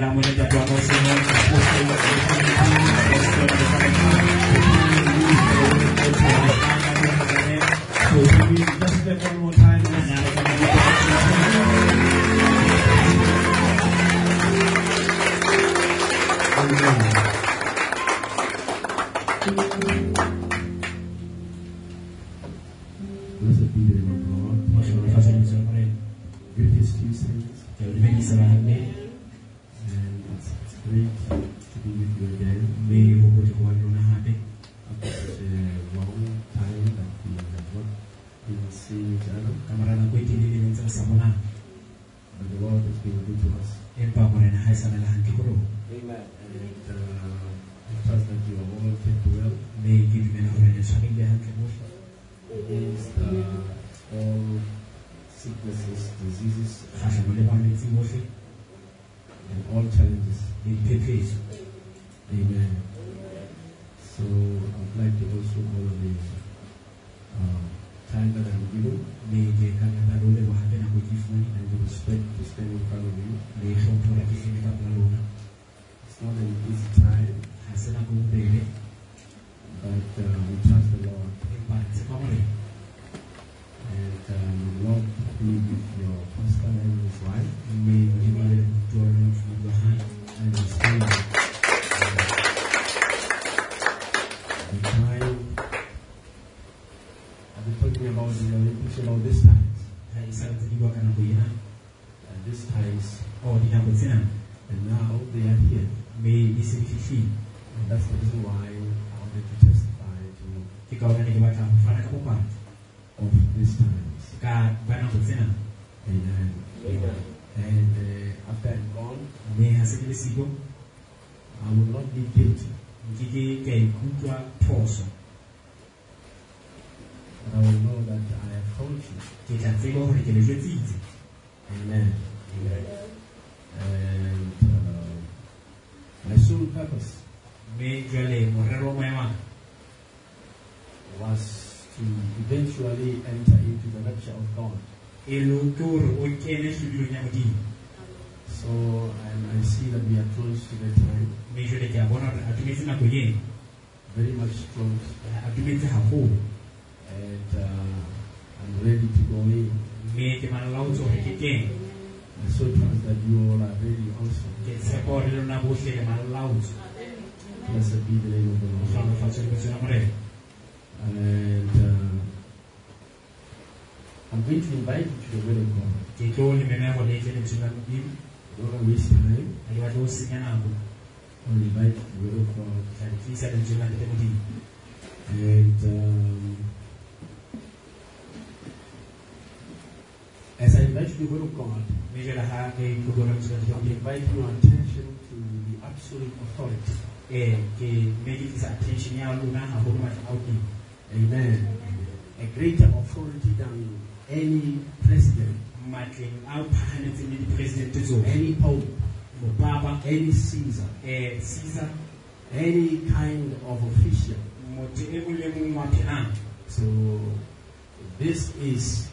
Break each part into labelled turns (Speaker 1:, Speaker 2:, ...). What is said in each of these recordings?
Speaker 1: la mujer de aplauso, Señor. Usted lo que es, usted lo que está aquí. So we just lift one more time and now we're gonna-
Speaker 2: Blessed be the name of the Lord.
Speaker 1: Nós vamos fazer isso pra ele.
Speaker 2: Greetings to you, saints,
Speaker 1: Que ele vem que será amém.
Speaker 2: and it's, it's great to be with you again.
Speaker 1: Bem, eu vou continuar no Nahabe.
Speaker 2: After such a long time uh, that we have not been seeing each other,
Speaker 1: Camarada Kuiti Lili Vinsa Samona.
Speaker 2: but the Lord has been good to us.
Speaker 1: Epa Morena Haisa Mela Antikuro.
Speaker 2: And uh, I trust that you are all kept well
Speaker 1: May give me a friend and family Hankabo.
Speaker 2: against uh, all oh, sicknesses, diseases,
Speaker 1: Fasha Moleva Mitsi Moshi.
Speaker 2: and all challenges.
Speaker 1: Big Pipis.
Speaker 2: Amen. So I'd like to also honor the uh, time that I'm given
Speaker 1: May the Kangataro de Wahapena Kutifuni.
Speaker 2: and the respect to stand in front of you.
Speaker 1: May Hotora Kishimika Plalona.
Speaker 2: It's not an easy time,
Speaker 1: Hasena Kumbele.
Speaker 2: but uh, we trust the Lord
Speaker 1: Epa Tsekamore.
Speaker 2: and um, the Lord be with your pastor and his wife
Speaker 1: May Himare Kutorno Fugahan.
Speaker 2: and his family. Uh, the time I've been talking about the Olympics about this time.
Speaker 1: Haisa Tsikwa Kanakuyana.
Speaker 2: And this times
Speaker 1: Oh, Dinabutina.
Speaker 2: and now they are here.
Speaker 1: May Bisimishi.
Speaker 2: And that's the reason why I wanted to testify to you
Speaker 1: Kikawana Nibata Fana Kapupa.
Speaker 2: of these times.
Speaker 1: Ka Banabutina.
Speaker 2: Amen. And uh, after I'm gone,
Speaker 1: May Hasekele Sigo.
Speaker 2: I will not be guilty,
Speaker 1: Nkike Kaikutwa Poso.
Speaker 2: but I will know that I have told you.
Speaker 1: Ke tla tseba hore ke le jwetsitse.
Speaker 2: Amen. Amen. And uh, my sole purpose
Speaker 1: Mme jwale morero o moya wa ka
Speaker 2: was to eventually enter into the rapture of God.
Speaker 1: e lo ke hore o kene tlhodilong ya modimo
Speaker 2: So and I see that we are close to the time,
Speaker 1: mme jwale ke a bona hore a tumetse nako e eno
Speaker 2: very much close.
Speaker 1: a tumetse haholo
Speaker 2: and uh, I'm ready to go in.
Speaker 1: mme ke manela ho tswa hore ke kene
Speaker 2: I so trust that you all are ready also.
Speaker 1: ke tshepa hore le lona bohle le manela ho tswa
Speaker 2: Blessed be the name of
Speaker 1: ho
Speaker 2: the Lord.
Speaker 1: hlohonolofatso le botso la morena
Speaker 2: And uh, I'm going to invite you to the word of God.
Speaker 1: ke tlo le mena hore le tle lentswe la modimo
Speaker 2: Don't wanna waste time.
Speaker 1: ha le batle ho senya nako
Speaker 2: I'll invite you to the word of God.
Speaker 1: ke tla le tlisa lentswe la ntate modimo
Speaker 2: And um, as I invite you to the word of God,
Speaker 1: mme jwale ha ke tlobola lentswe la ntate
Speaker 2: I'll
Speaker 1: modimo
Speaker 2: invite your attention to the absolute authority. uh,
Speaker 1: eh ke mme ke tlisa attention ya lona haholo matleng a hodimo
Speaker 2: Amen. A greater authority than any president,
Speaker 1: matleng a phahametseng le dipresidente tsohle
Speaker 2: any pope,
Speaker 1: mopapa
Speaker 2: any Caesar,
Speaker 1: eh Caesar
Speaker 2: any kind of official.
Speaker 1: motho e mong le mong wa phelang
Speaker 2: So this is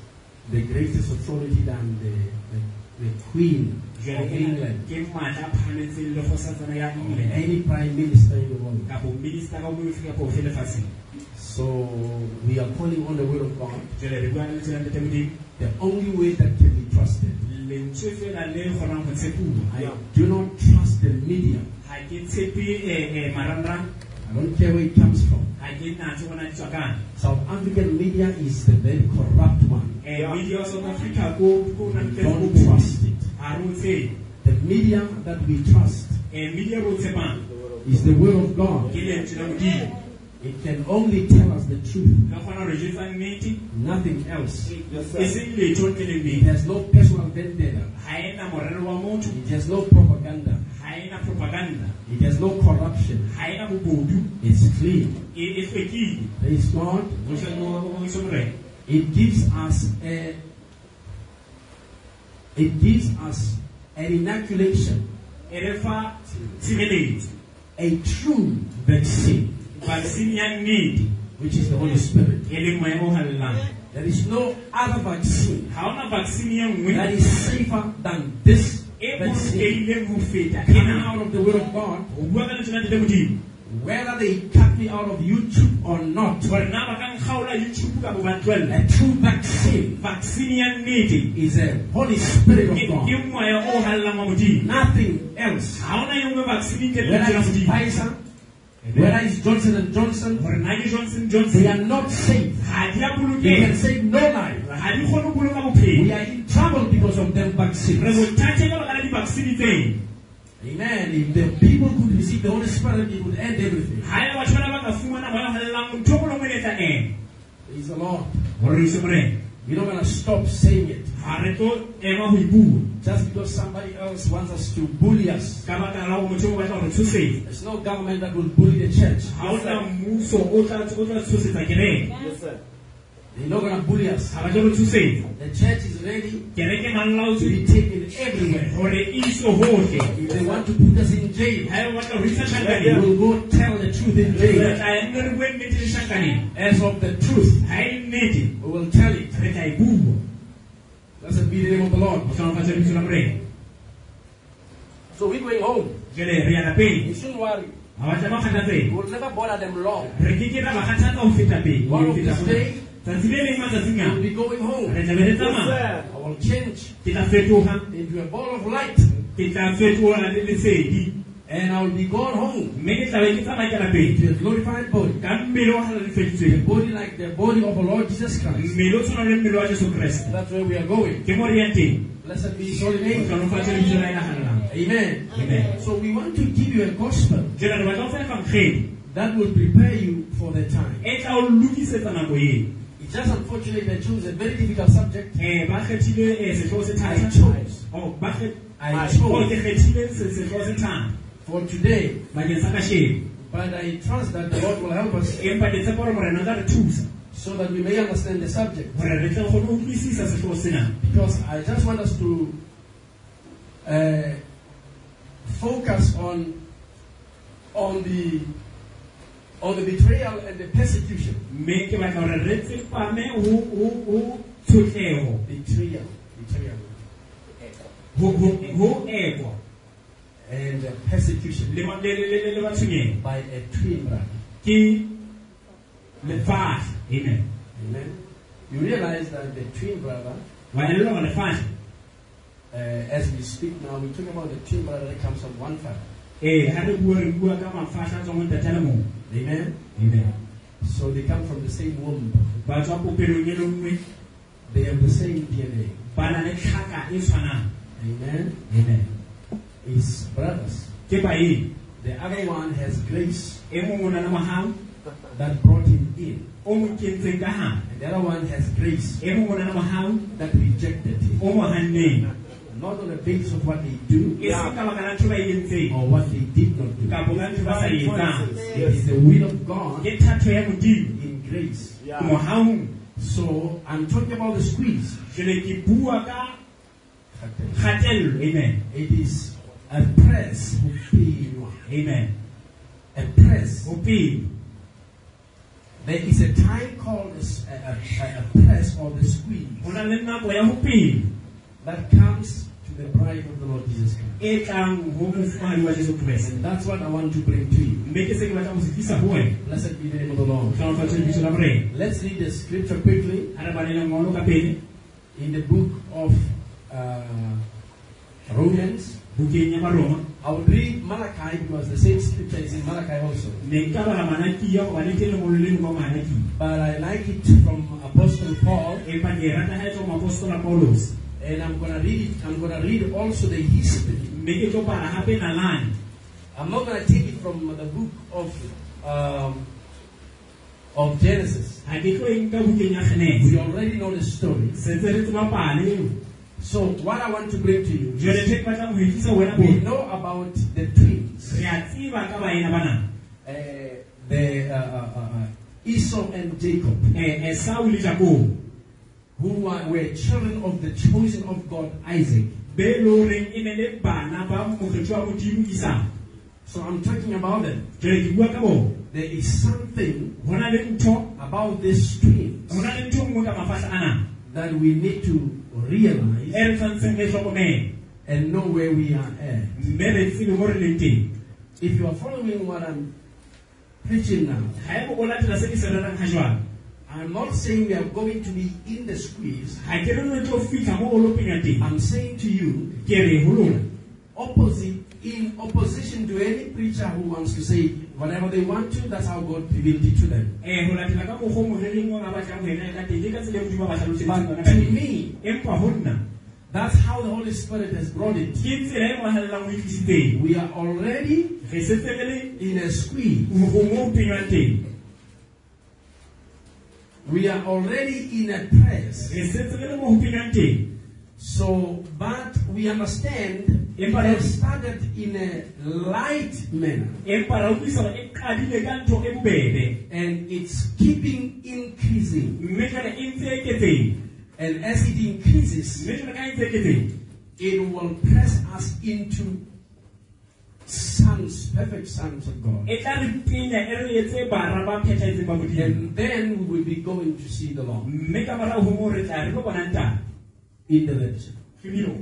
Speaker 2: the greatest authority than the, the, the Queen
Speaker 1: jwale
Speaker 2: of
Speaker 1: ena
Speaker 2: England,
Speaker 1: ke matla a phahametseng le kgosatsana ya
Speaker 2: or
Speaker 1: england
Speaker 2: any prime minister in the world.
Speaker 1: kapo minister ka bofe kapo ofe lefatsheng
Speaker 2: So we are calling on the will of God,
Speaker 1: jwale re bua ka lentswe la ntate modimo
Speaker 2: the only way that can be trusted.
Speaker 1: lentswe fela le kgonang ho tshepuwa
Speaker 2: I do not trust the media.
Speaker 1: ha ke tshepe eh, eh, marangrang
Speaker 2: I don't care where it comes from.
Speaker 1: ha ke natse ho na di tswa kang
Speaker 2: South African media is the very corrupt one.
Speaker 1: Eh, media wa south africa ko ko na
Speaker 2: We
Speaker 1: le
Speaker 2: don't
Speaker 1: bobe.
Speaker 2: trust it.
Speaker 1: ha re o tshepe
Speaker 2: The media that we trust
Speaker 1: Eh, media ro tshepang
Speaker 2: is the will of God.
Speaker 1: ke lentswe la modimo
Speaker 2: It can only tell us the truth,
Speaker 1: ka kgona ho re jwetsa nnete
Speaker 2: nothing else.
Speaker 1: e seng letho ntle le
Speaker 2: It
Speaker 1: nnete
Speaker 2: has no personal vendetta.
Speaker 1: ha ena morero wa motho
Speaker 2: It has no propaganda.
Speaker 1: ha ena propaganda
Speaker 2: It has no corruption.
Speaker 1: ha ena bobodu
Speaker 2: It's clean.
Speaker 1: e e hlwekile
Speaker 2: Praise God.
Speaker 1: bohlaloso morena
Speaker 2: It gives us a it gives us an inoculation,
Speaker 1: e re fa tshireletso
Speaker 2: a true vaccine,
Speaker 1: vaccine ya nnete
Speaker 2: which is the Holy Spirit.
Speaker 1: e leng moya o hallelang
Speaker 2: There is no other vaccine
Speaker 1: ha ona vaccine e nngwe
Speaker 2: that is safer than this
Speaker 1: eburuke n'engufe
Speaker 2: Come
Speaker 1: tatina
Speaker 2: out of the word of God,
Speaker 1: ogwagala kyonna kitabo kiri
Speaker 2: whether they cut me out of YouTube or not.
Speaker 1: bonna bakanhawula youtube ka bwe bantwalla
Speaker 2: A true vaccine
Speaker 1: vaccine ya neeti
Speaker 2: is a Holy Spirit of
Speaker 1: ye
Speaker 2: God.
Speaker 1: mwaya ohalalama muti
Speaker 2: Nothing else.
Speaker 1: awona yongwe e vaccine e
Speaker 2: Whether
Speaker 1: keddukira
Speaker 2: it's
Speaker 1: muti
Speaker 2: Pfizer, whether it's Johnson and Johnson,
Speaker 1: orinanye johnson
Speaker 2: we
Speaker 1: johnson
Speaker 2: are not safe. We
Speaker 1: atyabuluke
Speaker 2: can save no life.
Speaker 1: alikhola okuloka
Speaker 2: We
Speaker 1: bupeyi
Speaker 2: are in trouble because of them
Speaker 1: re
Speaker 2: vaccines.
Speaker 1: bothata jalo kana di-vaccine tseno
Speaker 2: Amen. If the people could receive the Holy Spirit, it would end everything.
Speaker 1: haya batho bana ba ka fumana moya hallang ntho e o bolongweletsa ene
Speaker 2: Praise the Lord.
Speaker 1: gore ise morena
Speaker 2: We're not going to stop saying it
Speaker 1: ga re tlo ema e go ibua
Speaker 2: just because somebody else wants us to bully us.
Speaker 1: ka baka la go motho o batla gore tshosetsa
Speaker 2: There's no government that will bully the church.
Speaker 1: ga o tla mmuso o tla o tla tshosetsa kereke
Speaker 2: They're not going to bully us.
Speaker 1: ga batla go tshosetsa
Speaker 2: The church is ready
Speaker 1: kereke e manlao
Speaker 2: to be taken everywhere.
Speaker 1: gore e iswe gotlhe
Speaker 2: If they want to put us in jail,
Speaker 1: ga e batla go isa
Speaker 2: we
Speaker 1: shankaneng
Speaker 2: will go tell the truth in
Speaker 1: re
Speaker 2: jail.
Speaker 1: tla ya nne re bue nnete le shankaneng
Speaker 2: As of the truth,
Speaker 1: ga e le nnete
Speaker 2: we will tell it.
Speaker 1: re tla e bua
Speaker 2: Blessed be the name of the Lord.
Speaker 1: go tlhonofatsa lebitso la morena
Speaker 3: So we're going home.
Speaker 1: jale re yana pele
Speaker 3: You shouldn't worry.
Speaker 1: ga ba tla ba
Speaker 3: We
Speaker 1: kgathatseng
Speaker 3: will never bother them long.
Speaker 1: re ke ke ra ba kgathatsa go feta pele
Speaker 2: One
Speaker 1: go
Speaker 2: of
Speaker 1: feta
Speaker 2: these
Speaker 1: go-
Speaker 2: days,
Speaker 1: tsatsi le leng matsatsing
Speaker 3: We'll
Speaker 1: a
Speaker 3: be going home.
Speaker 1: re tlabe re tsamaya
Speaker 3: Sir,
Speaker 2: I will change
Speaker 1: ke tla fetoga
Speaker 2: into a ball of light
Speaker 1: ke tla fetoga le lesedi
Speaker 2: and I will be gone home
Speaker 1: mme ke tlabe ke tsamaya kela pele
Speaker 2: to a glorified body.
Speaker 1: ka mmele o
Speaker 2: A
Speaker 1: gala lefeditsweng
Speaker 2: body like the body of our Lord Jesus Christ.
Speaker 1: mmele o tshwana le mmele wa jesu keresete
Speaker 2: That's where we are going.
Speaker 1: ke mo re yang teng
Speaker 2: Blessed be his holy
Speaker 1: go
Speaker 2: name.
Speaker 1: tlhonofatsa lebitso la ena galelang
Speaker 2: Amen.
Speaker 1: Amen.
Speaker 2: So we want to give you a gospel
Speaker 1: jela re batla go fela fankgedi
Speaker 2: that will prepare you for the time.
Speaker 1: e tla o lokisetsa nako eo
Speaker 2: It's just unfortunate they chose a very difficult subject.
Speaker 1: um ba kgethile eh, setlhogo se
Speaker 2: I
Speaker 1: thata
Speaker 2: chose.
Speaker 1: Oh, ba kge-
Speaker 2: I
Speaker 1: Oh,
Speaker 2: chose
Speaker 1: ke kgethile se- setlhogo se thata
Speaker 2: for today.
Speaker 1: bakeng sa kasheno
Speaker 2: But I trust that the Lord will help us
Speaker 1: empa ke tshepa gore morena o tla re thusa
Speaker 2: so that we may understand the subject.
Speaker 1: gore re tle go utlwisisa setlhogo sena
Speaker 2: Because I just want us to uh, focus on on the on the betrayal and the persecution.
Speaker 1: mme ke batla gore re tsepame ho- ho- ho tshotlego
Speaker 2: Betrayal. Betrayal.
Speaker 1: ho- ho- ho ekwa
Speaker 2: And the persecution
Speaker 1: le ba- le- le- le- le- le batshwenyego
Speaker 2: by a twin brother.
Speaker 1: ke lefatlhe amen
Speaker 2: Amen. You realize that the twin brother,
Speaker 1: wa elelwa go lefatlhe
Speaker 2: uh, as we speak now, we talk about the twin brother that comes from one family.
Speaker 1: ee ga Eh, re bua re bua ka mafatlhe a tswang ntata le mongwe
Speaker 2: Amen.
Speaker 1: amen
Speaker 2: So they come from the same womb.
Speaker 1: ba tswa popelong e le nngwe
Speaker 2: They have the same DNA.
Speaker 1: ba na le tlhaka e tshwanang
Speaker 2: Amen.
Speaker 1: amen
Speaker 2: His brothers.
Speaker 1: ke baeng
Speaker 2: The other one has grace
Speaker 1: e mongwe o na le mogao
Speaker 2: that brought him in.
Speaker 1: o mo kentseng ka gare
Speaker 2: And the other one has grace
Speaker 1: e mongwe o na le mogao
Speaker 2: that rejected him.
Speaker 1: o mo ganneng
Speaker 2: Not on the basis of what they do
Speaker 1: e se ka baka la ntho ba e entseng
Speaker 2: or what they did not do.
Speaker 1: kapo ka ntho ba sa e etsang
Speaker 2: It is the will of God
Speaker 1: ke thato ya modimo
Speaker 2: in grace.
Speaker 1: mogaung
Speaker 2: So I'm talking about the squeeze.
Speaker 1: jele ke bua ka kgatelelo amen
Speaker 2: It is a press of pain.
Speaker 1: amen
Speaker 2: A press.
Speaker 1: go pele
Speaker 2: There is a time called a, s- a- a- a press or the squeeze
Speaker 1: go na le nako ya go pele
Speaker 2: that comes to the bride of the Lord Jesus Christ.
Speaker 1: e tlang go mofumadi wa jesu kreste
Speaker 2: And that's what I want to bring to you.
Speaker 1: mme ke se ke batla go se tlisa go wena
Speaker 2: Blessed be the name of the Lord.
Speaker 1: tlhalofatso lebitso la morena
Speaker 2: Let's read the scripture quickly
Speaker 1: a re balele ngwalo ka pele
Speaker 2: in the book of uh, Romans.
Speaker 1: bukeng ya baroma
Speaker 2: I will read Malachi because the same scripture is in Malachi also.
Speaker 1: ne nka bala manakia gobane ke lengolo le lengwa manakia
Speaker 2: But I like it from Apostle Paul,
Speaker 1: empa ke e rata ga e tswa moapostola paulos
Speaker 2: and I'm gonna read it. I'm gonna read also the history.
Speaker 1: mme ke tlo bala gape nalane
Speaker 2: I'm not gonna take it from the book of um, of Genesis.
Speaker 1: ga ke tlo e nka bukeng ya
Speaker 2: We
Speaker 1: genese
Speaker 2: already know the story.
Speaker 1: setse re tseba pale eo
Speaker 2: So what I want to bring to you,
Speaker 1: jale tse ke batlang go etsisa wena
Speaker 2: we
Speaker 1: bone
Speaker 2: know about the twins.
Speaker 1: re a tseba ka baena bana
Speaker 2: uh, the uh, uh, uh, uh, Esau and Jacob,
Speaker 1: um esau le jakobo
Speaker 2: who were, were children of the chosen of God, Isaac.
Speaker 1: be e le goreng e ne le bana ba mogetso wa modimo isang
Speaker 2: So I'm talking about them.
Speaker 1: jale ke bua ka bone
Speaker 2: There is something
Speaker 1: go na le ntho
Speaker 2: about these twins
Speaker 1: go na le e ntho nngwe ka mafatlha a nang
Speaker 2: that we need to realize
Speaker 1: e re tshwantseng re tlhokomele
Speaker 2: and know where we are at.
Speaker 1: mme re tsebe mo re leng teng
Speaker 2: If you are following what I'm preaching now,
Speaker 1: ga ebe o latela se ke se relang ga jwale
Speaker 2: I'm not saying we are going to be in the squeeze.
Speaker 1: ga ke re lo tlo fitlha mo o lo penya teng
Speaker 2: I'm saying to you,
Speaker 1: ke re ho lona
Speaker 2: opposite in opposition to any preacher who wants to say whatever they want to, that's how God revealed it to them.
Speaker 1: Eh, ho latela ka mokgwa o morereng oo a batlang ho ena ka teng, ke ka tsela eo Modimo a ba hlalosetsang yona
Speaker 2: But
Speaker 1: ka
Speaker 2: to
Speaker 1: teng.
Speaker 2: me,
Speaker 1: empa ho nna
Speaker 2: that's how the Holy Spirit has brought it.
Speaker 1: ke tsela e mohallang o itlisitseng
Speaker 2: We are already
Speaker 1: re setse re le
Speaker 2: in a squeeze.
Speaker 1: ho mo penywang teng
Speaker 2: We are already in a press.
Speaker 1: re setse re le mo ho penywang teng
Speaker 2: So, but we understand it has started in a light manner
Speaker 1: empa ra utlwisa hore e qadile ka ntho e bobebe
Speaker 2: and it's keeping increasing.
Speaker 1: mme jwale e ntse e eketsehe.
Speaker 2: And as it increases,
Speaker 1: mme jwale ka e ntse e eketsehe,
Speaker 2: it will press us into sons, perfect sons of God.
Speaker 1: e tla re penya e re etse bara ba phethahetseng ba Modimo.
Speaker 2: And then we will be going to see the Lord
Speaker 1: mme ka morao ho moo re tla re lo bona Ntate.
Speaker 2: in the rapture.
Speaker 1: Ke bino.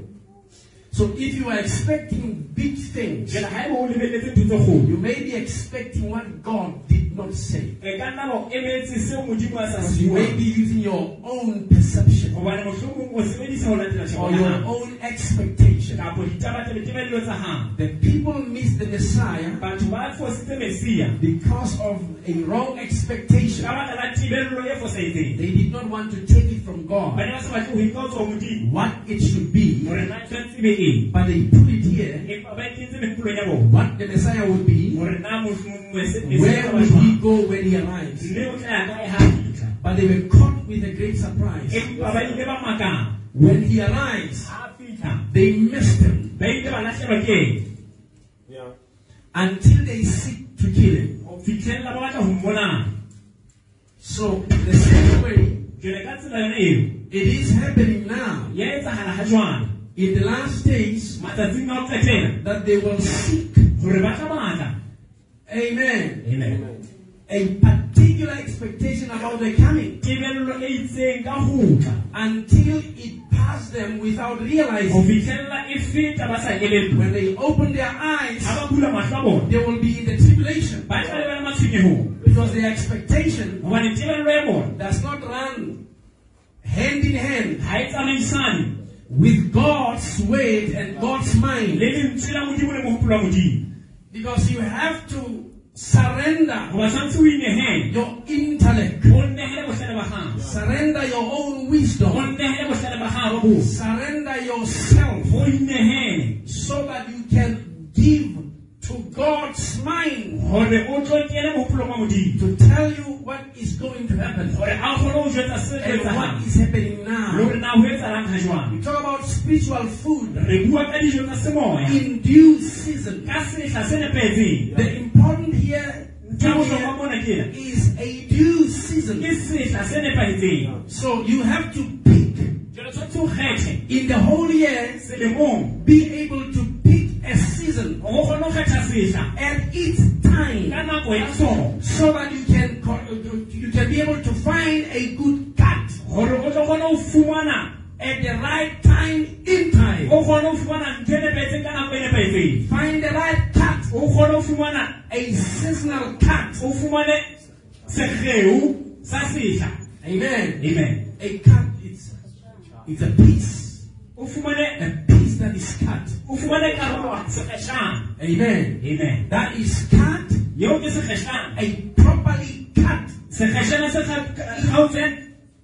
Speaker 2: So if you are expecting big things,
Speaker 1: Jwale ha eba o lebelletse ntho tse kgolo,
Speaker 2: you may be expecting what God did not say.
Speaker 1: e ka nna ba o emetse seo Modimo a sa se
Speaker 2: You may
Speaker 1: buang.
Speaker 2: be using your own perception
Speaker 1: hobane mohlomong o sebedisa ho latela tjhebo
Speaker 2: or
Speaker 1: ya
Speaker 2: your
Speaker 1: hao
Speaker 2: own expectation.
Speaker 1: kapa ditabatabetebello tsa hao
Speaker 2: The people miss the Messiah
Speaker 1: batho ba fositse mesia
Speaker 2: because of a wrong
Speaker 1: ka
Speaker 2: expectation.
Speaker 1: baka la tibello e fosahetseng
Speaker 2: They did not want to take it from
Speaker 1: ba
Speaker 2: God,
Speaker 1: ne ba sa batle ho ikaotsa ho modimo
Speaker 2: what it should be,
Speaker 1: hore na tshwanetse ebe eng
Speaker 2: but they put it here,
Speaker 1: empa ba ekentse mepolong ya bona
Speaker 2: what the Messiah would be,
Speaker 1: hore na mos- mo- mese- mesia
Speaker 2: where
Speaker 1: ba
Speaker 2: would he
Speaker 1: jwang.
Speaker 2: go when he arrives.
Speaker 1: mme o tla ya kae ha fihla
Speaker 2: But they were caught with a great surprise.
Speaker 1: empa ba ile ba makana
Speaker 2: When he arrives,
Speaker 1: ha fihla
Speaker 2: they missed him
Speaker 1: ba ile ba lahlehelwa ke eng?
Speaker 2: until they seek to kill him.
Speaker 1: ho fihlella ba batla ho mmolaya.
Speaker 2: So, the same way,
Speaker 1: Jwale ka tsela yona eo
Speaker 2: it is happening now
Speaker 1: ya etsahala ha jwale
Speaker 2: in the last days
Speaker 1: matsatsing a ho qetela
Speaker 2: that they will seek,
Speaker 1: hore ba tla batla
Speaker 2: amen,
Speaker 1: Amen.
Speaker 2: a particular expectation about the coming
Speaker 1: tebello e itseng ka hutla
Speaker 2: until it passed them without
Speaker 1: ho
Speaker 2: realizing.
Speaker 1: fihlella e feta ba sa elellwe
Speaker 2: When they open their
Speaker 1: ha
Speaker 2: eyes,
Speaker 1: ba bula mahlo a bona
Speaker 2: they will be in the tribulation
Speaker 1: ba tla le bana matshwenyehong
Speaker 2: because their expectation
Speaker 1: hobane tebello ya bona
Speaker 2: does not run hand in hand
Speaker 1: ha e tsamaisane
Speaker 2: with God's word and God's mind
Speaker 1: le lentswe la modimo le mohopolo wa modimo
Speaker 2: because you have to surrender
Speaker 1: hoba tshwanetse o inehele
Speaker 2: your intellect,
Speaker 1: o nnehele bohlale ba hao
Speaker 2: surrender your own
Speaker 1: o
Speaker 2: wisdom,
Speaker 1: nnehele bohlale ba hao ba boso
Speaker 2: surrender yourself.
Speaker 1: o inehele
Speaker 2: so that you can give to God's mind
Speaker 1: hore o tlo kene mohopolong wa modimo
Speaker 2: to tell you what is going to happen
Speaker 1: hore a kgone ho jwetsa se tlo
Speaker 2: and what
Speaker 1: etsahalang
Speaker 2: is happening
Speaker 1: le
Speaker 2: now.
Speaker 1: hore na ho etsahalang ha jwang
Speaker 2: We talk about spiritual food
Speaker 1: re bua ka dijo tsa semoya
Speaker 2: in due season.
Speaker 1: ka sehla se nepahetseng
Speaker 2: The important here
Speaker 1: ke
Speaker 2: thing
Speaker 1: bohlokwa
Speaker 2: here
Speaker 1: mona kena
Speaker 2: is a due
Speaker 1: ke
Speaker 2: season.
Speaker 1: sehla se nepahetseng
Speaker 2: So you have to pick
Speaker 1: jwale tshwanetse o kgethe
Speaker 2: in the whole year,
Speaker 1: selemong
Speaker 2: be able to pick a season
Speaker 1: hore o kgone ho kgetha sehla
Speaker 2: at its time
Speaker 1: ka nako ya sona
Speaker 2: so that you can co- you can be able to find a good cut
Speaker 1: hore o tlo kgone ho fumana
Speaker 2: at the right time in time.
Speaker 1: o kgone ho fumana ntho e nepahetseng ka nako e nepahetseng
Speaker 2: Find the right cut,
Speaker 1: o kgone ho fumana
Speaker 2: a seasonal cut.
Speaker 1: o fumane sekgeo sa sehla
Speaker 2: Amen.
Speaker 1: amen
Speaker 2: A cut it's it's a piece.
Speaker 1: o fumane
Speaker 2: A piece that is cut.
Speaker 1: o fumane karolo sekgetlana
Speaker 2: Amen.
Speaker 1: amen
Speaker 2: That is cut,
Speaker 1: yeo ke sekgetlana
Speaker 2: a properly cut
Speaker 1: sekgetlana se kgaotse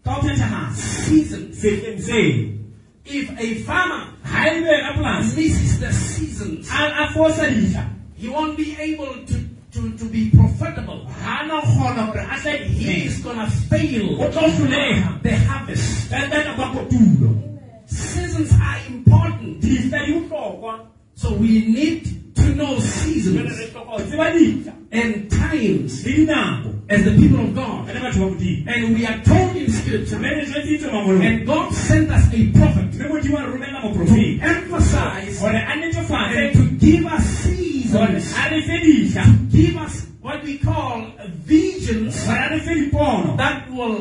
Speaker 1: ka ho phethahatsa
Speaker 2: season.
Speaker 1: sehleng seo
Speaker 2: If a farmer
Speaker 1: ha ebe rapolasi
Speaker 2: misses the seasons,
Speaker 1: a a fosa dihla
Speaker 2: he won't be able to, to, to be profitable.
Speaker 1: ha na kgona hore a tle
Speaker 2: He is
Speaker 1: his
Speaker 2: gonna fail
Speaker 1: o tlo hloleha
Speaker 2: the harvest.
Speaker 1: ka tata ba kotulo
Speaker 2: Seasons are important.
Speaker 1: dihla di bohlokwa
Speaker 2: So we need to know
Speaker 1: jwale
Speaker 2: seasons.
Speaker 1: re hloka ho tseba dihla
Speaker 2: and times
Speaker 1: le dinako
Speaker 2: as the people of
Speaker 1: ka
Speaker 2: God.
Speaker 1: le batho ba modimo
Speaker 2: And we are told in
Speaker 1: mme
Speaker 2: Scripture,
Speaker 1: re jwetsitse mangolong
Speaker 2: and God sent us a prophet
Speaker 1: mme modimo a re romela moprofeta
Speaker 2: emphasize
Speaker 1: hore a netefatse
Speaker 2: and to give us
Speaker 1: hore
Speaker 2: seasons,
Speaker 1: a re fe dihla
Speaker 2: give us what we call visions
Speaker 1: hore a re fe dipono
Speaker 2: that will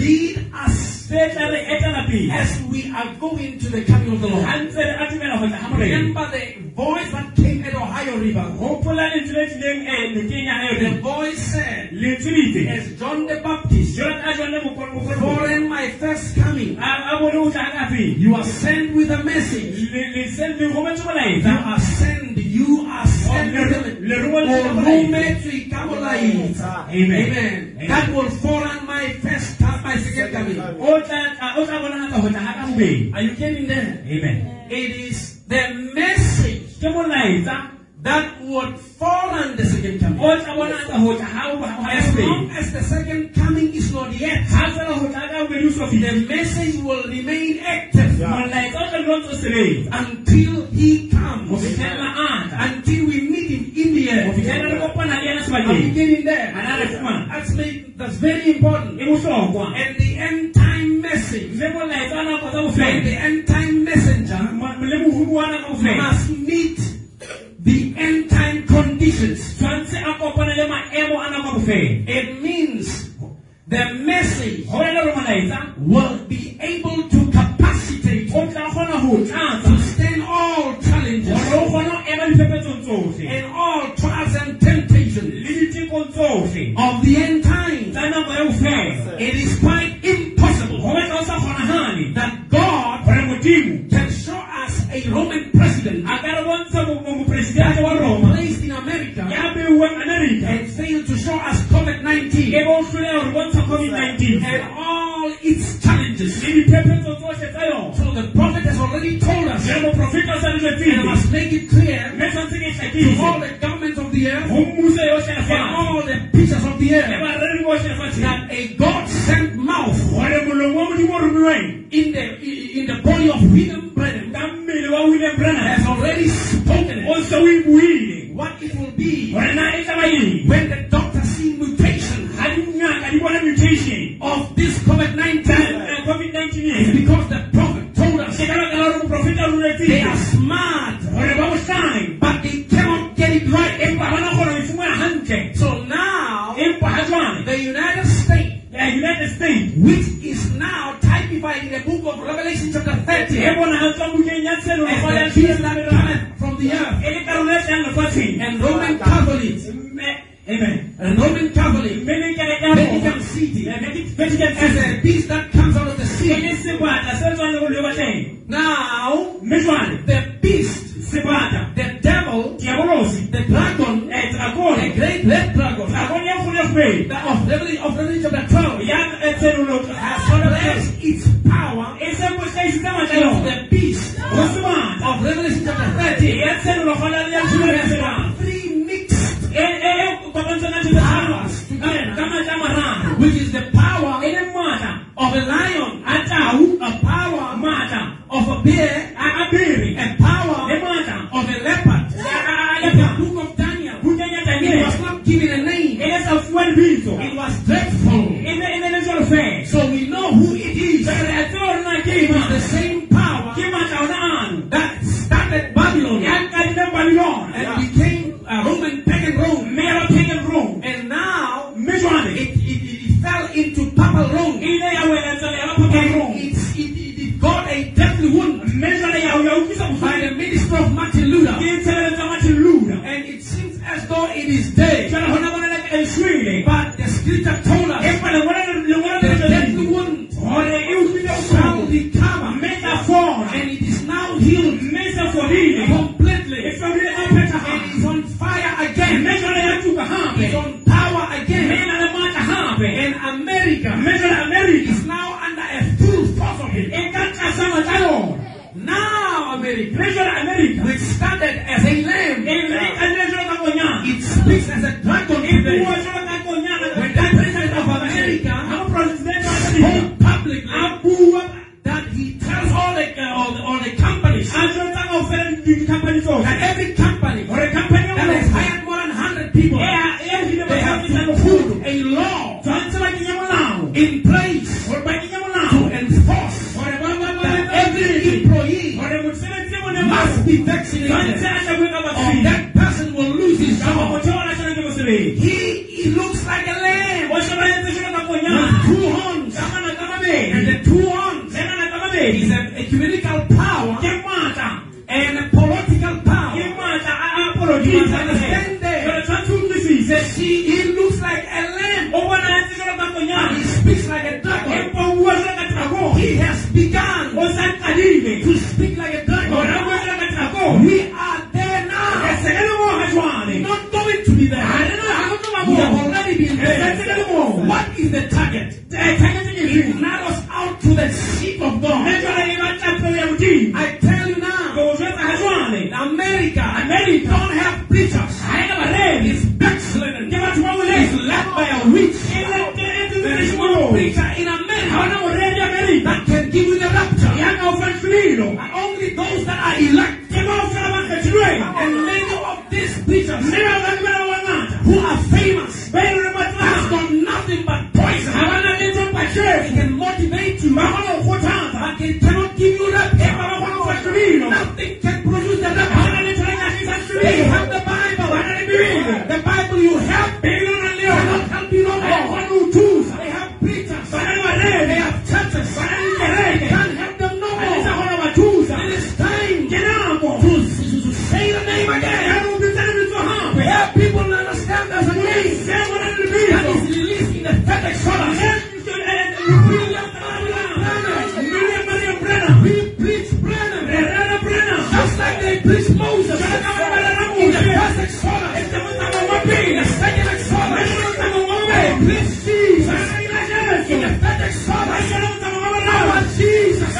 Speaker 2: lead us
Speaker 1: Fe tla re etela pele.
Speaker 2: as we are going to the coming of the
Speaker 1: Ha
Speaker 2: Lord.
Speaker 1: ntse re atamela ho tla ha morena.
Speaker 2: Remember the voice that came at Ohio River.
Speaker 1: Hopola lentswe le tlileng eh, nokeng ya
Speaker 2: The
Speaker 1: Nairo.
Speaker 2: voice said,
Speaker 1: Le tsebitse.
Speaker 2: as John the Baptist,
Speaker 1: Jwalo ka jwale Mokwena- Mokwena-
Speaker 2: following my first coming,
Speaker 1: a a bone o tla ka pele.
Speaker 2: you are sent with a message.
Speaker 1: Le- le se- le
Speaker 2: You
Speaker 1: rometse molaetsa.
Speaker 2: are sent, you are sent.
Speaker 1: Le- le rometse ka molaetsa.
Speaker 2: Orumetswe ka molaetsa.
Speaker 1: Amen.
Speaker 2: Amen.
Speaker 1: Amen.
Speaker 2: That will foreign my first time, my second coming. Oh,
Speaker 1: O tla- a- o tla bonahatsa ho tla ha ka bobedi.
Speaker 2: Are you getting there?
Speaker 1: Amen.
Speaker 2: It is the message
Speaker 1: Ke molaetsa
Speaker 2: that would foreign the second coming.
Speaker 1: o tla bonahatsa ho tla ha bo- ha ya
Speaker 2: As long
Speaker 1: bobedi.
Speaker 2: as the second coming is not yet,
Speaker 1: Ha feela ho tla ka bobedi o so
Speaker 2: the
Speaker 1: fihle.
Speaker 2: message will remain active
Speaker 1: Molaetsa o tla dula o ntso sebetsa.
Speaker 2: until he
Speaker 1: Ho
Speaker 2: comes,
Speaker 1: fihlella a tla.
Speaker 2: until we meet him in the
Speaker 1: Ho
Speaker 2: air.
Speaker 1: fihlella re kopana le yena
Speaker 2: Are you
Speaker 1: sebakeng.
Speaker 2: getting there?
Speaker 1: Ana re fumana.
Speaker 2: That's, ma- that's very important.
Speaker 1: E bohlokwa.
Speaker 2: And the end time message,
Speaker 1: Le molaetsa wa nako tsa
Speaker 2: and the
Speaker 1: bofelo.
Speaker 2: end time messenger
Speaker 1: Mo- le mohumi wa nako ya bofelo.
Speaker 2: must meet the end time conditions.
Speaker 1: Tshwantse a kopane le maemo a nako ya bofelo.
Speaker 2: It means the message
Speaker 1: Ho bolela hore molaetsa
Speaker 2: will be able to capacitate
Speaker 1: o tla kgona ho o
Speaker 2: to
Speaker 1: tlatsa.
Speaker 2: stand all challenges
Speaker 1: Hore o kgone ho ema diphepetsong tsohle.
Speaker 2: and all trials and temptations
Speaker 1: Le ditekong tsohle.
Speaker 2: of the end time.
Speaker 1: Tsa nako ya bofelo.
Speaker 2: It is quite
Speaker 1: Ho
Speaker 2: impossible
Speaker 1: batla ho sa kgonahale.
Speaker 2: that God
Speaker 1: Hore Modimo
Speaker 2: can show us a Roman president
Speaker 1: a ka re bontsha mo- mo- mopresidente wa Roma
Speaker 2: placed in America
Speaker 1: ya beuwang America.
Speaker 2: and failed to show us COVID 19.
Speaker 1: E bo o hloleha hore bontsha COVID-19.
Speaker 2: and all its challenges.
Speaker 1: le diphephetso tsohle tsa yona
Speaker 2: So the prophet has already told us
Speaker 1: jalo moprofeta sa
Speaker 2: and I
Speaker 1: leletsile
Speaker 2: must make it clear
Speaker 1: mme tshwantse ke
Speaker 2: to all
Speaker 1: hlakise
Speaker 2: the governments of the earth
Speaker 1: ho mmuso yohle ya
Speaker 2: and
Speaker 1: fatshe
Speaker 2: all the preachers of the
Speaker 1: le
Speaker 2: earth
Speaker 1: bareri bohle ya fatshe
Speaker 2: that a God sent mouth
Speaker 1: gore molomo wa modimo o romiweng
Speaker 2: in the in the body of William Brennan
Speaker 1: ka mmele wa william brana
Speaker 2: has already spoken
Speaker 1: o se o e buile
Speaker 2: what it will be
Speaker 1: gore na e tlaba eng
Speaker 2: when the doctors see mutations
Speaker 1: ga dingaka di bona mutation
Speaker 2: of this COVID
Speaker 1: tsa
Speaker 2: 19
Speaker 1: covid-19 e.
Speaker 2: because the prophet told us
Speaker 1: ke ka baka la gore moprofeta
Speaker 2: they
Speaker 1: o roletsile
Speaker 2: are smart
Speaker 1: gore ba bohlale
Speaker 2: but they cannot get it right.
Speaker 1: empa bona gore e fumana hantle
Speaker 2: So now
Speaker 1: empa ga jwale
Speaker 2: the United States
Speaker 1: ya united states
Speaker 2: which is now typified in the book of Revelation chapter 30
Speaker 1: e bonagatswa bukeng ya tseno lefa
Speaker 2: as
Speaker 1: ya
Speaker 2: the beast
Speaker 1: Jesus
Speaker 2: that
Speaker 1: Christ.
Speaker 2: cometh from the earth.
Speaker 1: e le karolo e tlang lefatsheng
Speaker 2: And Roman Catholics,
Speaker 1: Mme- amen.
Speaker 2: and Roman Catholic,
Speaker 1: Mme le kereke ya
Speaker 2: Vatican
Speaker 1: rona,
Speaker 2: City,
Speaker 1: eh, Vatican- Vatican
Speaker 2: as
Speaker 1: City,
Speaker 2: a beast that comes out of the
Speaker 1: e
Speaker 2: sea.
Speaker 1: le sebata se tswang le lebatleng
Speaker 2: Now,
Speaker 1: mme jwale
Speaker 2: the beast,
Speaker 1: sebata
Speaker 2: the devil,
Speaker 1: diabolosi
Speaker 2: the dragon,
Speaker 1: eh,
Speaker 2: the
Speaker 1: drakone
Speaker 2: great red dragon,
Speaker 1: drakone e kgolo e kgwedi
Speaker 2: that of Revelation, of Revelation chapter 12,
Speaker 1: ya eh, tsenolo-
Speaker 2: has possessed its power
Speaker 1: e se bohlaisitse matla
Speaker 2: into
Speaker 1: yona
Speaker 2: the beast
Speaker 1: ho sebata
Speaker 2: of Revelation chapter 30.
Speaker 1: ya tsenolo kgona le ya tshilo ya sebata
Speaker 2: Three mixed,
Speaker 1: e e- e kopantswe ka dilo tse tharo, ka- ka matla a mararo
Speaker 2: which is the power
Speaker 1: e le matla
Speaker 2: of a lion,
Speaker 1: a tau
Speaker 2: a power
Speaker 1: matla
Speaker 2: of a bear,
Speaker 1: a a bere
Speaker 2: a
Speaker 1: le
Speaker 2: power
Speaker 1: matla
Speaker 2: of a leopard. In the book of Daniel,
Speaker 1: bukeng ya
Speaker 2: it
Speaker 1: daniel
Speaker 2: was not given a
Speaker 1: eh. e
Speaker 2: name.
Speaker 1: ne sa fuwa lebitso
Speaker 2: It was dreadful.
Speaker 1: e ne e ne le jalo fela
Speaker 2: So we know who it is.
Speaker 1: jale a tseba hore na ke
Speaker 2: It is
Speaker 1: eng matla?
Speaker 2: the same power
Speaker 1: ke matla ona ano
Speaker 2: that started Babylon
Speaker 1: ya kadile babilona
Speaker 2: and became a Roman pagan Rome.
Speaker 1: mme ya ba pagan rome
Speaker 2: And now
Speaker 1: mme
Speaker 2: it,
Speaker 1: jwale
Speaker 2: it, it fell into papal
Speaker 1: e
Speaker 2: Rome.
Speaker 1: ile ya wela tsela ya ba pagan rome
Speaker 2: It's, it, it, it got a deadly wound
Speaker 1: mme jwale ya ya utlwisa
Speaker 2: by
Speaker 1: bohloko
Speaker 2: the ministry of Martin Luther.
Speaker 1: ke tshebeletso ya Martin Luther.
Speaker 2: And it seems as though it is dead.
Speaker 1: Jwale hona bona le- e shwele.
Speaker 2: But the scripture told us
Speaker 1: Empa lengolo le- lengolo
Speaker 2: the
Speaker 1: le le-
Speaker 2: deadly wound
Speaker 1: hore e utlwile
Speaker 2: shall
Speaker 1: bohloko
Speaker 2: recover.
Speaker 1: mme tla fola
Speaker 2: And it is now healed
Speaker 1: mme se fodile
Speaker 2: completely.
Speaker 1: e
Speaker 2: And
Speaker 1: fodile e phethagala
Speaker 2: it's on fire again.
Speaker 1: mme jwale ya tuka hape
Speaker 2: It's on power
Speaker 1: mme
Speaker 2: again.
Speaker 1: e na le matla hape
Speaker 2: And America
Speaker 1: mme jwale america
Speaker 2: is now under a full force of it.
Speaker 1: e ka tlasa matla yona
Speaker 2: Now America,
Speaker 1: mme jwale america
Speaker 2: which started as a
Speaker 1: e ne e
Speaker 2: lamb,
Speaker 1: kadile jwalo ka konyana
Speaker 2: it speaks as a dragon
Speaker 1: e
Speaker 2: today.
Speaker 1: bua jwalo ka konyana
Speaker 2: When that president of America,
Speaker 1: ha mopresidente wa america
Speaker 2: told publicly that he tells all the, uh, all the, all the companies,
Speaker 1: a jwetsa kaofela dikhampani tsohle
Speaker 2: that every company
Speaker 1: hore khampani
Speaker 2: that has hired more than 100 people,
Speaker 1: e hile
Speaker 2: they have
Speaker 1: batlhagisa
Speaker 2: to
Speaker 1: lefolo
Speaker 2: put a law
Speaker 1: tshwanetse ba kenye molao
Speaker 2: in place
Speaker 1: gore ba kenye
Speaker 2: to
Speaker 1: molao
Speaker 2: enforce
Speaker 1: gore ba- ba- ba-
Speaker 2: that
Speaker 1: ba-
Speaker 2: every employee
Speaker 1: gore mosebetsi e mone
Speaker 2: must be vaccinated
Speaker 1: tshwanetse a tlabue ka
Speaker 2: or
Speaker 1: vaccine
Speaker 2: that person will lose his
Speaker 1: kapa
Speaker 2: job.
Speaker 1: motho wa latlhelwa ke mosebetsi
Speaker 2: He, he looks like a lamb
Speaker 1: o shebeletse jalo ka
Speaker 2: with
Speaker 1: konyana
Speaker 2: two horns
Speaker 1: ka mana ka
Speaker 2: and
Speaker 1: mabedi
Speaker 2: the two pueblo, you
Speaker 1: He's
Speaker 2: must
Speaker 1: not
Speaker 2: understand that.
Speaker 1: Pero tanto um disease.
Speaker 2: That she, he looks like a lamb.
Speaker 1: O bwana hati zora
Speaker 2: And
Speaker 1: bakonyana.
Speaker 2: he speaks like a dragon.
Speaker 1: Epo uwa zora tako.
Speaker 2: He has begun
Speaker 1: Osaqalile.
Speaker 2: to speak like a
Speaker 1: Bona
Speaker 2: dragon.
Speaker 1: uwa zora tako.
Speaker 2: We are there now.
Speaker 1: Esekele mo hajwane.
Speaker 2: Not going to be there.
Speaker 1: I don't know, I don't know about
Speaker 2: We
Speaker 1: more.
Speaker 2: have already been
Speaker 1: Yes, I
Speaker 2: there.
Speaker 1: don't know more.
Speaker 2: What is the target?
Speaker 1: Eh, target is you.
Speaker 2: Narrows out to the sheep of God.
Speaker 1: Nendwa ye batapele ya mudi.
Speaker 2: I tell you now,
Speaker 1: Ngozwa hajwane.
Speaker 2: America, America don't have preachers.
Speaker 1: Haina bareni.
Speaker 2: It's backslidden.
Speaker 1: Ke
Speaker 2: It's
Speaker 1: batho ba boleng.
Speaker 2: led by a witch.
Speaker 1: Ene- ene- ene-
Speaker 2: There is
Speaker 1: ene-
Speaker 2: no
Speaker 1: ene-
Speaker 2: preacher in America
Speaker 1: Haona moredi Amerika.
Speaker 2: that can give you the rapture.
Speaker 1: Yanga ufanfililo.
Speaker 2: And only those that are elect.
Speaker 1: Ke bao fela ba kgethilweng.
Speaker 2: And many of these preachers
Speaker 1: Mme ba bang ba bangata.
Speaker 2: who are famous
Speaker 1: Ba e leng ba
Speaker 2: has
Speaker 1: tloha.
Speaker 2: done nothing but poison.
Speaker 1: Ha ba na letho
Speaker 2: They
Speaker 1: pakeng.
Speaker 2: can motivate you,
Speaker 1: Ba kgona ho kgothatsa.
Speaker 2: but they cannot give you
Speaker 1: Empa ba
Speaker 2: rapture.
Speaker 1: kgona ho fa sebino.
Speaker 2: Nothing can produce the
Speaker 1: Ha hona
Speaker 2: rapture.
Speaker 1: letho le ka tlisa
Speaker 2: They
Speaker 1: sebino.
Speaker 2: have the Bible.
Speaker 1: Ba na le Bibele.
Speaker 2: The Bible you have
Speaker 1: Bibele o nang le
Speaker 2: cannot
Speaker 1: yona.
Speaker 2: help you no
Speaker 1: Ha e
Speaker 2: more.
Speaker 1: kgone ho thusa.
Speaker 2: They have preachers.
Speaker 1: Ba na le
Speaker 2: They
Speaker 1: baredi.
Speaker 2: have churches.
Speaker 1: Ba na le kereke.
Speaker 2: Can't help them no
Speaker 1: Ha di sa
Speaker 2: more.
Speaker 1: kgona ho ba thusa.
Speaker 2: It is time
Speaker 1: Ke nako.
Speaker 2: to, to, to say the name
Speaker 1: Ya
Speaker 2: again.
Speaker 1: ho bitsa lebitso hape.
Speaker 2: Where people understand there's a name
Speaker 1: Se ho na le
Speaker 2: that
Speaker 1: lebitso.
Speaker 2: is released in the third exodus. We preach Brenham just like they preach Moses. In the first exodus, in the second exodus, they preach Jesus. In the third exodus, our Jesus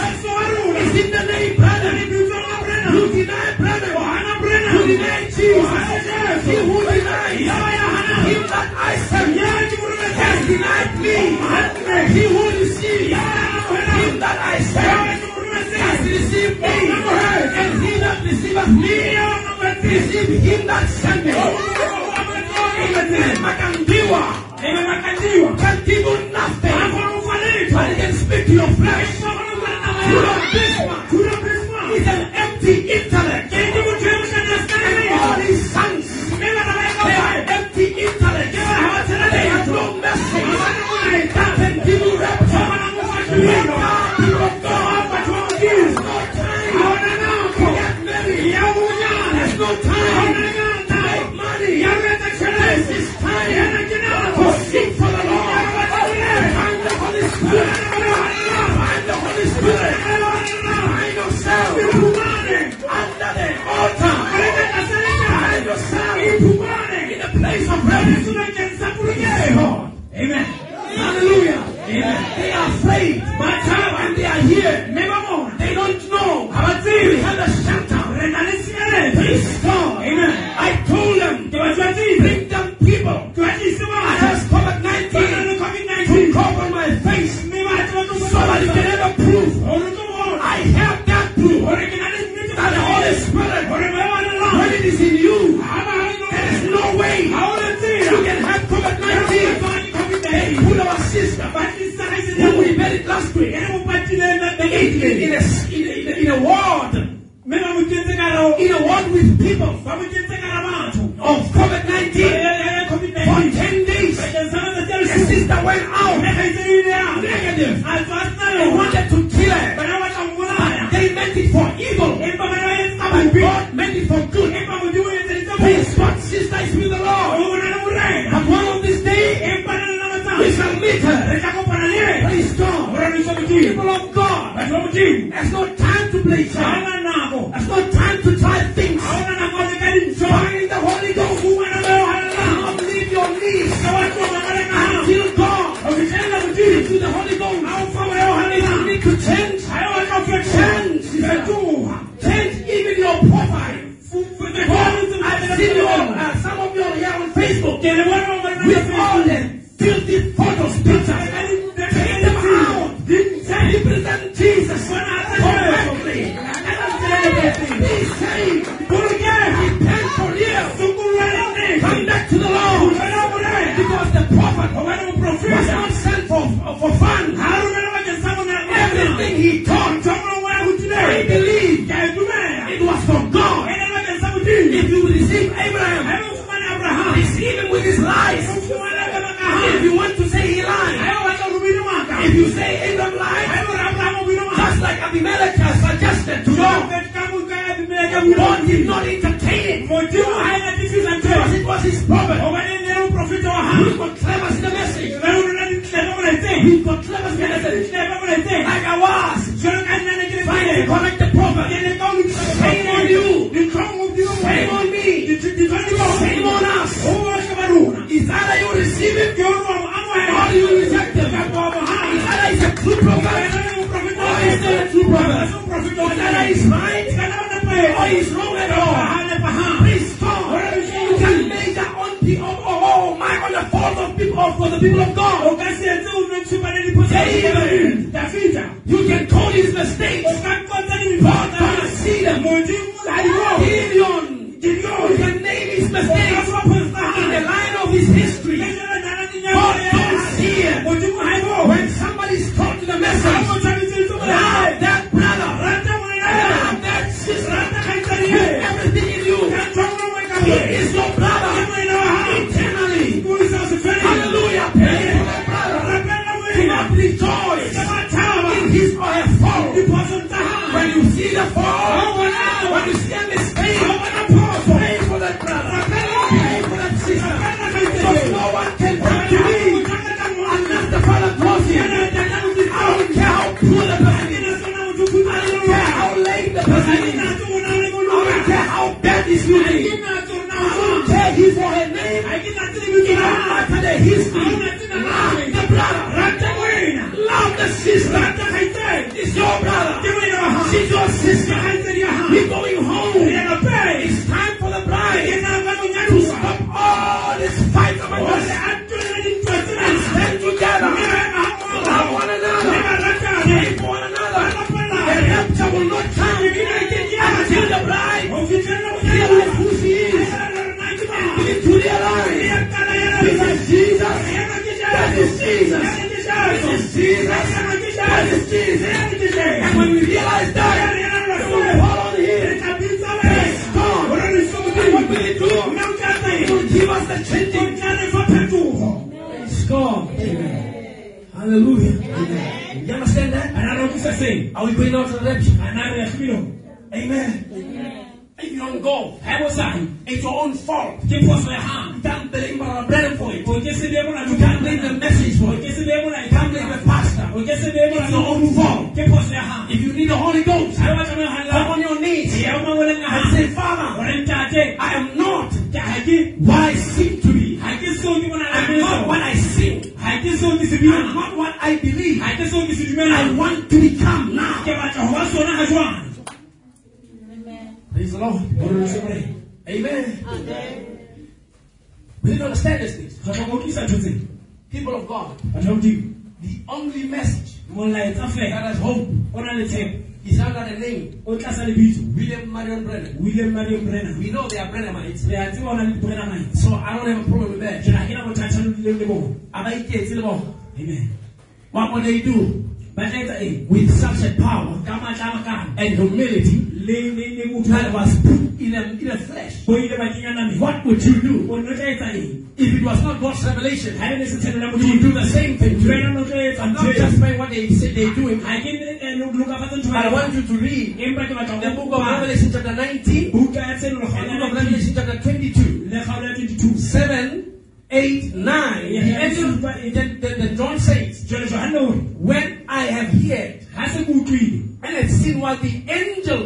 Speaker 2: is in the name Brenham. You deny Brenham. You deny Jesus. He who denies him that I serve has denied me. He who receives him that I serve has received me. And he that receiveth me receive him that sent me. Makandiwa can give you nothing, but he can speak to your flesh. You don't this one. He's an empty intellect. And all his sons, they are empty intellect. They have no mercy. They can't give you rapture. We are people of God, but you are Jews. There's no time to make money. This is time to seek for the Lord. Find the Holy Spirit. Find the Holy Spirit. Find yourself under the altar. Find yourself in the place of refuge. Amen. Hallelujah. Amen. They are afraid. My time and they are here. They don't know. We have a shelter. Praise God. Amen. I told them. Bring them people. I have COVID-19 to cover my face. Somebody can ever prove. I have that proof. That the Holy Spirit, when it is in you, there is no way you can have COVID-19. Hey, pull our sister. Who we buried last week. In, in, in, a, in, a, in, a, in a ward. In a ward with people of COVID-19 for 10 days. The sister went out negative. They wanted to kill her. They meant it for evil. But God meant it for good. Praise God, sister is with the Lord. And one of these days, we shall meet her. Praise God. People of God, there's no time to play church. There's no time to try things. Find the Holy Ghost. Not leave your knees until God gives you the Holy Ghost. You need to change. Change is a tool. Change even your profile. God, I've seen your, uh, some of you are here on Facebook with all the filthy photos, pictures. Take them out. Represent Jesus correctly. Be saved. Repent for real. Come back to the Lord. Because the prophet was not sent for, for fun. Everything he taught, I believe it was for God. If you receive Abraham, receive him with his lies. If you want to say he lied, if you say Abraham lied, just like Abimelech has suggested to God, God did not entertain it.
Speaker 1: negatives and
Speaker 2: Because
Speaker 1: traits.
Speaker 2: it was his problem.
Speaker 1: But when they don't profit or
Speaker 2: He
Speaker 1: harm,
Speaker 2: got clever in the message.
Speaker 1: they don't let it, they don't let it think.
Speaker 2: He got clever in the
Speaker 1: They
Speaker 2: message.
Speaker 1: don't let it think.
Speaker 2: Like I was.
Speaker 1: Je ne gagne rien que
Speaker 2: Trying to
Speaker 1: les
Speaker 2: correct the problem.
Speaker 1: Viens comme une
Speaker 2: Shame on you.
Speaker 1: Di trovo di un
Speaker 2: Shame on me. Shame on us.
Speaker 1: Ora che varuna.
Speaker 2: Is either you receive it
Speaker 1: Che ora amo
Speaker 2: or
Speaker 1: è.
Speaker 2: you reject it.
Speaker 1: Che uomo
Speaker 2: Is
Speaker 1: ha.
Speaker 2: either it's a true
Speaker 1: Che
Speaker 2: prophet
Speaker 1: non è un
Speaker 2: or it's not
Speaker 1: profitore.
Speaker 2: a true
Speaker 1: Ma
Speaker 2: prophet.
Speaker 1: sono un profitore.
Speaker 2: Is either he's right
Speaker 1: Che non è
Speaker 2: or
Speaker 1: per.
Speaker 2: he's wrong at all.
Speaker 1: Pahale pahale.
Speaker 2: Please God, you can measure on the oh, oh, oh my on the fault of people for the people of
Speaker 1: O
Speaker 2: God.
Speaker 1: casi è tu non ci pare di potere. Da vita.
Speaker 2: You can call his mistakes.
Speaker 1: O fa cosa di
Speaker 2: God
Speaker 1: porta.
Speaker 2: can see them.
Speaker 1: Mo di un dai uomo.
Speaker 2: Gideon, you can name his mistakes in the line of his history. God can see it. When somebody's taught the message, now that brother, now that sister, everything in you, he is your brother eternally. Hallelujah. Pray for that brother. Do not rejoice in his or her fall. When you see the fall, when you see a mistake, pray for that brother. Pray for that sister. Because no one can come to me unless the Father draws him. I don't care how poor the person is. I don't care how late the person is. I don't care how bad he's feeling. I don't care his or her name. It doesn't matter the history. Love the brother. Love the sister. It's your brother. She's your sister. We're going home. It's time for the bride to stop all this fight of us and stand together. Love one another. Pray for one another. The rapture will not come until the bride realizes who she is. Give it to their lives. This is Jesus. That is Jesus. This is Jesus. That is Jesus. And when we realize that, we will fall on him. Praise God. And what will he do? He will give us the changing. Praise God. Hallelujah. You understand that? Are we going out to the rapture?
Speaker 1: Amen.
Speaker 2: If you don't go,
Speaker 1: Bible says,
Speaker 2: it's your own fault.
Speaker 1: "Keep us by hand."
Speaker 2: You can't blame Brother Brennan for it. You
Speaker 1: Okesedebona
Speaker 2: can't
Speaker 1: tukande
Speaker 2: blame the message for it.
Speaker 1: okesedebona
Speaker 2: You can't blame the pastor.
Speaker 1: okesedebona
Speaker 2: It's your own fault.
Speaker 1: kepose ha
Speaker 2: If you need the Holy Ghost,
Speaker 1: aba tsama
Speaker 2: come
Speaker 1: hala
Speaker 2: on your knees
Speaker 1: ya uma wala nga
Speaker 2: and
Speaker 1: ha
Speaker 2: say, Father,
Speaker 1: wala ntate
Speaker 2: I am not
Speaker 1: ka ha ke
Speaker 2: what I seem to be.
Speaker 1: ha ke so ke bona
Speaker 2: I'm not what
Speaker 1: ha
Speaker 2: I seem.
Speaker 1: ke so ke se
Speaker 2: I'm
Speaker 1: dumela
Speaker 2: not what I believe.
Speaker 1: ha ke so ke se
Speaker 2: I
Speaker 1: dumela
Speaker 2: want to become now.
Speaker 1: ke batla ho ba sona ha jwang
Speaker 2: Praise the Lord. Amen. We didn't understand these things.
Speaker 1: ha ba go tlisa thotse
Speaker 2: People of God,
Speaker 1: ba no di
Speaker 2: the only message
Speaker 1: molaetsa
Speaker 2: that
Speaker 1: fela
Speaker 2: has hope
Speaker 1: o na le tshepo
Speaker 2: is under the name
Speaker 1: o tlasa lebitso
Speaker 2: William Marion Brennan.
Speaker 1: William Marion Brennan
Speaker 2: We know they are Brennanites,
Speaker 1: re a tseba ona le Brennan mine
Speaker 2: so I don't have a problem with that.
Speaker 1: ke na ke na bothata le le le bona
Speaker 2: Are they kids? You know,
Speaker 1: amen
Speaker 2: What would they do
Speaker 1: ba tla etsa eng
Speaker 2: with such a power
Speaker 1: ka matla a makana
Speaker 2: and humility
Speaker 1: le le le
Speaker 2: that
Speaker 1: botho
Speaker 2: was put in a, in a flesh?
Speaker 1: bo ile ba kenya name
Speaker 2: What would you do
Speaker 1: o no tla etsa eng
Speaker 2: if it was not God's revelation?
Speaker 1: ha e ene se tsena mo
Speaker 2: You would do the same thing to
Speaker 1: wena
Speaker 2: them.
Speaker 1: no tla etsa
Speaker 2: Not
Speaker 1: ntho e
Speaker 2: just by what they said they do.
Speaker 1: ha ke ne e no luka fa tsentse
Speaker 2: I
Speaker 1: ba
Speaker 2: want you to read
Speaker 1: empa ke batla
Speaker 2: the
Speaker 1: go
Speaker 2: book of Revelation chapter 19
Speaker 1: buka ya tsena lo
Speaker 2: and the book of
Speaker 1: khona le
Speaker 2: Revelation chapter 22.
Speaker 1: le kgaolo ya 22
Speaker 2: 7, 8, 9. The, angel- the, the, the John says,
Speaker 1: jwale jwa hanne hore
Speaker 2: When I have heard
Speaker 1: ha se ke utlwile
Speaker 2: and have seen what the angel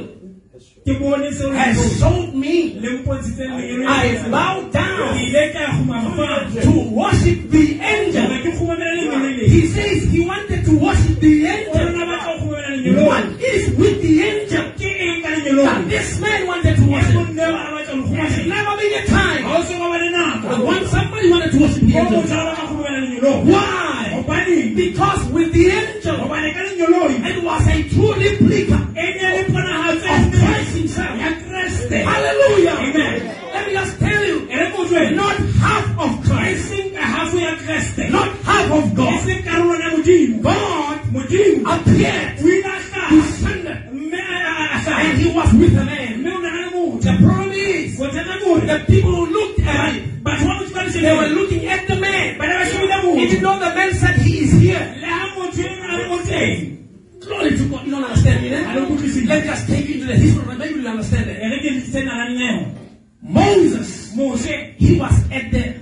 Speaker 1: ke bone seo le
Speaker 2: has
Speaker 1: ntlo
Speaker 2: showed me,
Speaker 1: le mpontshitse lenyalo
Speaker 2: I
Speaker 1: le
Speaker 2: bow down
Speaker 1: ile ka khuma fa
Speaker 2: to worship the
Speaker 1: jwale
Speaker 2: angel.
Speaker 1: ke khumela le lenyalo le
Speaker 2: He says he wanted to worship the
Speaker 1: o na
Speaker 2: angel.
Speaker 1: batla go khumela lenyalo
Speaker 2: What is with the angel
Speaker 1: ke eng ka
Speaker 2: that
Speaker 1: lenyalo
Speaker 2: this man wanted to
Speaker 1: Yes,
Speaker 2: worship?
Speaker 1: but never have I done
Speaker 2: There's
Speaker 1: wrong.
Speaker 2: never been a time
Speaker 1: Also, I want to
Speaker 2: that
Speaker 1: know.
Speaker 2: when somebody wanted to worship the
Speaker 1: Go to
Speaker 2: angel.
Speaker 1: Java, come over and you know.
Speaker 2: Why?
Speaker 1: Obani.
Speaker 2: Because with the angel,
Speaker 1: Obani, can you know?
Speaker 2: it was a true replica
Speaker 1: Any other one has
Speaker 2: of
Speaker 1: a
Speaker 2: Christ himself.
Speaker 1: Christ.
Speaker 2: Hallelujah.
Speaker 1: Amen.
Speaker 2: Let me just tell you,
Speaker 1: And I go to
Speaker 2: not half of Christ,
Speaker 1: Sing a halfway a Christ.
Speaker 2: not half of God.
Speaker 1: Sing a run a Mudim.
Speaker 2: God
Speaker 1: Mudim.
Speaker 2: appeared
Speaker 1: We
Speaker 2: to
Speaker 1: are
Speaker 2: Sunday and he was with a man. The problem is, the people who looked at him,
Speaker 1: But what was going to
Speaker 2: they were
Speaker 1: say?
Speaker 2: looking at the man.
Speaker 1: But I was showing them
Speaker 2: Even
Speaker 1: who.
Speaker 2: though the man said he is here,
Speaker 1: Let him go to him and I will say.
Speaker 2: glory to God, you don't understand me, eh?
Speaker 1: I don't believe you.
Speaker 2: Let me just take you into the history, maybe you'll understand it.
Speaker 1: And I can send an animal.
Speaker 2: Moses Moses, he was at the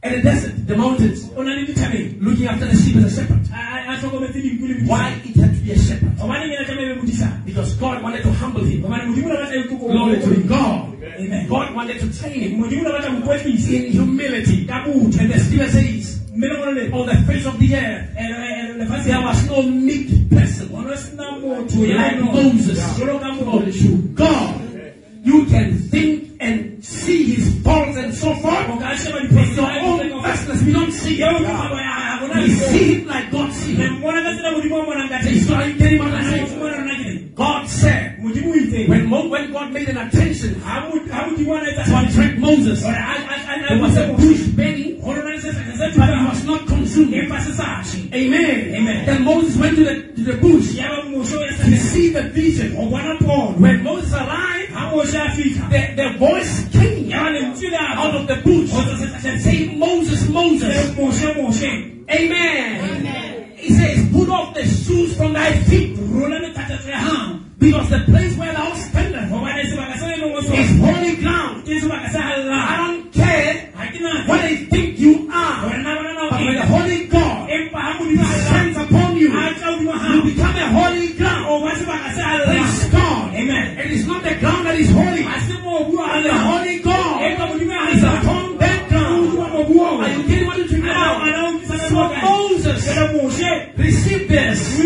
Speaker 2: at the desert, the mountains,
Speaker 4: unanimitani
Speaker 2: looking after the sheep as a shepherd.
Speaker 4: asokomethini
Speaker 2: Why it had to be a shepherd?
Speaker 4: obani nyina chamebebutisa
Speaker 2: Because God wanted to humble him.
Speaker 4: obani mudimu nabata ekuko
Speaker 2: Glory to God. Amen. God wanted to train him
Speaker 4: mudimu nabata mukwetisa
Speaker 2: in humility. Kabut. And the scripture says,
Speaker 4: mmenekolole
Speaker 2: on the face of the earth,
Speaker 4: elefasi
Speaker 2: there
Speaker 4: yaba
Speaker 2: was no meek person
Speaker 4: onosina muntu
Speaker 2: like Moses.
Speaker 4: yoloka
Speaker 2: But
Speaker 4: muntu
Speaker 2: to God, you can think and see his faults and so forth.
Speaker 4: okashema
Speaker 2: With
Speaker 4: liposi
Speaker 2: your own vastness, we don't see it. We see it like God sees it. It's not in any manner of saying. God said, when, Mo- when God made an attention to attract Moses, there was a bush burning, but it was not consumed. Amen.
Speaker 4: Amen.
Speaker 2: Then Moses went to the, to the bush to see the vision. When Moses arrived, the, the voice came out of the bush and said, Moses, Moses. Amen. He says, Put off the shoes from thy feet. Because the place where thou standest is holy ground. I don't care what they think you are. But when the holy God descends upon you, you become a holy ground. Praise God.
Speaker 4: Amen.
Speaker 2: And it's not the ground that is holy, but the holy God is upon that ground. Are you getting what I'm talking about? So Moses received this.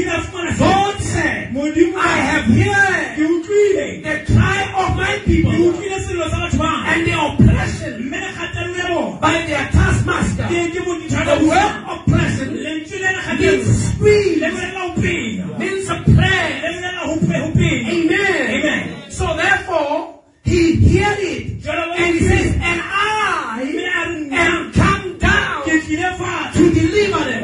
Speaker 2: God said, I have heard the cry of my people and the oppression by their taskmaster. The word oppression means squeeze, means a prayer. Amen.
Speaker 4: Amen.
Speaker 2: So therefore, he heard it. And he says, and I am come down to deliver them.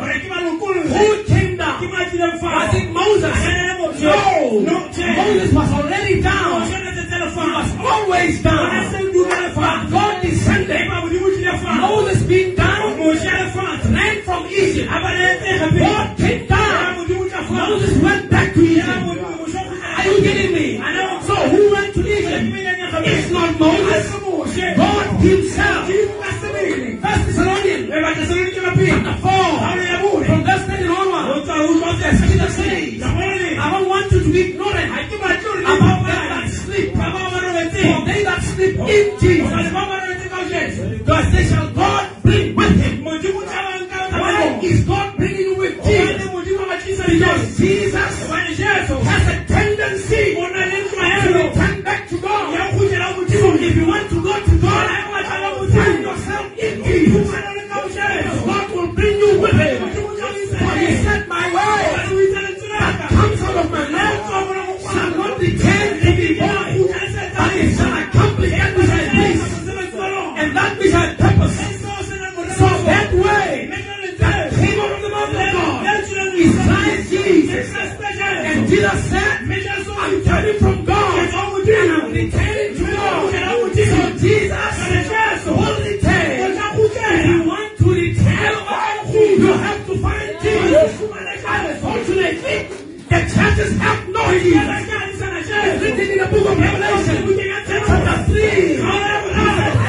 Speaker 2: Who came down? Was it Moses? No. Moses was already down. Always down. But God descended. Moses being down, ran from Egypt. God came down. Moses went back to Egypt. Are you kidding me? So who went to Egypt? It's not Moses. God himself. First Thessalonians. Chapter 4. From verse 13 onward. The scripture says, I don't want you to be ignorant about them that sleep. For they that sleep in Jesus, thus they shall God bring with him. Why is God bringing you with Jesus? Because Jesus has a tendency to return back to God. So if you want to go to God, find yourself in Jesus. God will bring you with him. For he said, My word that comes out of my mouth shall not return any void, but it shall accomplish that which I please, and that which I purpose. So that way, that came out of the mouth of God is Christ Jesus. And Jesus said, I'm coming from God, and I'm returning to God. So Jesus will return. If you want to return, you have to find Jesus. And Unfortunately, the churches have no Jesus. It's written in the book of Revelation, chapter 3. He said, I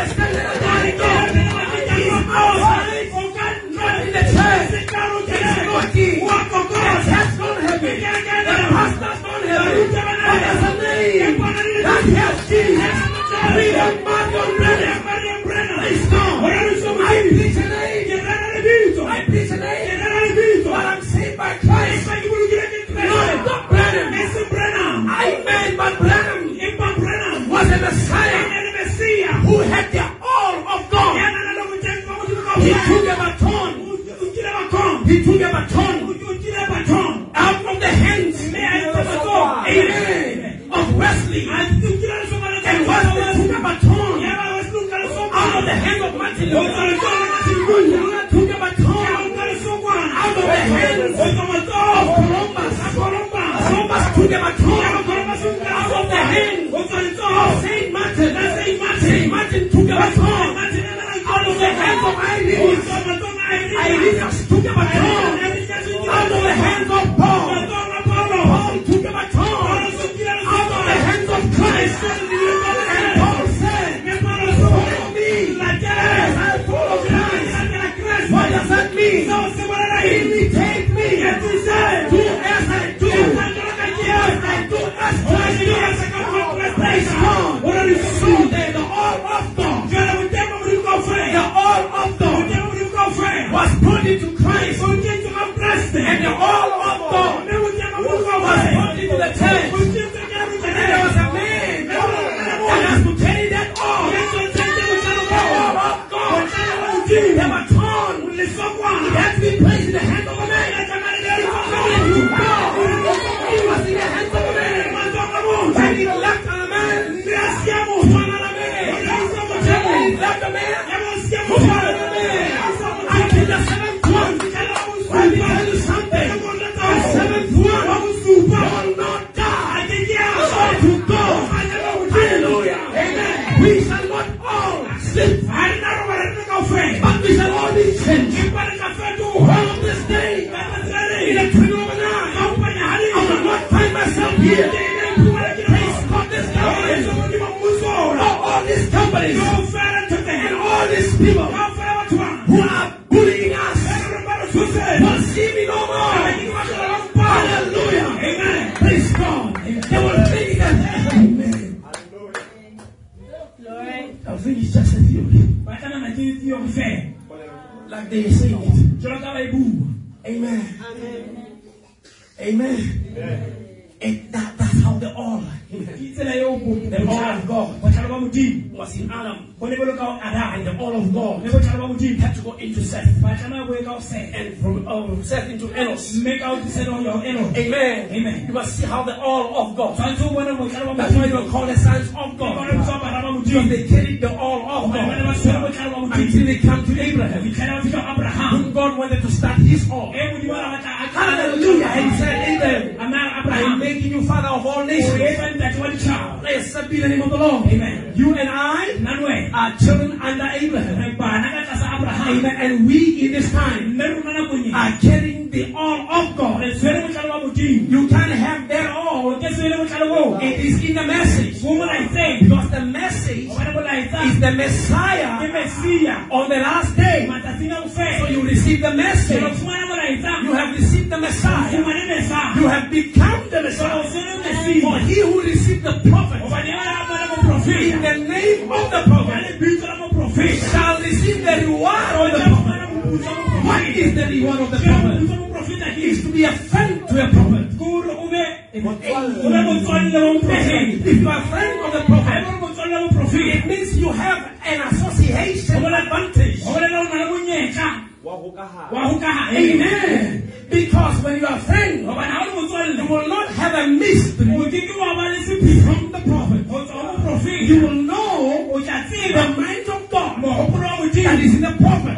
Speaker 2: stand at the door and knock. He is outside. In the church, there is no king. The church don't have it. The pastors don't have it. But there's a name that has Jesus. We don't mark on bread. Praise God. I preach a name. I preach a name. But I'm saved by Christ. No, not Branham. I man, but Branham was a Messiah who had the all of God. He took a baton. He took a baton out of the hands amen, of Wesley. And Wesley took a baton out of the hand of Martin Luther. Luther took a baton out of the hands of Columbus. Columbus took a baton out of the hands of Saint Martin. Saint Martin took a baton out of the hands of Irenaeus. Irenaeus took a baton out of the hands of Paul. Paul took a baton out of the hands of Christ. And Paul said, They
Speaker 5: Mimi.
Speaker 2: were torn. It
Speaker 5: Ulisogwa.
Speaker 2: had to be placed in the hands of a man.
Speaker 5: Jamani leo iko
Speaker 2: It
Speaker 5: kama.
Speaker 2: was in the hands of a man.
Speaker 5: Matoka Mungu.
Speaker 2: When he left a man,
Speaker 5: Nasikia mfano na mimi. Unaweza
Speaker 2: when
Speaker 5: kuchana.
Speaker 2: he left a man,
Speaker 5: Unasikia
Speaker 2: who
Speaker 5: mfano
Speaker 2: was
Speaker 5: na
Speaker 2: in a
Speaker 5: mimi.
Speaker 2: man? I killed the seventh one. Let me tell you something. The seventh one will not die. Glory to God. Hallelujah. Amen. We shall not all sleep, but we shall all be changed. All this day, in the twinkling of an eye, I will not find myself here. Praise God this morning. Oh, all these companies and all these people who are bullying us will see me no more. Hallelujah. Amen. Praise God. They will think that, Amen. I think it's just a theory. Like they say it. Amen. Amen. It, that, that's how they all the all of God was in Adam and the all of God had to go into Seth and from um, Seth into Enos.
Speaker 5: Make out the set on your eno.
Speaker 2: Amen.
Speaker 5: Amen.
Speaker 2: You must see how the all of God.
Speaker 5: Bantu wana mukala wa
Speaker 2: That's why you are called the sons of
Speaker 5: Bakora
Speaker 2: God.
Speaker 5: msaba raba
Speaker 2: Because
Speaker 5: mudimu.
Speaker 2: they carried the all of
Speaker 5: Bana ba swela
Speaker 2: God
Speaker 5: mukala wa mudimu.
Speaker 2: until they come to Abraham.
Speaker 5: Bikala wa fika Abraham.
Speaker 2: Whom God wanted to start his all.
Speaker 5: Ebu di wala bata akala na
Speaker 2: Hallelujah.
Speaker 5: luya.
Speaker 2: And he said, Abraham,
Speaker 5: Amara
Speaker 2: I am
Speaker 5: Abraham. Oh,
Speaker 2: making you father of all nations.
Speaker 5: Oyefa mtatu wa child.
Speaker 2: Blessed be the name of the Lord.
Speaker 5: Amen.
Speaker 2: You and I
Speaker 5: Nanwe.
Speaker 2: are children under Abraham.
Speaker 5: Bana kata sa Abraham.
Speaker 2: Amen. And we in this time
Speaker 5: Meru mana kunyi.
Speaker 2: are carrying the all of God.
Speaker 5: Ole swela mukala wa mudimu.
Speaker 2: You can't have that all.
Speaker 5: Oke swela mukala wo.
Speaker 2: It is in the message.
Speaker 5: Mumula ise.
Speaker 2: Because the message
Speaker 5: Obana bula isa.
Speaker 2: is the Messiah
Speaker 5: Imesia.
Speaker 2: on the last day.
Speaker 5: Matasina
Speaker 2: So
Speaker 5: ufe.
Speaker 2: you receive the message.
Speaker 5: Kufumana bula isa.
Speaker 2: You have received the Messiah.
Speaker 5: Kufumana mesa.
Speaker 2: You have become the Messiah.
Speaker 5: Usina
Speaker 2: For
Speaker 5: mesi.
Speaker 2: he who received the prophet
Speaker 5: Obana wala hapa na mprofita.
Speaker 2: in the name of the prophet shall receive the reward of the prophet. What is the reward of the prophet? Is to be a friend to a prophet. Listen, If you are a friend of the prophet, it means you have an association, an advantage. Amen. Because when you are friends, you will not have a mystery from the prophet. You will know the mind of God that is in the prophet.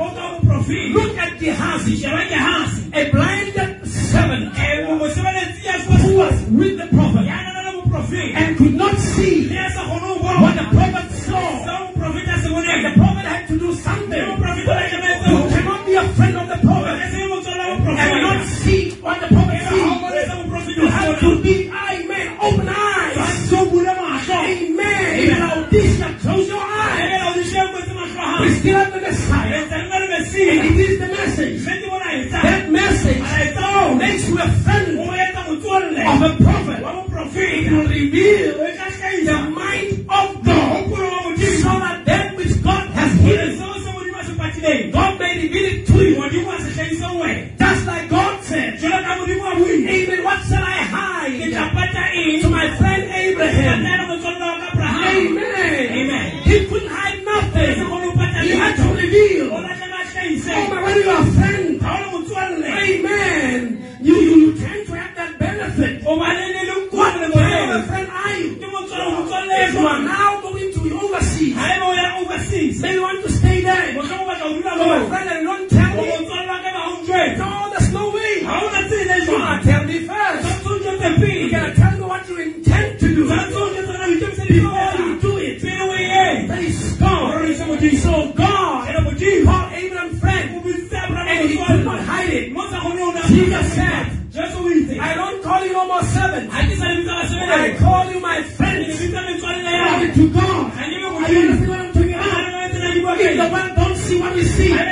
Speaker 2: Look at Gehazi, a blinded servant who was with the prophet and could not see what the prophet saw. And the prophet had to do something. You cannot be a friend of the prophet and not see what the prophet sees. You have to be eye man, open eyes. Amen. Even audition, close your eyes. We still have the Messiah. And it is the message. That message makes you a friend of a prophet. It will reveal the mind of God so that that which God has hidden, God may reveal it to you. Just like God said, Amen. What shall I hide to my friend Abraham? Amen.
Speaker 5: Amen.
Speaker 2: He couldn't hide nothing. He had to reveal. Oh, but when you are a friend, Amen. You, you, you tend to have that benefit. Oh, What kind of a friend are you? If you are now going to overseas, they want to stay there. Oh, friend, and don't Oh, tell me. No, there's no way. You are tell me first. You gotta tell me what you intend to do before you do it. Praise God. So God called Abraham friend, and he could not hide it. Jesus said, "I don't call you no more servant. I call you my friend." Glory to God. Are you understand what I'm talking about? If the one don't see what we see, it is their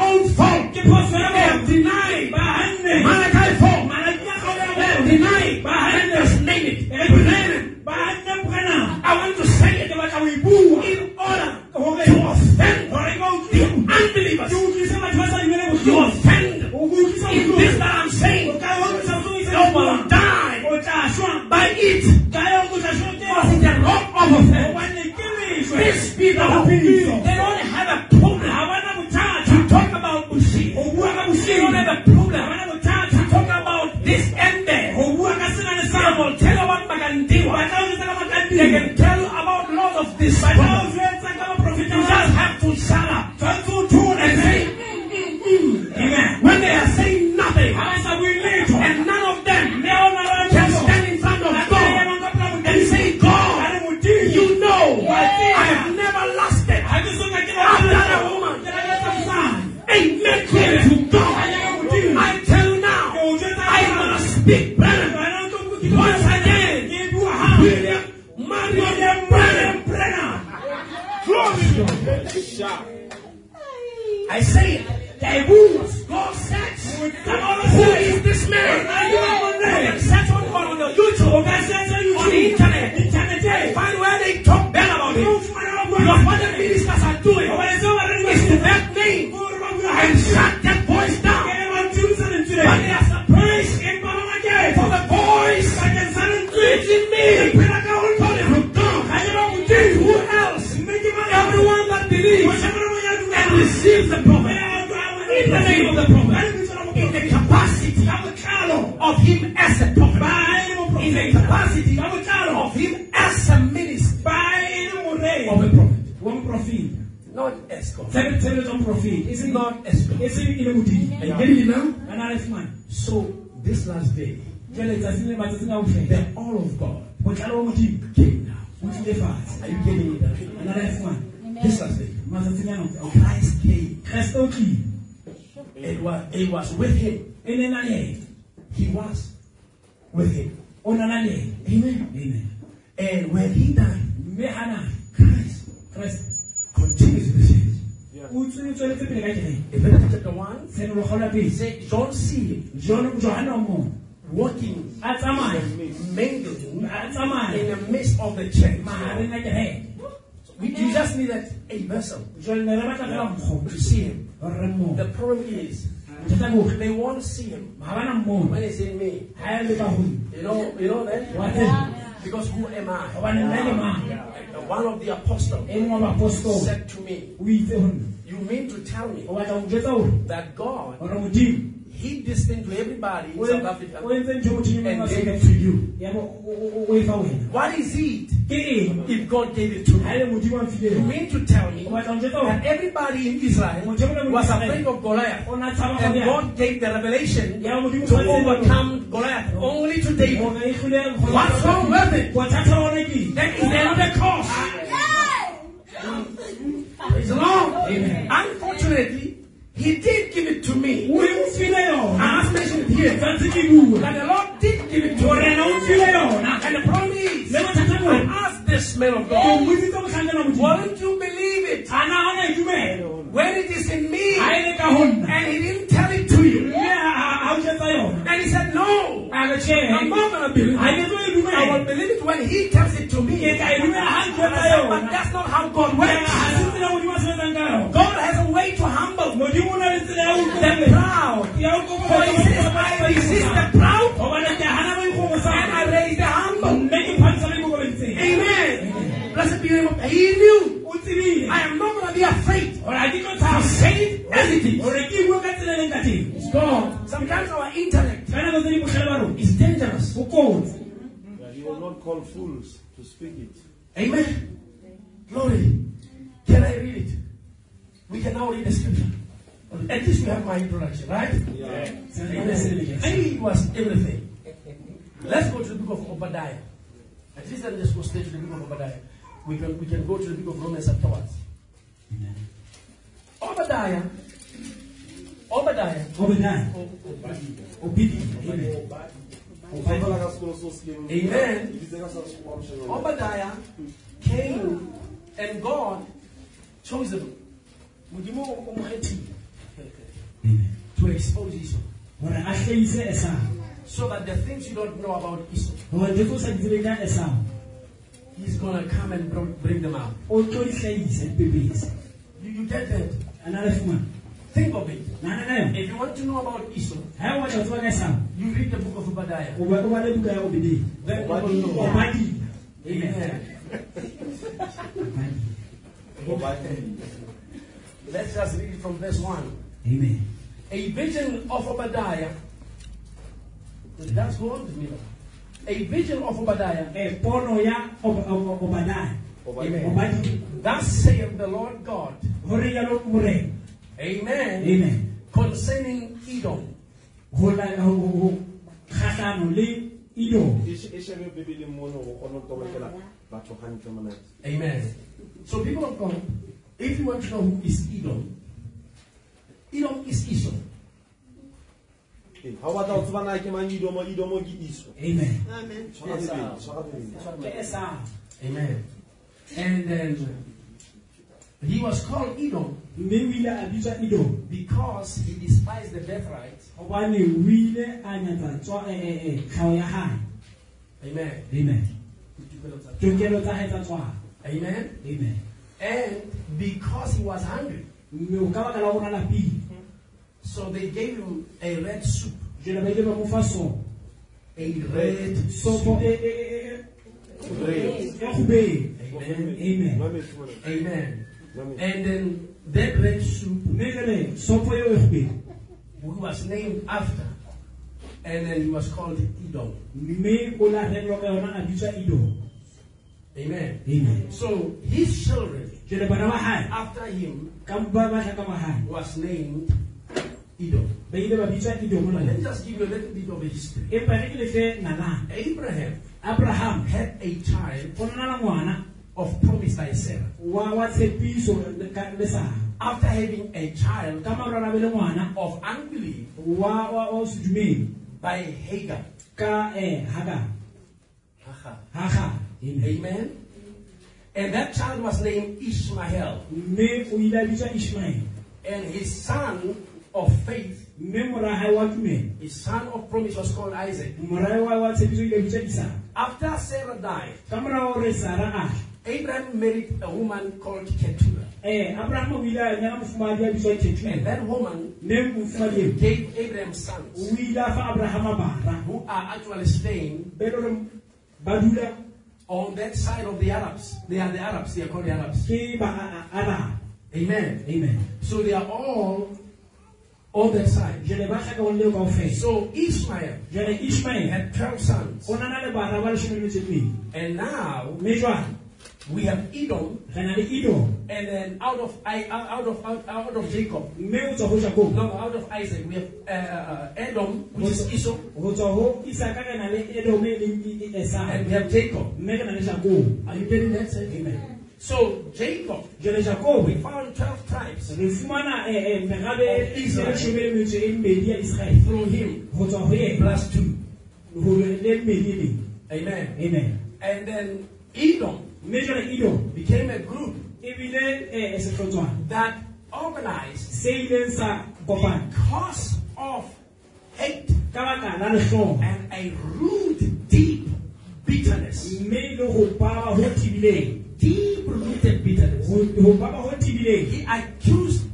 Speaker 2: own fault. They have denied. Malachi 4. They have denied. Let us name it. Brennan. I want to say it in order to offend the unbelievers. You offend in this that I'm saying. No one die by it. Because it's a lot of offense. These people, they don't have a problem I say it. They wounds. God says, Who is this man? And Search on God on the YouTube, on the internet. Find where they talk bad about it. Because what the ministers are doing is to that name and shut that voice down. But they are surprised for the voice which in me. Put down. Who else? Everyone that believes and receives the prophet in the name of the prophet, in the capacity of him as a prophet, in the capacity of him as a minister of a prophet, not as God. Is it not as God? Are you getting it now? So, this last day, the all of God came now. Are you getting it now? This last day, Christ came. It was, it was with him. He was with him. Amen. And when he died, Christ continues this message. Ephesians chapter 1 said, John see him walking, mingling in the midst of the church. We, you just needed a vessel to see him. The problem is, they want to see him when it's in me. You know, you know that?
Speaker 1: What?
Speaker 2: Because who am I?
Speaker 1: Hobane nna ke mang?
Speaker 2: And One of the apostles
Speaker 1: E mong wa baapostoli
Speaker 2: said to me,
Speaker 1: o itse ho nna
Speaker 2: You mean to tell me
Speaker 1: o batla ho njwetsa hore
Speaker 2: that God
Speaker 1: hore modimo
Speaker 2: hid this thing to everybody in
Speaker 1: o
Speaker 2: South
Speaker 1: en- o
Speaker 2: Africa?
Speaker 1: entse ntho modimo
Speaker 2: And
Speaker 1: wa
Speaker 2: gave
Speaker 1: Afrika
Speaker 2: it to you.
Speaker 1: yabo o- o- o- o e fa wena
Speaker 2: What is it
Speaker 1: ke eng
Speaker 2: if God gave it to
Speaker 1: ha
Speaker 2: me?
Speaker 1: ele modimo a mfile
Speaker 2: You
Speaker 1: yona?
Speaker 2: mean to tell me
Speaker 1: o batla ho njwetsa
Speaker 2: that
Speaker 1: hore
Speaker 2: everybody in Israel was afraid of Goliath?
Speaker 1: o na tshaba
Speaker 2: And
Speaker 1: go
Speaker 2: God gave the revelation
Speaker 1: Yeah, we do
Speaker 2: to
Speaker 1: find it.
Speaker 2: overcome Goliath only to David.
Speaker 1: Ona e hlile go-
Speaker 2: What's wrong with it?
Speaker 1: Bothata ba hore ke eng?
Speaker 2: That is another cause. Praise the Lord.
Speaker 1: Amen.
Speaker 2: Unfortunately, He did give it to me.
Speaker 1: O e mfile
Speaker 2: I
Speaker 1: yona.
Speaker 2: must mention it here.
Speaker 1: Tshwantse ke bue.
Speaker 2: But the Lord did give it to
Speaker 1: Hore ena o
Speaker 2: me.
Speaker 1: mfile yona.
Speaker 2: And the problem is,
Speaker 1: Le bothata ke
Speaker 2: I
Speaker 1: hore,
Speaker 2: asked this man of
Speaker 1: ke
Speaker 2: God,
Speaker 1: mmotsitse mohlanka wa Modimo.
Speaker 2: won't you believe it?
Speaker 1: A na hana e dumela.
Speaker 2: When it is in me,
Speaker 1: Ha e le ka ho nna.
Speaker 2: and He didn't tell it to you.
Speaker 1: Mme ha- ha- ha o jwetsa yona.
Speaker 2: And He said, No,
Speaker 1: A re, "Tjhe,
Speaker 2: I'm not going to believe
Speaker 1: ha
Speaker 2: it.
Speaker 1: ke tlo e
Speaker 2: I will
Speaker 1: dumela."
Speaker 2: believe it when He tells it to me.
Speaker 1: Ke tla e dumela ha
Speaker 2: And
Speaker 1: ntho
Speaker 2: I
Speaker 1: tsa
Speaker 2: said, But
Speaker 1: yona.
Speaker 2: that's not how God
Speaker 1: Ha se
Speaker 2: works.
Speaker 1: tsela Modimo a sebetsang ka yona.
Speaker 2: God has a way to humble
Speaker 1: Modimo o na le tsela ya ho
Speaker 2: the
Speaker 1: utlwela.
Speaker 2: proud.
Speaker 1: Ya ho
Speaker 2: For
Speaker 1: kokobetsa
Speaker 2: he says,
Speaker 1: batho
Speaker 2: I
Speaker 1: ba ba
Speaker 2: resist
Speaker 1: ikokobetsang.
Speaker 2: the proud
Speaker 1: Hobane ke hana ba ikokobetsang.
Speaker 2: and I raise the humble.
Speaker 1: Mme ke phantsha ba ikokobetseng.
Speaker 2: Amen. Blessed be the name of He knew
Speaker 1: O tsebile.
Speaker 2: I am not going to be afraid.
Speaker 1: Hore ha ke tlo
Speaker 2: I
Speaker 1: tshaba.
Speaker 2: say it as it is.
Speaker 1: Hore ke bue ka tsela e leng ka teng.
Speaker 2: God, sometimes our intellect
Speaker 1: Ka nako tse ding bohlale ba rona.
Speaker 2: is dangerous.
Speaker 1: Bo kotsi.
Speaker 6: You will not call fools to speak it.
Speaker 2: Amen. Glory. Can I read it? We can now read the scripture. At least we have my introduction, right?
Speaker 6: Yeah.
Speaker 2: Maybe it was everything. Let's go to the book of Obadiah. At least let's just go straight to the book of Obadiah. We can, we can go to the book of Romans afterwards. Obadiah. Obadiah.
Speaker 1: Obadiah. Obadiah.
Speaker 2: Amen.
Speaker 6: Amen.
Speaker 2: Obadiah came and God chose him Modimo o mo kgethile to expose Esau
Speaker 1: Hore a hlahise Esau.
Speaker 2: so that the things you don't know about Esau,
Speaker 1: Hore ntho tseo o sa di tsebeng ka Esau,
Speaker 2: he's going to come and br- bring them out.
Speaker 1: o tlo di hlahisa dipepetsi.
Speaker 2: You, you get that?
Speaker 1: A na le fumana.
Speaker 2: Think of it.
Speaker 1: Nahana ka yona.
Speaker 2: If you want to know about Esau,
Speaker 1: Ha e batla ho tseba ka Esau,
Speaker 2: you read the book of Obadiah.
Speaker 1: o ba- o bale buka ya Obadiah.
Speaker 2: Then you will know.
Speaker 1: Obadiah. Amen.
Speaker 2: Amen. Let's just read it from verse 1.
Speaker 1: Amen.
Speaker 2: A vision of Obadiah. That's what me. A vision of Obadiah
Speaker 1: Eh, pono ya Ob- Ob- Obadiah.
Speaker 6: Obadiah.
Speaker 1: Obadiah.
Speaker 2: Thus saith the Lord God,
Speaker 1: Hore jwalo ke morena.
Speaker 2: Amen,
Speaker 1: Amen.
Speaker 2: concerning Edom,
Speaker 1: Ho la- ho- ho- ho- kgahlano le Edom.
Speaker 6: E shebe Bebele mono o kgone ho tobokela batho hantle mona.
Speaker 2: Amen. So people of God, if you want to know who is Edom, Edom is Esau.
Speaker 6: Ee, ha o batla ho tseba na ke mang idomo idomo ke iso
Speaker 1: Amen.
Speaker 6: Tshwara
Speaker 1: e
Speaker 6: bobedi, tshwara bobedi.
Speaker 1: Ke Esau.
Speaker 2: Amen. And then um, He was called Edom
Speaker 1: mme o ile a bitswa edom
Speaker 2: because he despised the birthright.
Speaker 1: gobane o ile a nyatsa tswa- eh, eh, eh, tlhao ya gae
Speaker 2: Amen.
Speaker 1: amen tokelo tsa gae tsa tswala
Speaker 2: Amen.
Speaker 1: amen
Speaker 2: And because he was hungry,
Speaker 1: mme o ka baka la go rala pele
Speaker 2: so they gave him a red soup.
Speaker 1: jela ba ile ba mofa sopo
Speaker 2: A red
Speaker 1: sopo
Speaker 2: soup.
Speaker 1: e- e- e- e-
Speaker 6: Red.
Speaker 1: ya gobeng
Speaker 2: Amen.
Speaker 1: Amen.
Speaker 6: Mametse mona.
Speaker 2: Amen.
Speaker 6: Mametse.
Speaker 2: And then that red soup
Speaker 1: mme jale sopo eo e gobeng
Speaker 2: he was named after, and then he was called Edom.
Speaker 1: mme o la relwa ka yona a bitswa edom
Speaker 2: Amen.
Speaker 1: amen
Speaker 2: So his children
Speaker 1: jele bana ba gae
Speaker 2: after him
Speaker 1: ka ba batla ka magae
Speaker 2: was named Edom.
Speaker 1: ba ile ba bitswa edom
Speaker 2: But let me
Speaker 1: lona
Speaker 2: just give you a little bit of a history.
Speaker 1: empa re ke lefe nalana
Speaker 2: Abraham
Speaker 1: abraham
Speaker 2: had a child
Speaker 1: o nna la ngwana
Speaker 2: of promise thy Sarah.
Speaker 1: wa wa tshepiso le ka- le sa
Speaker 2: After having a child
Speaker 1: ka marwana be le ngwana
Speaker 2: of unbelief
Speaker 1: wa wa wa se dumedi
Speaker 2: by Hagar.
Speaker 1: ka eh haga
Speaker 2: Hagar.
Speaker 1: haga amen
Speaker 2: Amen. And that child was named Ishmael.
Speaker 1: mme o ile a bitswa ishmael
Speaker 2: And his son of faith,
Speaker 1: mme morahe wa tumelo
Speaker 2: his son of promise, was called Isaac.
Speaker 1: morahe wa wa tshepiso ile a bitswa isaka
Speaker 2: After Sarah died,
Speaker 1: ka morao re sara a
Speaker 2: Abraham married a woman called Keturah.
Speaker 1: eh abraham o ile a nyala mofumadi a bitswa
Speaker 2: And
Speaker 1: ketula
Speaker 2: that woman
Speaker 1: ne mofumadi eo
Speaker 2: gave Abraham
Speaker 1: o
Speaker 2: sons,
Speaker 1: ile a fa abraham bara
Speaker 2: who are actually staying
Speaker 1: be lore ba dula
Speaker 2: on that side of the Arabs. They are the Arabs, they are called the Arabs.
Speaker 1: ke baarab
Speaker 2: Amen.
Speaker 1: amen
Speaker 2: So they are all on that side.
Speaker 1: jele ba tlhaka o leo kaofela
Speaker 2: So Ishmael
Speaker 1: jele ishmael
Speaker 2: had 12 sons.
Speaker 1: o nana le bana ba leshome le tsepedi
Speaker 2: And now
Speaker 1: mme jwale
Speaker 2: we have Edom,
Speaker 1: re na le edom
Speaker 2: and then out of I, out of out, out of Jacob,
Speaker 1: mme ho tswa ho jakob
Speaker 2: no, out of Isaac, we have uh, Edom, which is Esau,
Speaker 1: ho tswa ho isaka re na le edom e leng i-
Speaker 2: and
Speaker 1: i- esau
Speaker 2: we have Jacob.
Speaker 1: mme re na le jakob
Speaker 2: Are you getting that? sir? Amen. So Jacob,
Speaker 1: jwale jakob
Speaker 2: we found 12 tribes
Speaker 1: re fumana eh, eh, merabe e
Speaker 2: Israel.
Speaker 1: leshome le metso e mmedi ya israele
Speaker 2: through him,
Speaker 1: ho tswa ho yena
Speaker 2: plus two.
Speaker 1: ho le le mmedi e leng
Speaker 2: Amen.
Speaker 1: amen
Speaker 2: And then Edom
Speaker 1: mme jwale edom
Speaker 2: became a group
Speaker 1: ebile eh, sehlotswana
Speaker 2: that organized
Speaker 1: se ileng sa kopana
Speaker 2: because of hate
Speaker 1: ka baka la lehloko
Speaker 2: and a root deep bitterness.
Speaker 1: mme le ho baba ho tibileng
Speaker 2: Deep rooted bitterness.
Speaker 1: Ho- ho baba ho tibileng
Speaker 2: He accused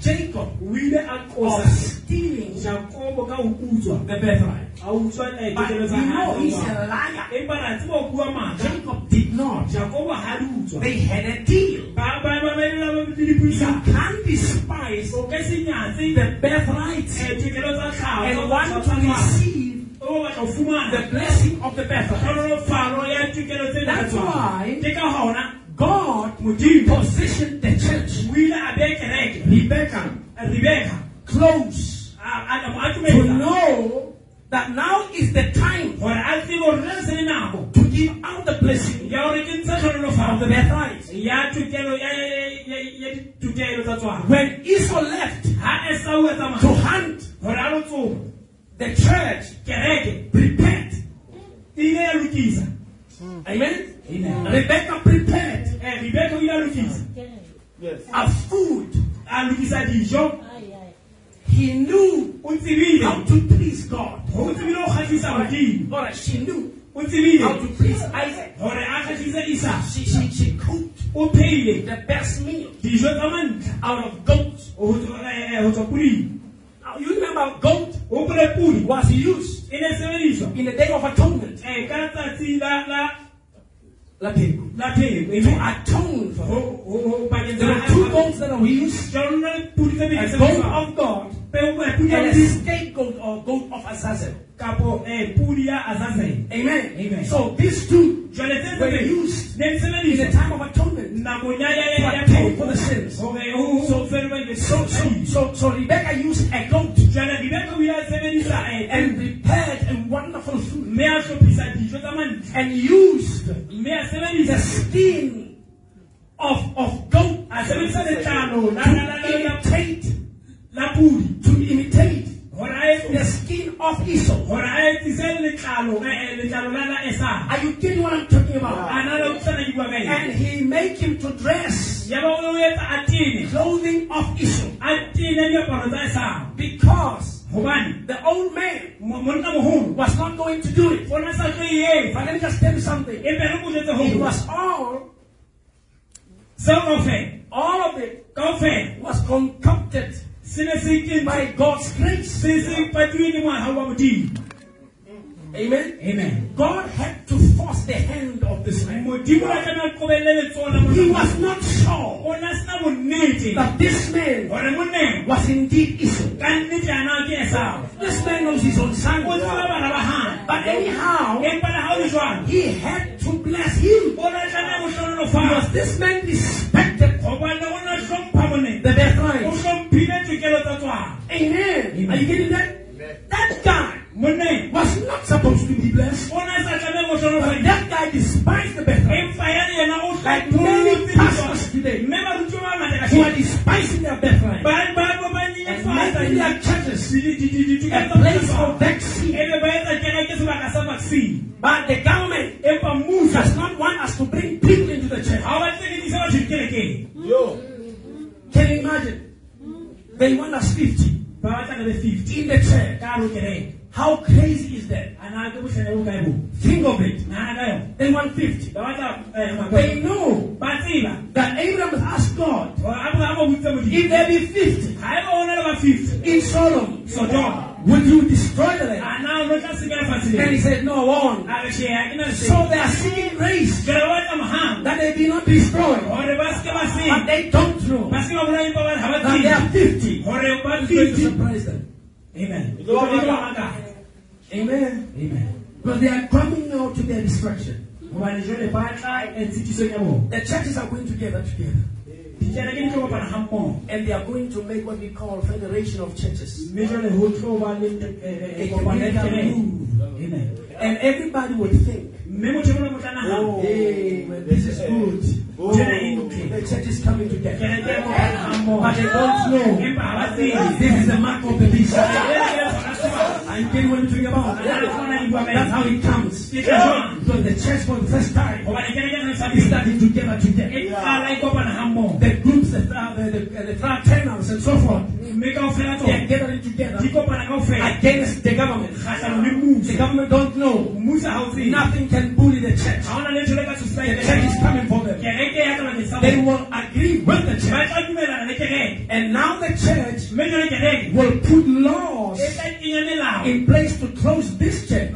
Speaker 2: Jacob
Speaker 1: o ile a
Speaker 2: of
Speaker 1: qosa
Speaker 2: stealing
Speaker 1: jakobo ka ho utswa
Speaker 2: the birthright.
Speaker 1: a utswa eh,
Speaker 2: But
Speaker 1: tokelo
Speaker 2: you
Speaker 1: tsa
Speaker 2: know
Speaker 1: hae
Speaker 2: he's a liar.
Speaker 1: empa ra tseba ho bua maka
Speaker 2: Jacob did not.
Speaker 1: jakobo ha le utswa
Speaker 2: They had a deal.
Speaker 1: ba ba ba ba ba ba
Speaker 2: You
Speaker 1: dipuisa
Speaker 2: can't despise
Speaker 1: o ka se nyatse
Speaker 2: the birthright
Speaker 1: eh, tokelo tsa tlhaho
Speaker 2: and
Speaker 1: tsa
Speaker 2: want to
Speaker 1: tsa tlhaho.
Speaker 2: receive
Speaker 1: o batla ho fumana
Speaker 2: the blessing of the birthright.
Speaker 1: tlholofalo ya tokelo tse
Speaker 2: That's
Speaker 1: tsa tlhaho.
Speaker 2: why-
Speaker 1: ke ka hona
Speaker 2: God
Speaker 1: modimo
Speaker 2: positioned the church,
Speaker 1: o ile a beya kereke
Speaker 2: Rebecca,
Speaker 1: rebeka
Speaker 2: close
Speaker 1: a a-
Speaker 2: to
Speaker 1: mo atumela
Speaker 2: know that now is the time
Speaker 1: gore a tsebe hore re se le nako
Speaker 2: to give out the blessing
Speaker 1: ya hore ke ntshe
Speaker 2: of the
Speaker 1: tlholofalo
Speaker 2: birthright.
Speaker 1: ya tokelo ya ya- ya- ya ditokelo tsa tswana
Speaker 2: When Esau left
Speaker 1: ha esau etsa
Speaker 2: to
Speaker 1: maho
Speaker 2: hunt,
Speaker 1: gore a lotsoba
Speaker 2: the church
Speaker 1: kereke
Speaker 2: prepared.
Speaker 1: e ile ya lokisa
Speaker 2: Amen?
Speaker 1: Amen.
Speaker 2: Rebecca prepared
Speaker 1: Eh, rebeka o ile a lokisa
Speaker 6: Yes.
Speaker 2: a food.
Speaker 1: a lokisa dijo
Speaker 2: He knew
Speaker 1: o tsebile
Speaker 2: how to please God.
Speaker 1: o tsebile go kgatlhisa modimo
Speaker 2: Or she knew
Speaker 1: o
Speaker 2: how to
Speaker 1: tsebile
Speaker 2: please Isaac.
Speaker 1: gore a kgatlhise isa
Speaker 2: She, she, she cooked
Speaker 1: o pheile
Speaker 2: the best meal
Speaker 1: dijo tsa mantle
Speaker 2: out of goats.
Speaker 1: ho tswa- eh, eh, ho tswa puleng
Speaker 2: Now, you remember goat
Speaker 1: o pole pule
Speaker 2: was used
Speaker 1: e ne e sebediswa
Speaker 2: in the day of atonement.
Speaker 1: eh, ka tsatsi la- la
Speaker 2: Lapego.
Speaker 1: la e pheko
Speaker 2: To atone for her.
Speaker 1: bakeng
Speaker 2: There were two goats that were used.
Speaker 1: jonna pule tse
Speaker 2: A
Speaker 1: pedi
Speaker 2: goat of God and a
Speaker 1: peo
Speaker 2: scapegoat or goat of Azazel.
Speaker 1: kapo eh, pudi ya azazele
Speaker 2: Amen.
Speaker 1: Amen.
Speaker 2: So these two
Speaker 1: jwale tse
Speaker 2: were
Speaker 1: tsebedi
Speaker 2: used
Speaker 1: ne di
Speaker 2: in the
Speaker 1: sebediswa
Speaker 2: time of atonement
Speaker 1: nakong ya
Speaker 2: to atone for the sins. So, so,
Speaker 1: yayayaoeeeeeeeeeeeeeeeeeeee
Speaker 2: so, so Rebecca used a goat
Speaker 1: jwale dibeka o ile a sebedisa eh,
Speaker 2: and prepared a wonderful food
Speaker 1: mme a hlophisa dijo tsa mantle
Speaker 2: and used
Speaker 1: mme a
Speaker 2: the
Speaker 1: sebedisa
Speaker 2: skin of, of goat
Speaker 1: a sebedisa letlalo la- la- la-
Speaker 2: to
Speaker 1: la- la-
Speaker 2: imitate,
Speaker 1: la pudi
Speaker 2: to imitate
Speaker 1: gore a
Speaker 2: the
Speaker 1: etse-
Speaker 2: skin of Esau.
Speaker 1: gore a etsise letlalo eh, eh, letlalo la la esala
Speaker 2: Ah. Are you getting what I'm talking
Speaker 1: a
Speaker 2: about?
Speaker 1: Ah, na le utlwana alipigwa
Speaker 2: and
Speaker 1: mengi
Speaker 2: he make him to dress
Speaker 1: yabaweta atini
Speaker 2: clothing of issue
Speaker 1: atine vyambaro za esau
Speaker 2: because
Speaker 1: hubani
Speaker 2: the old man
Speaker 1: Mu- monna muhulu
Speaker 2: was not going to do it.
Speaker 1: ona sakeiyeli
Speaker 2: But let me just tell you something.
Speaker 1: impere kuzetse
Speaker 2: It
Speaker 1: hulu
Speaker 2: was all,
Speaker 1: seo kaofela
Speaker 2: all of it
Speaker 1: kaofela
Speaker 2: was concocted
Speaker 1: sine se
Speaker 2: by God's grace.
Speaker 1: se patiwini mwaha wa modimo
Speaker 2: Amen.
Speaker 1: amen
Speaker 2: God had to force the hand of this man.
Speaker 1: modimo a tlameha qobelle letsona
Speaker 2: He
Speaker 1: monna.
Speaker 2: was not sure
Speaker 1: ona sena bonnete
Speaker 2: that this man
Speaker 1: gore monneng
Speaker 2: was indeed Israel.
Speaker 1: ka nnete ana ke esao
Speaker 2: This man knows his own
Speaker 1: o
Speaker 2: son.
Speaker 1: tseba bana ba hae.
Speaker 2: But anyhow,
Speaker 1: empa le ha o le jwalo
Speaker 2: he had to bless him.
Speaker 1: o ne tlameha ho
Speaker 2: Because
Speaker 1: hlohonolofatsa.
Speaker 2: this man respected
Speaker 1: Hobane o ne hlompha monneng.
Speaker 2: the
Speaker 1: o
Speaker 2: birthright.
Speaker 1: hlomphile tokelo tsa tswalo
Speaker 2: Amen. Are you getting that? That guy
Speaker 1: monneng
Speaker 2: was not supposed to be blessed.
Speaker 1: o ne a sa tlameha ho
Speaker 2: But
Speaker 1: hlohonolofatsa.
Speaker 2: that guy despised the birthright.
Speaker 1: empa ya le yena o
Speaker 2: Like many pastors today
Speaker 1: mme baruti ba bangata ka
Speaker 2: who are
Speaker 1: sheko,
Speaker 2: despising their birthright
Speaker 1: ba- ba- ba- ba
Speaker 2: and
Speaker 1: nyenyefatsa
Speaker 2: making their churches
Speaker 1: di- di- di- di- di-
Speaker 2: a
Speaker 1: tokelo tsa
Speaker 2: place
Speaker 1: tswalo.
Speaker 2: of vaccine.
Speaker 1: Ebe ba etsa kereke sebaka sa vaccine
Speaker 2: But the government
Speaker 1: empa mmuso
Speaker 2: does not want us to bring people into the church.
Speaker 1: ha o batle ke disa batho dikerekeng
Speaker 6: Yo.
Speaker 2: Can you imagine? They want us 50
Speaker 1: ba batla ka be 50
Speaker 2: in the church.
Speaker 1: ka hare ho kereke
Speaker 2: How crazy is that?
Speaker 1: a na ke bohlale bo kae boo
Speaker 2: Think of it.
Speaker 1: nana ka yona
Speaker 2: They want 50.
Speaker 1: ba batla eh,
Speaker 2: They
Speaker 1: makwena.
Speaker 2: know
Speaker 1: ba tseba
Speaker 2: that Abraham asked God,
Speaker 1: gore abraham o botse modimo
Speaker 2: if there be 50
Speaker 1: ga eba ona le ba 50
Speaker 2: in Sodom,
Speaker 1: Sodom.
Speaker 2: would you destroy the land?
Speaker 1: a na o no tla seka lefatshe
Speaker 2: And he
Speaker 1: le
Speaker 2: said, no, one.
Speaker 1: a re shee ha ke na lesedi
Speaker 2: So they are seeking grace
Speaker 1: jalo ba batla mohago
Speaker 2: that they be not destroyed.
Speaker 1: gore ba seke ba se
Speaker 2: But they don't know
Speaker 1: ba seke ba bolae ba bane ga ba
Speaker 2: that they
Speaker 1: tsebe
Speaker 2: are 50.
Speaker 1: gore
Speaker 2: It's
Speaker 1: ba
Speaker 2: going to
Speaker 1: 50
Speaker 2: surprise them.
Speaker 1: amen
Speaker 6: Ke tlo ba
Speaker 1: Ke tlo ba
Speaker 6: makatsa.
Speaker 1: makatsa.
Speaker 2: Amen.
Speaker 1: amen
Speaker 2: But they are coming now to their destruction.
Speaker 1: gobane jale ba tla eh, tshekisong ya bone
Speaker 2: The churches are going together together.
Speaker 1: dikereke di tlo kopana ga mmogo
Speaker 2: And they are going to make what we call federation of churches.
Speaker 1: mme jale go tlo ba le
Speaker 2: A
Speaker 1: eh, eh, kopano ya
Speaker 2: communal
Speaker 1: dikereke
Speaker 2: rule.
Speaker 1: Amen.
Speaker 2: And everybody would think,
Speaker 1: mme motho yo mo tla
Speaker 2: Oh,
Speaker 1: naga
Speaker 2: hey, well, this is good.
Speaker 1: jela e ntle
Speaker 2: The church is coming together.
Speaker 1: kereke e kopana ga mmogo
Speaker 2: But they don't know.
Speaker 1: empa ga ba tsebe
Speaker 2: This is the mark of the beast.
Speaker 1: That's
Speaker 2: I'm getting what I'm talking about. That's how it comes. Because the church for the first time is starting together together. The groups, that are, the, the, the fraternals and so forth, they are gathering together against the government. The government don't know. Nothing can bully the church. The church is coming for them. They will agree with the church. And now the church will put laws in place to close this church.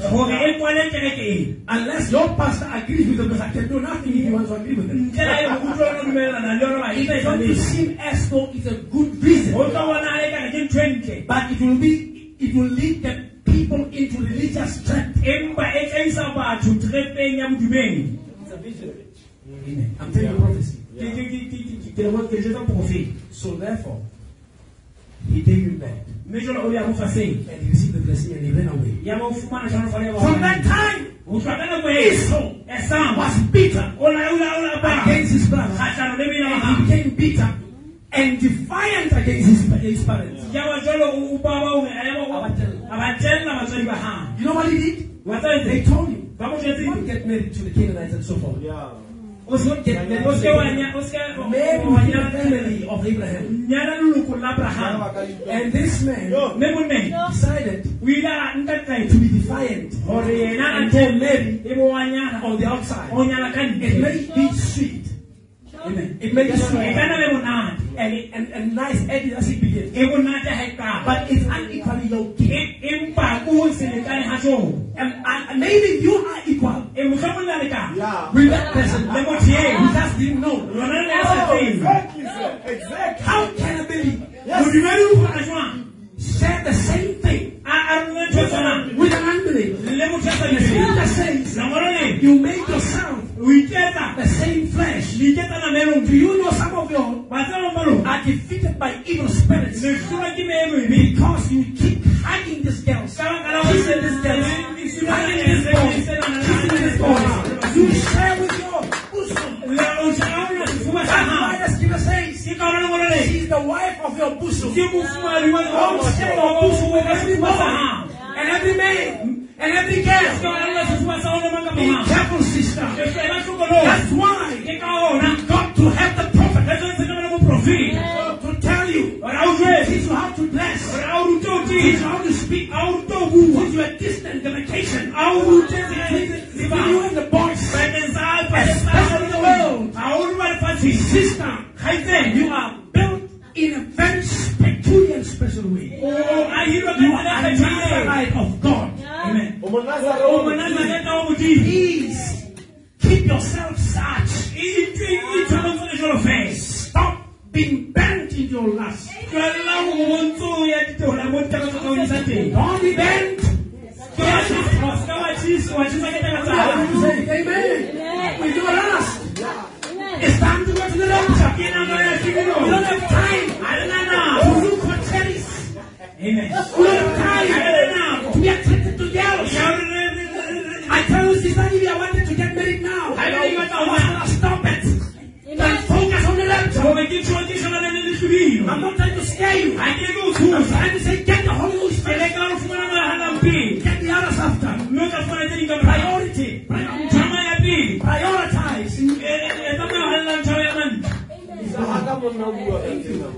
Speaker 2: Unless your pastor agrees with them, because I can do nothing if he wants to agree with
Speaker 1: Mm,
Speaker 2: them. It doesn't seem as though it's a good reason, but it will be it will lead the people into religious trap.
Speaker 1: empa e tlaisa batho trepeng ya bodumeng
Speaker 2: Amen. I'm telling you prophecy.
Speaker 1: Ke- ke- ke- ke- ke- ke lebo- ke le jwetsa porofete.
Speaker 2: So therefore, he gave him that,
Speaker 1: mme jalo o ya mo faseng
Speaker 2: and he received the blessing and he ran away.
Speaker 1: ya ba o fumana tlhalofalo ya
Speaker 2: From that
Speaker 1: baoho
Speaker 2: time,
Speaker 1: tloha ka nako e
Speaker 2: he
Speaker 1: esam
Speaker 2: was bitter
Speaker 1: o laolaola
Speaker 2: against his brother,
Speaker 1: kgatlhano le
Speaker 2: and
Speaker 1: bela
Speaker 2: he
Speaker 1: gago
Speaker 2: became bitter and defiant against his, his parents.
Speaker 1: ya ba jalo o ba baoe a ba tella batswadi ba gago
Speaker 2: You know what he did?
Speaker 1: wa tsabe
Speaker 2: They
Speaker 1: tse
Speaker 2: told him,
Speaker 1: ba mo
Speaker 2: "Don't
Speaker 1: jetse
Speaker 2: get married to the Canaanites and so forth."
Speaker 6: Yeah.
Speaker 1: o se o
Speaker 2: Get married
Speaker 1: o
Speaker 2: to the
Speaker 1: seke wa
Speaker 2: Canaanites.
Speaker 1: nya- o seke wa-
Speaker 2: Marry
Speaker 1: wa
Speaker 2: with the
Speaker 1: nyala
Speaker 2: family of Abraham.
Speaker 1: nyala leloko la
Speaker 6: Bana ba
Speaker 1: abraham
Speaker 6: ka di-
Speaker 2: And this man
Speaker 6: Yo.
Speaker 1: mme monneng
Speaker 2: decided
Speaker 1: o ile a
Speaker 2: to
Speaker 1: ntatlae
Speaker 2: be defiant
Speaker 1: gore yena a
Speaker 2: and
Speaker 1: te
Speaker 2: go marry
Speaker 1: e bo wa nyala
Speaker 2: on the outside.
Speaker 1: o nyala ka
Speaker 2: It
Speaker 1: ntle
Speaker 2: may be sweet. Amen. It may be
Speaker 1: e ka na
Speaker 2: sweet
Speaker 1: le bonate
Speaker 2: and, and, and nice edit as it begins.
Speaker 1: e bonate ga e kapa
Speaker 2: But it's unequally yoked.
Speaker 1: E- empa ko ho se lekane ha tsona
Speaker 2: And, and maybe you are equal
Speaker 1: e mohlomong la lekane
Speaker 6: Yeah.
Speaker 2: with that person.
Speaker 1: le motho
Speaker 2: You
Speaker 1: eo
Speaker 2: just didn't know.
Speaker 1: lona le sa
Speaker 6: Oh,
Speaker 1: tsebe
Speaker 6: exactly, sir. Exactly.
Speaker 2: How can a believer
Speaker 1: modumedi o gona jwang
Speaker 2: share the same thing
Speaker 1: a arole ntho e tshwanang
Speaker 2: with an unbeliever?
Speaker 1: le motho a sa
Speaker 2: The scripture
Speaker 1: lesedi
Speaker 2: says
Speaker 1: lengolo le
Speaker 2: you make yourself
Speaker 1: o iketsa
Speaker 2: the same flesh.
Speaker 1: le iketsa namelong
Speaker 2: Do you know some of you
Speaker 1: ba tsebang ba lona
Speaker 2: are defeated by evil spirits
Speaker 1: le tsuba ke meemo ebe
Speaker 2: because you keep hugging these girls,
Speaker 1: ka baka la
Speaker 2: kissing these girls, hugging these boys, kissing these boys? You share with your bosom. That's why the scripture says she's the wife of your bosom. Don't share your bosom with everybody. And every man, and
Speaker 7: And then be careful.
Speaker 1: Allah subhanahu wa ta'ala
Speaker 7: Be
Speaker 1: mangapamang.
Speaker 7: careful, sister.
Speaker 1: Kasi alam ko ko,
Speaker 7: That's why
Speaker 1: Ke ka ona,
Speaker 7: God to help the prophet
Speaker 1: That's why sinabi ng prophet.
Speaker 7: to tell you.
Speaker 1: Ora o jwe.
Speaker 7: Teach you how to bless.
Speaker 1: Ora o rute o
Speaker 7: Teach you
Speaker 1: ti.
Speaker 7: how to speak.
Speaker 1: Ora o rute o bua.
Speaker 7: Teach you a distant demarcation.
Speaker 1: Ora o rute si- si
Speaker 7: Between
Speaker 1: ba.
Speaker 7: you and the boys.
Speaker 1: Pamensal,
Speaker 7: Especially the world.
Speaker 1: pamensal. Ahon ba nagpansin?
Speaker 7: Sister,
Speaker 1: Kaizen,
Speaker 7: you are built in a very peculiar and special way.
Speaker 1: Oo, ay hirap
Speaker 7: You
Speaker 1: na
Speaker 7: are
Speaker 1: talaga
Speaker 7: a
Speaker 1: tayo.
Speaker 7: child of God.
Speaker 1: Amen.
Speaker 6: umanazaro
Speaker 1: Oo, mananakit ako mo din.
Speaker 7: Please keep yourself such.
Speaker 1: Iithabang sa kanyang face.
Speaker 7: Stop being bent in your lust.
Speaker 1: Kailangan ko kumonso ya dito. Wala mo taka sa kawin sa atin.
Speaker 7: Don't be bent.
Speaker 1: Kawachis, kawachis, kawachis ang kita kasama.
Speaker 7: Amen. We do lust. It's time to go to the doctor.
Speaker 1: Kinagawa na siguro.
Speaker 7: We don't have time.
Speaker 1: Ano na na?
Speaker 7: To look for cherries.
Speaker 1: Amen.
Speaker 7: We don't have
Speaker 1: Ano na na
Speaker 7: time
Speaker 1: ako?
Speaker 7: to be attracted to girls.
Speaker 1: Yaw na na na na na na.
Speaker 7: I tell you, sister, if you wanted to get married now,
Speaker 1: I know you want to.
Speaker 7: to stop it. Then focus on the
Speaker 1: Kung
Speaker 7: lecture.
Speaker 1: may kinsuwa-kinsuwa na lang nilito rin.
Speaker 7: I'm not trying to scare you.
Speaker 1: Ay, kinago,
Speaker 7: I'm
Speaker 1: sus.
Speaker 7: trying to say, get the Holy Ghost first.
Speaker 1: Kailangan ko na mga halampi.
Speaker 7: Get the others after.
Speaker 1: Look at mga tingin ka-
Speaker 7: Priority.
Speaker 1: Tama yan, P.
Speaker 7: Prioritize.
Speaker 1: Eh, eh, eh, tama, halang tama yan.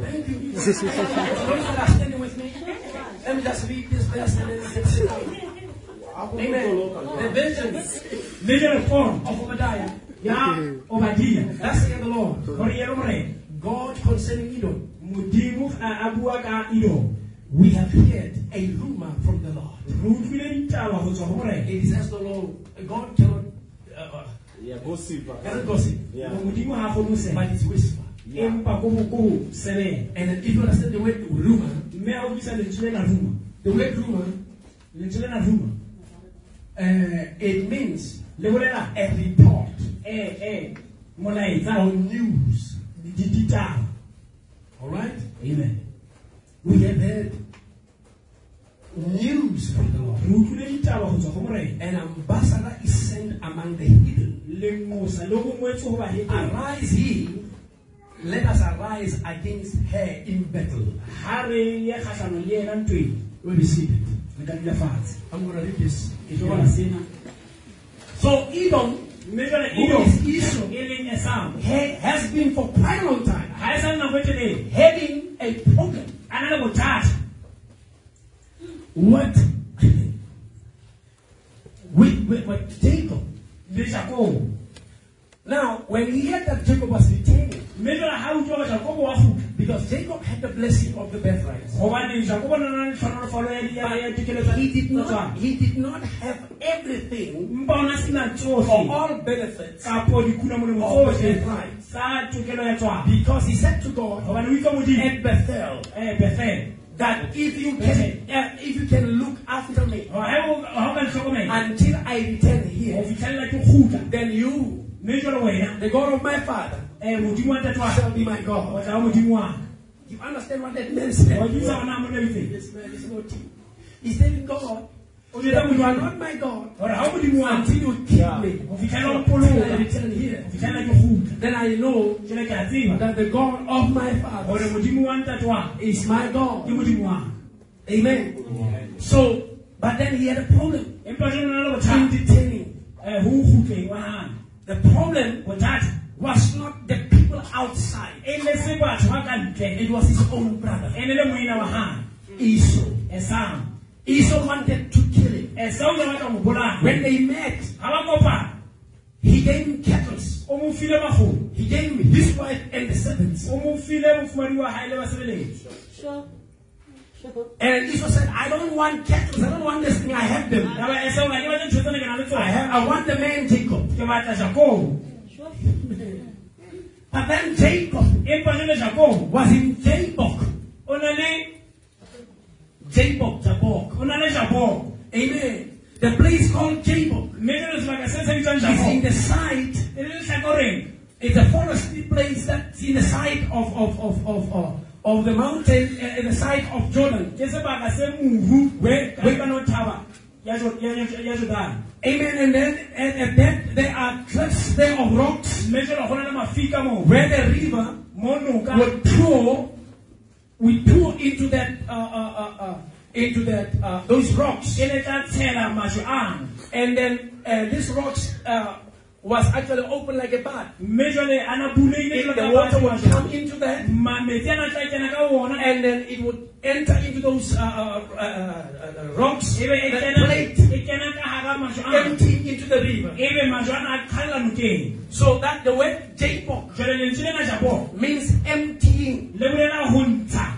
Speaker 2: Those that are standing with me, let me just read this verse and then sit- sit down. The vengeance
Speaker 1: Leader of form.
Speaker 2: of Obadiah,
Speaker 1: Ya, Obadiah.
Speaker 2: that's the Lord,
Speaker 1: Kori yan, umre.
Speaker 2: God concerning Edom.
Speaker 1: Mudimu ka abuwa ka ino.
Speaker 2: We have heard a rumor from the Lord.
Speaker 1: Rufile ni tawa ho tswa ho Morena.
Speaker 2: It is as the Lord, God cannot, uh, uh, cannot gossip,
Speaker 1: Ho Modimo ha kgone ho sena.
Speaker 2: but it's whisper.
Speaker 1: Empa ko ho- ko ho senela.
Speaker 2: And if you understand the word rumor,
Speaker 1: Mme ha o bisa lentswe lena ruma.
Speaker 2: the word rumor,
Speaker 1: Lentswe lena ruma.
Speaker 2: uh, it means
Speaker 1: Le bolela,
Speaker 2: a report
Speaker 1: eh, eh, molaetsa,
Speaker 2: or news.
Speaker 1: di- di- ditaba.
Speaker 2: All right?
Speaker 1: Amen.
Speaker 2: We have heard news from the Lord.
Speaker 1: Re utlwile ditaba ho tswa ho Morena.
Speaker 2: An ambassador is sent among the hidden.
Speaker 1: Lengosa le ho ngwetswe ho bahete.
Speaker 2: Arise ye, let us arise against her in battle.
Speaker 1: Ha re ya kgahlano le yena ntweng,
Speaker 2: We'll be seated.
Speaker 1: re ka dula fatshe.
Speaker 2: I'm going to read this.
Speaker 1: Ke tlo bala sena.
Speaker 2: So Edom,
Speaker 1: Mme jwale
Speaker 2: who
Speaker 1: Edom,
Speaker 2: is Esau,
Speaker 1: e leng Esau,
Speaker 2: he has been for quite a long time
Speaker 1: ha e sa le nako e telele.
Speaker 2: having a problem.
Speaker 1: a na le bothata
Speaker 2: What? with, with, with Jacob.
Speaker 1: le jakobo
Speaker 2: Now, when he heard that Jacob was returning,
Speaker 1: mme jala ga utlwa ka jakobo wa fuka
Speaker 2: because Jacob had the blessing of the birthright,
Speaker 1: gobane jakobo na na le tshwanelofalo ya di- ya- ya tokelo tsa-
Speaker 2: he did
Speaker 1: tsa
Speaker 2: not,
Speaker 1: tswana.
Speaker 2: he did not have everything
Speaker 1: mpa ona sena
Speaker 2: for
Speaker 1: tsotlhe
Speaker 2: all benefits
Speaker 1: kapo dikuna molemo
Speaker 2: Of the
Speaker 1: tsotlhe
Speaker 2: birthright.
Speaker 1: sa tokelo ya tswana
Speaker 2: because he said to God
Speaker 1: gobane o itse modimo
Speaker 2: at Bethel
Speaker 1: Eh, Bethel.
Speaker 2: that if you can, eh, if you can look after me
Speaker 1: Oh, eh, Ho- ha o- ha o ka ntlhokomela
Speaker 2: until I return
Speaker 1: go
Speaker 2: here,
Speaker 1: fitlhelela ke kgutla
Speaker 2: then you,
Speaker 1: mme jalo wena
Speaker 2: the God of my father,
Speaker 1: eh, modimo wa ntate wa
Speaker 2: shall be my
Speaker 1: o
Speaker 2: God.
Speaker 1: tla ba modimo wa
Speaker 2: You understand what that means?
Speaker 1: Wa bitsa ona mo lebitseng.
Speaker 2: This man is not you. He's telling God, that
Speaker 1: O jwetsa
Speaker 2: you are
Speaker 1: modimo
Speaker 2: not my God
Speaker 1: gore ha o modimo wa
Speaker 2: until you keep me.
Speaker 1: go fitlhelela
Speaker 2: Until
Speaker 1: o
Speaker 2: I
Speaker 1: mpoloka
Speaker 2: return here,
Speaker 1: go fitlhelela ke kgutla
Speaker 2: then I know
Speaker 1: jale ke a tseba
Speaker 2: that the God of my
Speaker 1: gore
Speaker 2: father
Speaker 1: modimo wa ntate wa
Speaker 2: is my
Speaker 1: ke
Speaker 2: God.
Speaker 1: modimo wa
Speaker 2: Amen. So, but then he had a problem
Speaker 1: empa jalo na le
Speaker 2: in
Speaker 1: bothata
Speaker 2: detaining. uh,
Speaker 1: Eh, ho kgutleng wa hana
Speaker 2: The problem
Speaker 1: bothata
Speaker 2: was not the people outside.
Speaker 1: e ne se batho ba ka ntle
Speaker 2: It was his own brother,
Speaker 1: e ne le moina wa hana
Speaker 2: Esau.
Speaker 1: esam
Speaker 2: Esau wanted to kill him.
Speaker 1: esam o batla go bolaya
Speaker 2: When they met,
Speaker 1: ga ba kopana
Speaker 2: he gave him cattle.
Speaker 1: o mo file magolo
Speaker 2: He gave him his wife and the servants.
Speaker 1: o mo file mofumadi wa gae le basebeletso
Speaker 2: And Esau said, I don't want cattle. I don't want this thing. I have them.
Speaker 1: taba esam ga ke batla ntho tsene ke na le
Speaker 2: I,
Speaker 1: tsone
Speaker 2: have, I want the man Jacob.
Speaker 1: ke batla jakobo
Speaker 2: But then Jacob
Speaker 1: empa jale jakobo
Speaker 2: was in Jabbok.
Speaker 1: o na le
Speaker 2: Jabbok, Jabbok.
Speaker 1: o na le jakobo
Speaker 2: Amen. The place called Jabbok
Speaker 1: mme jale sebaka se se bitsang
Speaker 2: is in
Speaker 1: jakobo
Speaker 2: the side
Speaker 1: e le letlhakoreng
Speaker 2: It's a foresty place that's in the side of of of of of, of the mountain, uh, in the side of Jordan.
Speaker 1: ke sebaka se mohu
Speaker 2: Where- where-
Speaker 1: kano thaba ya Jo- ya- ya- ya jordane
Speaker 2: Amen. And then and, and then there are cliffs there of rocks
Speaker 1: mme jalo go na le mafika moo
Speaker 2: where the river
Speaker 1: mo noka
Speaker 2: would pour, would pour into that uh, uh, uh, uh, into that uh, those rocks,
Speaker 1: inethathela amazwi abo
Speaker 2: and then uh, these rocks uh, was actually open like a bath.
Speaker 1: mejale a na buleile
Speaker 2: If
Speaker 1: jwalo
Speaker 2: the
Speaker 1: ka
Speaker 2: water would
Speaker 1: batho.
Speaker 2: come into that,
Speaker 1: Ma- metsi a na tla kena ka ona
Speaker 2: and then it would enter into those uh, uh, uh, uh, rocks,
Speaker 1: ebe e
Speaker 2: that
Speaker 1: kena-
Speaker 2: plate,
Speaker 1: e kena ka hara majwe ano
Speaker 2: empty into the river.
Speaker 1: ebe majwe ano a qhalla nokeng
Speaker 2: So that the word Jacob
Speaker 1: jwale lentswe lena japo
Speaker 2: means emptying.
Speaker 1: le bolela ho ntsha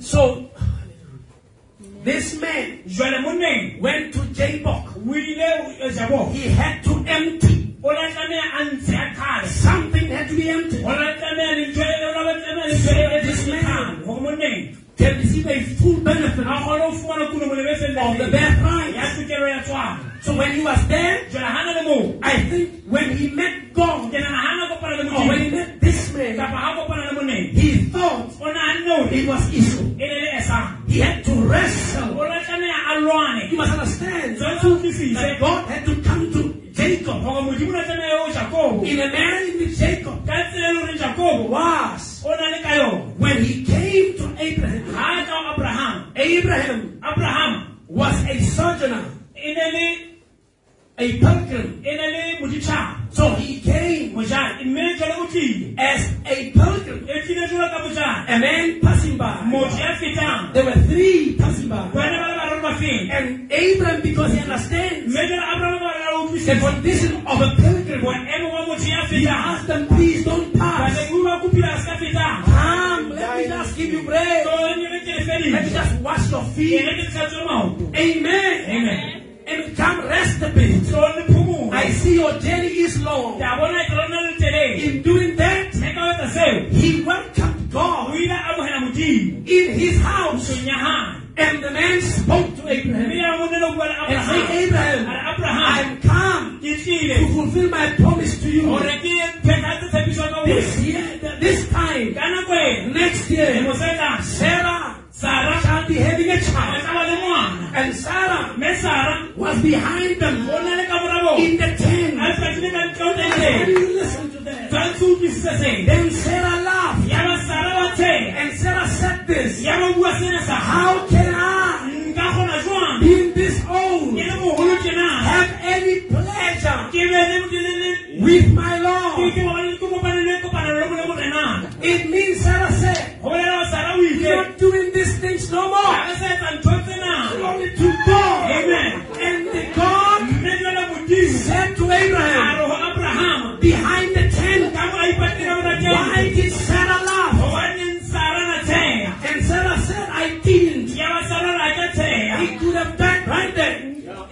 Speaker 2: So this man
Speaker 1: jwale monneng
Speaker 2: went to Jacob.
Speaker 1: o ile jabo
Speaker 2: He had to empty.
Speaker 1: o la tlameha a ntshe a qhale
Speaker 2: Something had to be emptied.
Speaker 1: o la tlameha lentswe le- o la tlameha lentswe le-
Speaker 2: This man
Speaker 1: hore monneng
Speaker 2: can receive a full benefit
Speaker 1: a kgone ho fumana kuno molemo e
Speaker 2: of the
Speaker 1: felletseng
Speaker 2: bad
Speaker 1: ya
Speaker 2: price.
Speaker 1: tokelo ya tswalo
Speaker 2: So when he was there,
Speaker 1: jwale hana le moo
Speaker 2: I think when he met God,
Speaker 1: ke nahana hana kopana le
Speaker 2: or Oh, when he
Speaker 1: modimo
Speaker 2: met this man,
Speaker 1: kapa ha kopana le monene
Speaker 2: he thought
Speaker 1: o nahanne hore
Speaker 2: it was Israel.
Speaker 1: e ne le esang
Speaker 2: He had to wrestle.
Speaker 1: o la tlameha a lwane
Speaker 2: You must understand
Speaker 1: tshwanetse o utlwisise
Speaker 2: that God had to come to Jacob
Speaker 1: hore modimo o la tlameha eo jakobo
Speaker 2: in a manner in which Jacob
Speaker 1: ka tsela e le horeng jakobo
Speaker 2: was.
Speaker 1: o na le ka yona
Speaker 2: When he came to Abraham,
Speaker 1: ha a ka ho abraham
Speaker 2: Abraham
Speaker 1: abraham
Speaker 2: was a sojourner,
Speaker 1: e ne le
Speaker 2: a pilgrim.
Speaker 1: e ne le moditjhaba
Speaker 2: So he came
Speaker 1: mojane mme jwale o tlile
Speaker 2: as a pilgrim,
Speaker 1: e tlile jwalo ka bojane
Speaker 2: a man passing
Speaker 1: motho
Speaker 2: by.
Speaker 1: ya fetang
Speaker 2: There were three passing by.
Speaker 1: wena ba le bararo ba feta
Speaker 2: And Abraham, because he understands
Speaker 1: mme jwale abraham ba la
Speaker 2: the
Speaker 1: utlwisisa
Speaker 2: condition of a pilgrim,
Speaker 1: boemo ba motho
Speaker 2: he
Speaker 1: ya fetang
Speaker 2: asked them, please don't pass.
Speaker 1: badimo ba kopile a se ka fetang
Speaker 2: Come, let me just give you bread.
Speaker 1: e
Speaker 2: Let me just wash your feet. Amen.
Speaker 1: Amen.
Speaker 2: And come rest a bit. I see your journey is long. In doing that, he welcomed God in his house. And the man spoke to Abraham and said, Abraham, I am come to fulfill my promise to you. This year, th- this time, next year, Sarah shall be having a child. And Sarah was behind them in the tent. And you listen to that. Then Sarah laughed.
Speaker 1: Yaba Sarah ba tsheha.
Speaker 2: And Sarah said this.
Speaker 1: Ya ba bua sena sa hao.
Speaker 2: How can I,
Speaker 1: Nka kgona jwang?
Speaker 2: being this old,
Speaker 1: Ke le moholo tjena.
Speaker 2: have any pleasure
Speaker 1: Ke be le- ke le- le-
Speaker 2: with my
Speaker 1: ke-
Speaker 2: Lord?
Speaker 1: ke ba le- ke kopane le kopano le mole morena.
Speaker 2: It means Sarah said,
Speaker 1: Ho bolela hore Sarah o ile.
Speaker 2: You're not doing these things no
Speaker 1: Ha
Speaker 2: more.
Speaker 1: re sa etsa ntho tsena.
Speaker 2: Glory to God.
Speaker 1: Amen.
Speaker 2: And the God
Speaker 1: Mme jwale Modimo
Speaker 2: said to
Speaker 1: a
Speaker 2: Abraham
Speaker 1: re ho Abrahama,
Speaker 2: behind the tent,
Speaker 1: ka mo a ipatile ka mora
Speaker 2: Why
Speaker 1: tjena.
Speaker 2: did Sarah laugh?
Speaker 1: Hobaneng Sarah na tsheha?
Speaker 2: And Sarah said, I didn't.
Speaker 1: Ya ba Sarah ra ka tsheha.
Speaker 2: He could have died right there.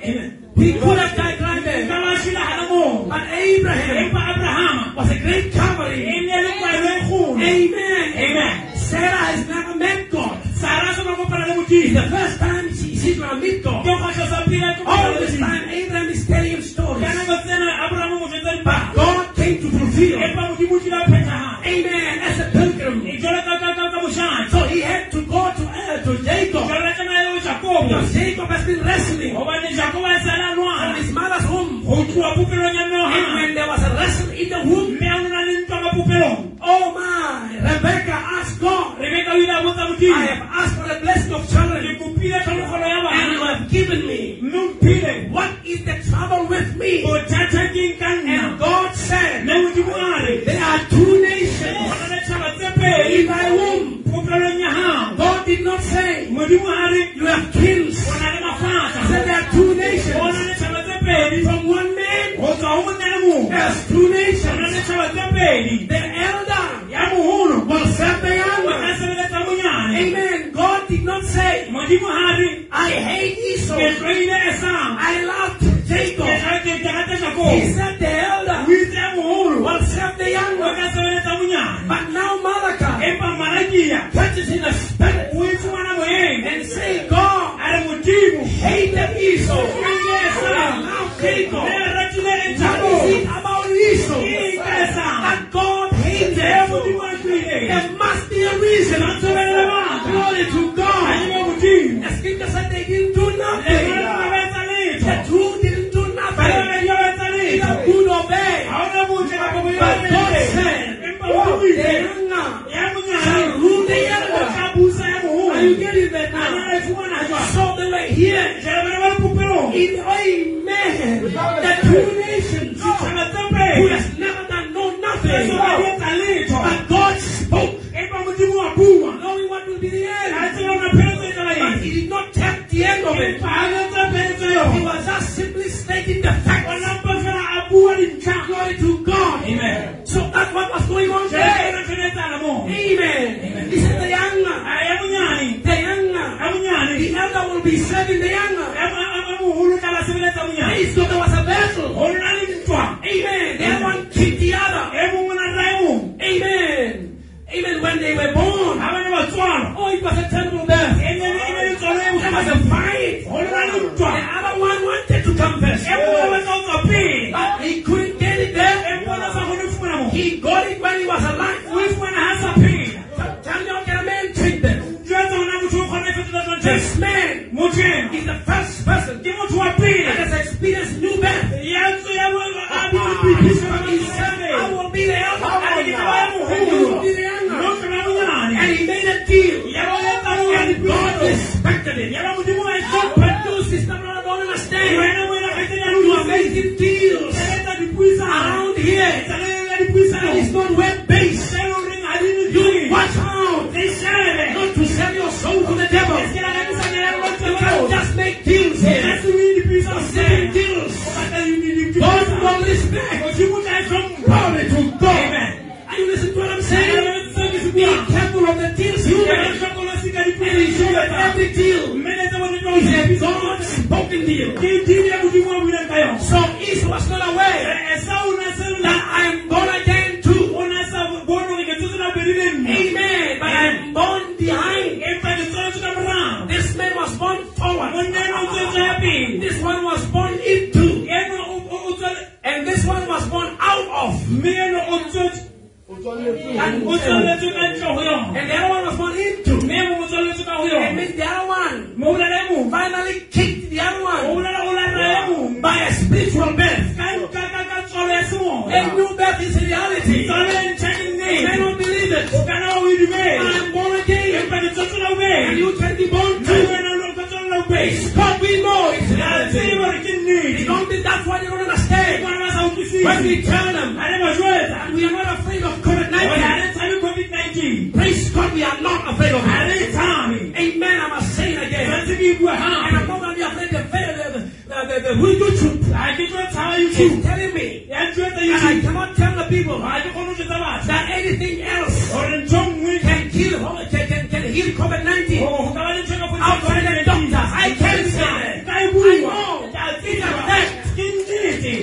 Speaker 1: Amen.
Speaker 2: He could have died right
Speaker 1: Nka
Speaker 2: there.
Speaker 1: ba shwele hana moo.
Speaker 2: But Abraham
Speaker 1: Empa Abrahama
Speaker 2: was a great
Speaker 1: e
Speaker 2: covering.
Speaker 1: ne le kwano e kgolo.
Speaker 2: Amen.
Speaker 1: Amen.
Speaker 2: Sarah has never met God.
Speaker 1: Sarah se ba kopana le Modimo.
Speaker 2: The first time she, she's going to meet God.
Speaker 1: Ke kgwatla sa pele ya
Speaker 2: All
Speaker 1: kopano le
Speaker 2: this
Speaker 1: Modimo.
Speaker 2: time, Abraham is telling him stories.
Speaker 1: Ka nako tsena, Abraham o mo jwetsa dipale.
Speaker 2: God came to fulfill.
Speaker 1: Empa Modimo o tlile a phethahala.
Speaker 2: Amen. As a pilgrim.
Speaker 1: E jwalo ka- ka- ka- ka moshate.
Speaker 2: So he had to go to, uh, to Jacob.
Speaker 1: Jwale ka naha eo Jakobo.
Speaker 2: Because Jacob has been wrestling
Speaker 1: Hobane Jakobo a sa la
Speaker 2: from
Speaker 1: lwana.
Speaker 2: his mother's womb.
Speaker 1: Ho tloha popelong ya mme wa
Speaker 2: And
Speaker 1: hae.
Speaker 2: when there was a wrestle in the womb,
Speaker 1: Mme a ne na le ntwa ka popelong.
Speaker 2: oh my, Rebecca asked God,
Speaker 1: Rebeka o ile a
Speaker 2: I
Speaker 1: botsa Modimo,
Speaker 2: have asked for the blessing of
Speaker 1: "Ke
Speaker 2: children
Speaker 1: kopile tlholofelo ya
Speaker 2: and you
Speaker 1: bana.
Speaker 2: have given me.
Speaker 1: Mme o mphile.
Speaker 2: What is the trouble with me?
Speaker 1: Bothata ke eng ka
Speaker 2: And
Speaker 1: nna?"
Speaker 2: God said,
Speaker 1: Mme Modimo a re,
Speaker 2: There are two
Speaker 1: "Ho
Speaker 2: nations
Speaker 1: na le tjhaba tse pedi
Speaker 2: in thy womb.
Speaker 1: popelong ya hao."
Speaker 2: God did not say,
Speaker 1: Modimo a re,
Speaker 2: You have kings.
Speaker 1: "Ho na le
Speaker 2: He said,
Speaker 1: mafatshe."
Speaker 2: There are two
Speaker 1: Ho na
Speaker 2: nations.
Speaker 1: le tjhaba tse pedi.
Speaker 2: From one man,
Speaker 1: Ho tswa ho monna le mong.
Speaker 2: there's two
Speaker 1: Ho na
Speaker 2: nations.
Speaker 1: le tjhaba tse pedi.
Speaker 2: The elder
Speaker 1: Ya moholo.
Speaker 2: will serve the
Speaker 1: O tla
Speaker 2: younger.
Speaker 1: sebeletsa monyane.
Speaker 2: Amen. God did not say,
Speaker 1: Modimo ha re,
Speaker 2: I hate
Speaker 1: "Ke
Speaker 2: Esau.
Speaker 1: tlohile Esau.
Speaker 2: I loved
Speaker 1: Ke
Speaker 2: Jacob.
Speaker 1: tla- ke- ke
Speaker 2: He
Speaker 1: rata Jakobo."
Speaker 2: said the elder
Speaker 1: O itse ya moholo.
Speaker 2: will serve the
Speaker 1: O
Speaker 2: younger.
Speaker 1: tla sebeletsa monyane.
Speaker 2: But now Malachi
Speaker 1: Empa Marakia,
Speaker 2: touches in the spirit
Speaker 1: o ifumana moyeng.
Speaker 2: and say, God
Speaker 1: A re, "Modimo,
Speaker 2: hated
Speaker 1: o
Speaker 2: Esau.
Speaker 1: tlohile Esau.
Speaker 2: Now
Speaker 1: O
Speaker 2: Jacob.
Speaker 1: ne ratile
Speaker 2: What is it
Speaker 1: Jakobo."
Speaker 2: about Esau
Speaker 1: Yes, sir.
Speaker 2: that God hates
Speaker 1: Ya Modimo
Speaker 2: Esau?
Speaker 1: a tlohile.
Speaker 2: There must be a reason. Glory to
Speaker 1: Ha
Speaker 2: God.
Speaker 1: eba Modimo.
Speaker 2: The scripture said they didn't do
Speaker 1: Le jwale ba
Speaker 2: nothing.
Speaker 1: ba etsa
Speaker 2: The
Speaker 1: letho.
Speaker 2: two didn't do
Speaker 1: Ba ba ba
Speaker 2: nothing.
Speaker 1: etsa letho.
Speaker 2: Either good or bad.
Speaker 1: Ha hona botle kapa
Speaker 2: But God
Speaker 1: boyane.
Speaker 2: said,
Speaker 1: Empa
Speaker 2: "Oh,
Speaker 1: Modimo
Speaker 2: the
Speaker 1: itse.
Speaker 2: younger
Speaker 1: Ya
Speaker 2: shall
Speaker 1: monyane.
Speaker 2: rule the
Speaker 1: O
Speaker 2: elder.
Speaker 1: tla busa ya
Speaker 2: Are you
Speaker 1: moholo.
Speaker 2: getting that
Speaker 1: Ana
Speaker 2: when they were born.
Speaker 1: Abanye batswalwa.
Speaker 2: Oh, it was a terrible death.
Speaker 1: Enye ibe inzalo
Speaker 2: There was a
Speaker 1: yomhlaba.
Speaker 2: fight. The
Speaker 1: Olwanutwa.
Speaker 2: other one wanted to come first.
Speaker 1: Emuva wezonzo phi.
Speaker 2: But he couldn't get it there.
Speaker 1: Embona sakhona ufuna mo.
Speaker 2: He got it when he was alive.
Speaker 1: Uyifumana hasaphila.
Speaker 2: Daniel can a man treat them.
Speaker 1: Jwenza wena muthu ukhona ifetela
Speaker 2: This
Speaker 1: zonje.
Speaker 2: man
Speaker 1: Muthu yena.
Speaker 2: is the first person
Speaker 1: Ke muthu wa pili.
Speaker 2: that has experienced new birth.
Speaker 1: Yenzo ya wewe hadi
Speaker 2: He
Speaker 1: kupitisha
Speaker 2: said, I
Speaker 1: mambo.
Speaker 2: will be the elder.
Speaker 1: Hadi kitawaya
Speaker 2: And you will
Speaker 1: muhuru.
Speaker 2: be the younger.
Speaker 1: Ndio na unyani.
Speaker 2: And he made a deal.
Speaker 1: Yaboneka
Speaker 2: And God
Speaker 1: unyani.
Speaker 2: respected it.
Speaker 1: Yaba mudimu wa
Speaker 2: God
Speaker 1: isopa.
Speaker 2: produced Sister Brother, don't understand.
Speaker 1: Wena wena kaitenya
Speaker 2: You are
Speaker 1: nduzi.
Speaker 2: making deals
Speaker 1: Eleta dipuisa.
Speaker 2: around here.
Speaker 1: Eleta dipuisa.
Speaker 2: And it's not web based.
Speaker 1: Selo ring halini
Speaker 2: You
Speaker 1: duri.
Speaker 2: watch out
Speaker 1: Nishere.
Speaker 2: not to sell your soul to the devil.
Speaker 1: Es que la gente se queda con
Speaker 2: You can't
Speaker 1: todo.
Speaker 2: just make deals here.
Speaker 1: That's the way the peace of
Speaker 2: Making
Speaker 1: sin.
Speaker 2: deals.
Speaker 1: But then you need to
Speaker 2: God will respect.
Speaker 1: But you put that from
Speaker 2: Glory to God.
Speaker 1: Amen.
Speaker 2: Are you listening to what I'm
Speaker 1: And
Speaker 2: saying?
Speaker 1: I'm saying it's
Speaker 2: Be
Speaker 1: good.
Speaker 2: careful of the deals you
Speaker 1: Yeah, I'm
Speaker 2: make.
Speaker 1: sure gonna see that you put
Speaker 2: And
Speaker 1: it in
Speaker 2: ensure
Speaker 1: your
Speaker 2: that
Speaker 1: letter.
Speaker 2: every deal
Speaker 1: Men is the one that knows
Speaker 2: is a
Speaker 1: it.
Speaker 2: God spoken deal.
Speaker 1: Ke diri ya Modimo a buileng ka yona.
Speaker 2: So Esau was not aware
Speaker 1: Eh, eh, sa o na se-
Speaker 2: that I am born again too.
Speaker 1: o na sa bona hore ke tsotse nako e le nne.
Speaker 2: Amen. But I am born behind.
Speaker 1: Empa ke tsotse ka morao.
Speaker 2: This man was born forward.
Speaker 1: Monna enwa o tsotse ya pele.
Speaker 2: This one was born into.
Speaker 1: Enwa o- o- o tswele-
Speaker 2: And this one was born out of.
Speaker 1: mme enwa o tsotse-
Speaker 6: O tswalletswe
Speaker 2: And,
Speaker 1: o
Speaker 2: and
Speaker 1: tswaletswe ka ntle ho yona.
Speaker 2: the other one was born into.
Speaker 1: Mme e mong o tswaletswe ka ho
Speaker 2: And
Speaker 1: yona.
Speaker 2: then the other one
Speaker 1: Mo bolaya e mong.
Speaker 2: finally kicked the other
Speaker 1: Mo
Speaker 2: one
Speaker 1: bolaya o lata e mong.
Speaker 2: by a spiritual birth.
Speaker 1: Ka- ka- ka- ka tswalo ya semoya.
Speaker 2: A new birth is a reality.
Speaker 1: Tswalo e ntjha ke
Speaker 2: You may
Speaker 1: nnete.
Speaker 2: not believe it.
Speaker 1: O ka nna wa o e dumela.
Speaker 2: I am born again.
Speaker 1: Empa ke tsotse ka ho
Speaker 2: And
Speaker 1: beng.
Speaker 2: you can be born
Speaker 1: Mme
Speaker 2: too.
Speaker 1: wena o ka tswalla ho beng.
Speaker 2: But we know it's a
Speaker 1: Ke a tseba
Speaker 2: reality.
Speaker 1: hore ke nnete.
Speaker 2: You don't think that's what you don't
Speaker 1: Ke
Speaker 2: understand.
Speaker 1: bona ba sa utlwisisi.
Speaker 2: When we tell them
Speaker 1: Ha le ba jwetsa.
Speaker 2: that we are not afraid of
Speaker 1: Hore ha
Speaker 2: COVID-19,
Speaker 1: le tshabe COVID-19.
Speaker 2: praise God, we are not afraid of
Speaker 1: Ha
Speaker 2: it.
Speaker 1: le tshabe.
Speaker 2: Amen. I must say it again.
Speaker 1: Tshwantse ke bue
Speaker 2: And I'm
Speaker 1: hape.
Speaker 2: not going to be afraid of the, the, the, the, the Hindu troop.
Speaker 1: Ha ke tlo tshaba
Speaker 2: He's
Speaker 1: YouTube.
Speaker 2: telling me.
Speaker 1: Ya ntjwetsa
Speaker 2: And I
Speaker 1: YouTube.
Speaker 2: cannot tell the people
Speaker 1: Ha ke kgone ho jwetsa batho.
Speaker 2: that anything else
Speaker 1: Hore ntho e nngwe
Speaker 2: can kill, can, can, can heal COVID-19
Speaker 1: hore ho ka ba le ntho e ka fodisang
Speaker 2: outside the doctors. I can say
Speaker 1: COVID-19.
Speaker 2: that.
Speaker 1: Ka e bua. Ke a tseba. Ke nnete.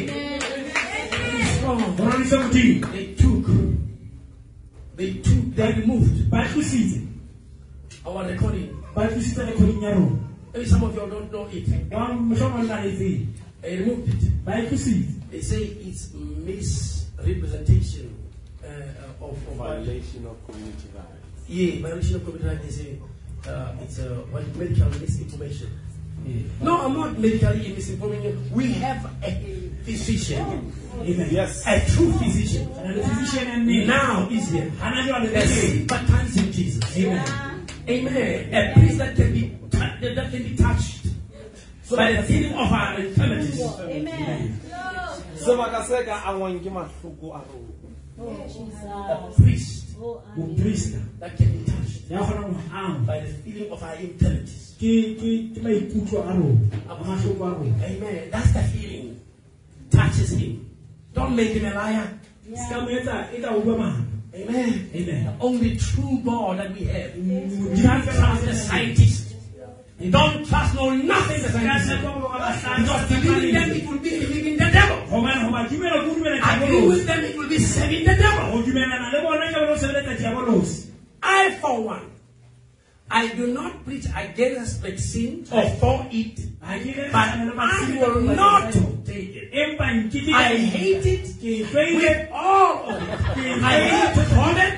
Speaker 1: Horanisa Modimo.
Speaker 2: They took, they took, they removed
Speaker 1: Ba tlositse.
Speaker 2: our recording.
Speaker 1: Ba tlositse recording ya rona.
Speaker 2: Maybe some of you don't know it.
Speaker 1: Ba- mohlomong na le tsebe.
Speaker 2: They removed it.
Speaker 1: Ba e tlositse.
Speaker 2: They say it's misrepresentation uh, uh, of, of
Speaker 6: violation of community rights.
Speaker 2: Yeah, violation of COVID rights. They say uh, it's uh, what medical misinformation. No, I'm not medically misinforming you. We have a physician,
Speaker 1: Amen.
Speaker 6: Yes.
Speaker 2: a true physician.
Speaker 1: Re le physician ya nnete.
Speaker 2: Now is here.
Speaker 1: Hana jwale
Speaker 2: A
Speaker 1: re teng.
Speaker 2: sympathizing Jesus.
Speaker 1: Amen.
Speaker 2: Amen. A place that can be touched, that can be touched by the feeling of our infirmities.
Speaker 8: Amen.
Speaker 6: Sebaka se ka angwang ke mahloko a rona.
Speaker 2: A priest
Speaker 1: Moprista,
Speaker 2: that can be touched
Speaker 1: ya kgona ho ama.
Speaker 2: by the feeling of our infirmities.
Speaker 1: Ke- ke- ke maikutlo a rona, a mahloko a rona.
Speaker 2: Amen. That's the feeling. Touches him. Don't make him a liar.
Speaker 1: Se ka mo etsa- e tla o bua maka.
Speaker 2: Amen. The
Speaker 1: Amen.
Speaker 2: only true God that we have.
Speaker 1: Modimo
Speaker 2: Don't
Speaker 1: ka
Speaker 2: trust the
Speaker 1: sa-
Speaker 2: scientists. Don't trust no nothing the
Speaker 1: ka
Speaker 2: scientists.
Speaker 1: sa kwa bo ka ba sa-
Speaker 2: Because believing them, it will be believing the devil.
Speaker 1: Hobane ho ba dumela ke ho dumela
Speaker 2: Agree with
Speaker 1: diabolosi.
Speaker 2: them, it will be serving the devil.
Speaker 1: Ho dumellana le bona ke ho sebeletsa diabolosi.
Speaker 2: I, for one, I do not preach against vaccine or for it,
Speaker 1: Ha ke
Speaker 2: but
Speaker 1: re-
Speaker 2: I will not take it.
Speaker 1: Empa nkekebe-
Speaker 2: I hate it
Speaker 1: Ke tlwaile-
Speaker 2: with all of it. I hate
Speaker 1: ke
Speaker 2: COVID.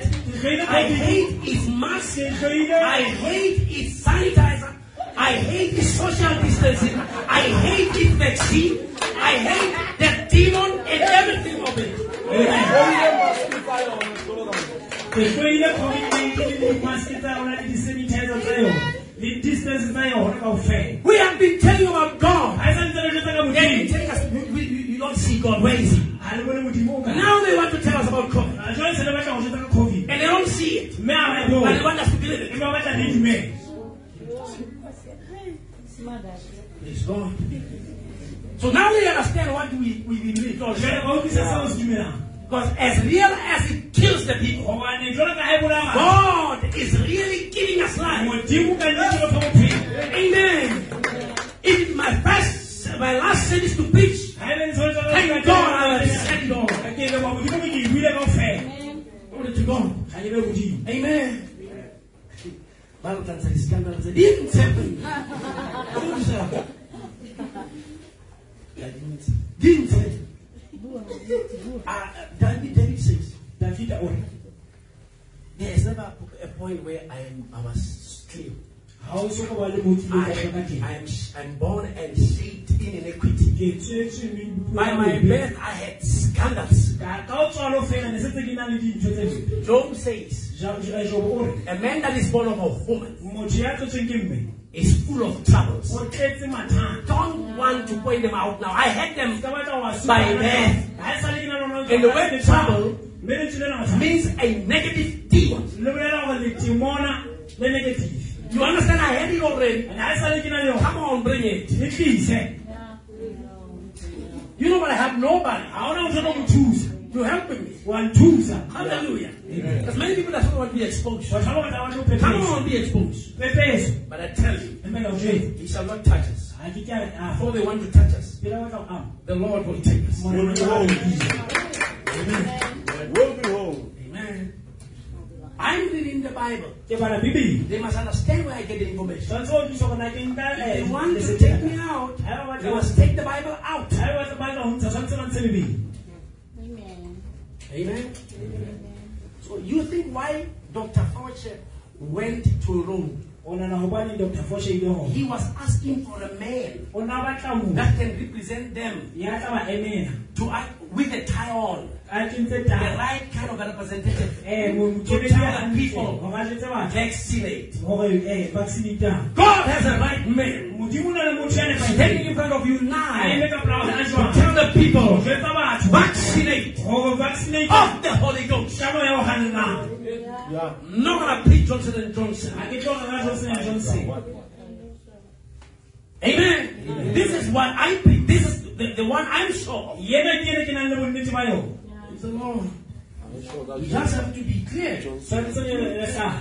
Speaker 2: I
Speaker 1: tlwaile COVID.
Speaker 2: hate its mask.
Speaker 1: Ke tlwaile-
Speaker 2: I hate its sanitizer. I hate its social distancing. I hate its vaccine. I hate the demon and everything of it.
Speaker 6: Hoile maske tsa yona tsolo ka
Speaker 1: Eh, Ke tlwaile COVID-19 le di-mask tsa yona le di-sanitizer tsa yona, le distance tsa yona kaofela.
Speaker 2: We have been telling you about God.
Speaker 1: Ha e sa ntse re jwetsa ka
Speaker 2: Then you
Speaker 1: Modimo.
Speaker 2: tell us, we, we, we- you don't see God. Where is He?
Speaker 1: Ha le bone Modimo o kae.
Speaker 2: Now they want to tell us about COVID.
Speaker 1: Ha jwale se le batla ho jwetsa ka COVID.
Speaker 2: And they don't see it.
Speaker 1: Mme ha ba e
Speaker 2: But
Speaker 1: bone.
Speaker 2: they want us to believe it.
Speaker 1: Empa ba batla re dumele.
Speaker 2: Praise God. So now we understand what we, we believe. God.
Speaker 1: Jwale ba utlwisisa seo se dumelang.
Speaker 2: Because as real as it kills the people,
Speaker 1: Hobane jwalo ka ha e bolaya,
Speaker 2: God is really giving us life.
Speaker 1: Modimo ka nnete o fa bophelo.
Speaker 2: Amen. If my first, my last service to preach,
Speaker 1: Ha e le ntshebetso ya
Speaker 2: thank
Speaker 1: ka-
Speaker 2: God I will set it all.
Speaker 1: Ke leboha Modimo ke e buile kaofela.
Speaker 2: Glory to God.
Speaker 1: Ha a lebe godimo
Speaker 2: Amen. Ba re tlatsa di-scandal tse dintshe. Ka modisa. Ka dintshe. Dintshe. Ah, David, David says,
Speaker 1: davida o re
Speaker 2: there is never a point where I am I was clean.
Speaker 1: ga o soka ba le motho
Speaker 2: I
Speaker 1: le ka
Speaker 2: am, I
Speaker 1: teng
Speaker 2: am I'm born and shaped in iniquity.
Speaker 1: ke tswetswe le dipuo
Speaker 2: By
Speaker 1: tsa
Speaker 2: my
Speaker 1: bobe.
Speaker 2: birth I had scandals.
Speaker 1: ka ka o tswalo fela ne setse ke na le dintho tse dingwe.
Speaker 2: Job says,
Speaker 1: Ja- ja- Job o re
Speaker 2: a man that is born of a woman
Speaker 1: motho ya tlotsweng ke mme
Speaker 2: is full of troubles.
Speaker 1: o tletse mathata
Speaker 2: Don't want to point them out now. I had them
Speaker 1: Ska batla ho a supa.
Speaker 2: By then.
Speaker 1: Ha e sa le ke na lona letsoho.
Speaker 2: And the word trouble
Speaker 1: Mme lentswe lena mathata.
Speaker 2: means a negative demon.
Speaker 1: Le bolela hore letimona le negative.
Speaker 2: You understand? I had it already.
Speaker 1: And ha e sa le ke na le yona,
Speaker 2: Come on, bring it.
Speaker 1: le tlise.
Speaker 2: You know what? I have nobody
Speaker 1: Ha hona motho o tlo mo thusa.
Speaker 2: to help me.
Speaker 1: Wa nthusa.
Speaker 2: Hallelujah. Because many people that don't want to be exposed.
Speaker 1: Batho ba bangata ha ba tlo
Speaker 2: Come
Speaker 1: pepesa.
Speaker 2: on, be exposed.
Speaker 1: Pepeso.
Speaker 2: But I tell you,
Speaker 1: Mme ka o jwetsa.
Speaker 2: he shall not touch us.
Speaker 1: Ha ke ke a- a
Speaker 2: Before
Speaker 1: fo-
Speaker 2: they want to touch us,
Speaker 1: ke la batla ho ama.
Speaker 2: the Lord will take us.
Speaker 6: Will be whole.
Speaker 1: ah,
Speaker 6: Will be whole.
Speaker 2: Amen. I'm reading the Bible.
Speaker 1: Ke bala Bibele.
Speaker 2: They must understand where I get the information.
Speaker 1: Tshwantse ho thusa hore na ke nka, eh,
Speaker 2: If they want to take me
Speaker 1: lesetela.
Speaker 2: out,
Speaker 1: Ha ba batla-
Speaker 2: they must take the Bible out.
Speaker 1: Ha ba batla- batla ho ntsha, tshwantse ba ntshe Bibele.
Speaker 8: Amen.
Speaker 2: Amen. So you think why Dr. Fauci went to Rome?
Speaker 1: O nahana hobaneng Dr. Fosha ile hona?
Speaker 2: He was asking for a man
Speaker 1: O na batla motho
Speaker 2: that can represent them
Speaker 1: ya tla ba emela.
Speaker 2: to act with a tie on,
Speaker 1: a kentse
Speaker 2: the
Speaker 1: taba
Speaker 2: right kind of a representative to
Speaker 1: eh mokebedi ya
Speaker 2: tell the
Speaker 1: hantle
Speaker 2: people
Speaker 1: hore a jwetse batho
Speaker 2: vaccinate.
Speaker 1: hore eh vaccine tang
Speaker 2: God has a right man
Speaker 1: modimo o na le motho ya
Speaker 2: standing in
Speaker 1: nepahetseng
Speaker 2: front of you
Speaker 1: a eme
Speaker 2: now
Speaker 1: ka polao hana
Speaker 2: to
Speaker 1: jwang
Speaker 2: tell the people
Speaker 1: jwetsa batho
Speaker 2: vaccinate
Speaker 1: hore vaccinate
Speaker 2: of the Holy Ghost.
Speaker 1: shabo ya ho hallang
Speaker 6: Yeah.
Speaker 2: Not gonna preach Johnson and
Speaker 1: ha
Speaker 2: Johnson.
Speaker 1: ke tlo rera Johnson and
Speaker 6: That
Speaker 1: Johnson
Speaker 6: one.
Speaker 2: Amen. This is what I preach. This is the, the one I'm sure of.
Speaker 1: yena ke ene ke nang le bonnete ba yona
Speaker 2: It's the Lord.
Speaker 6: I'm sure
Speaker 2: We
Speaker 6: that
Speaker 2: just have to be clear.
Speaker 1: tshwanetse re re sa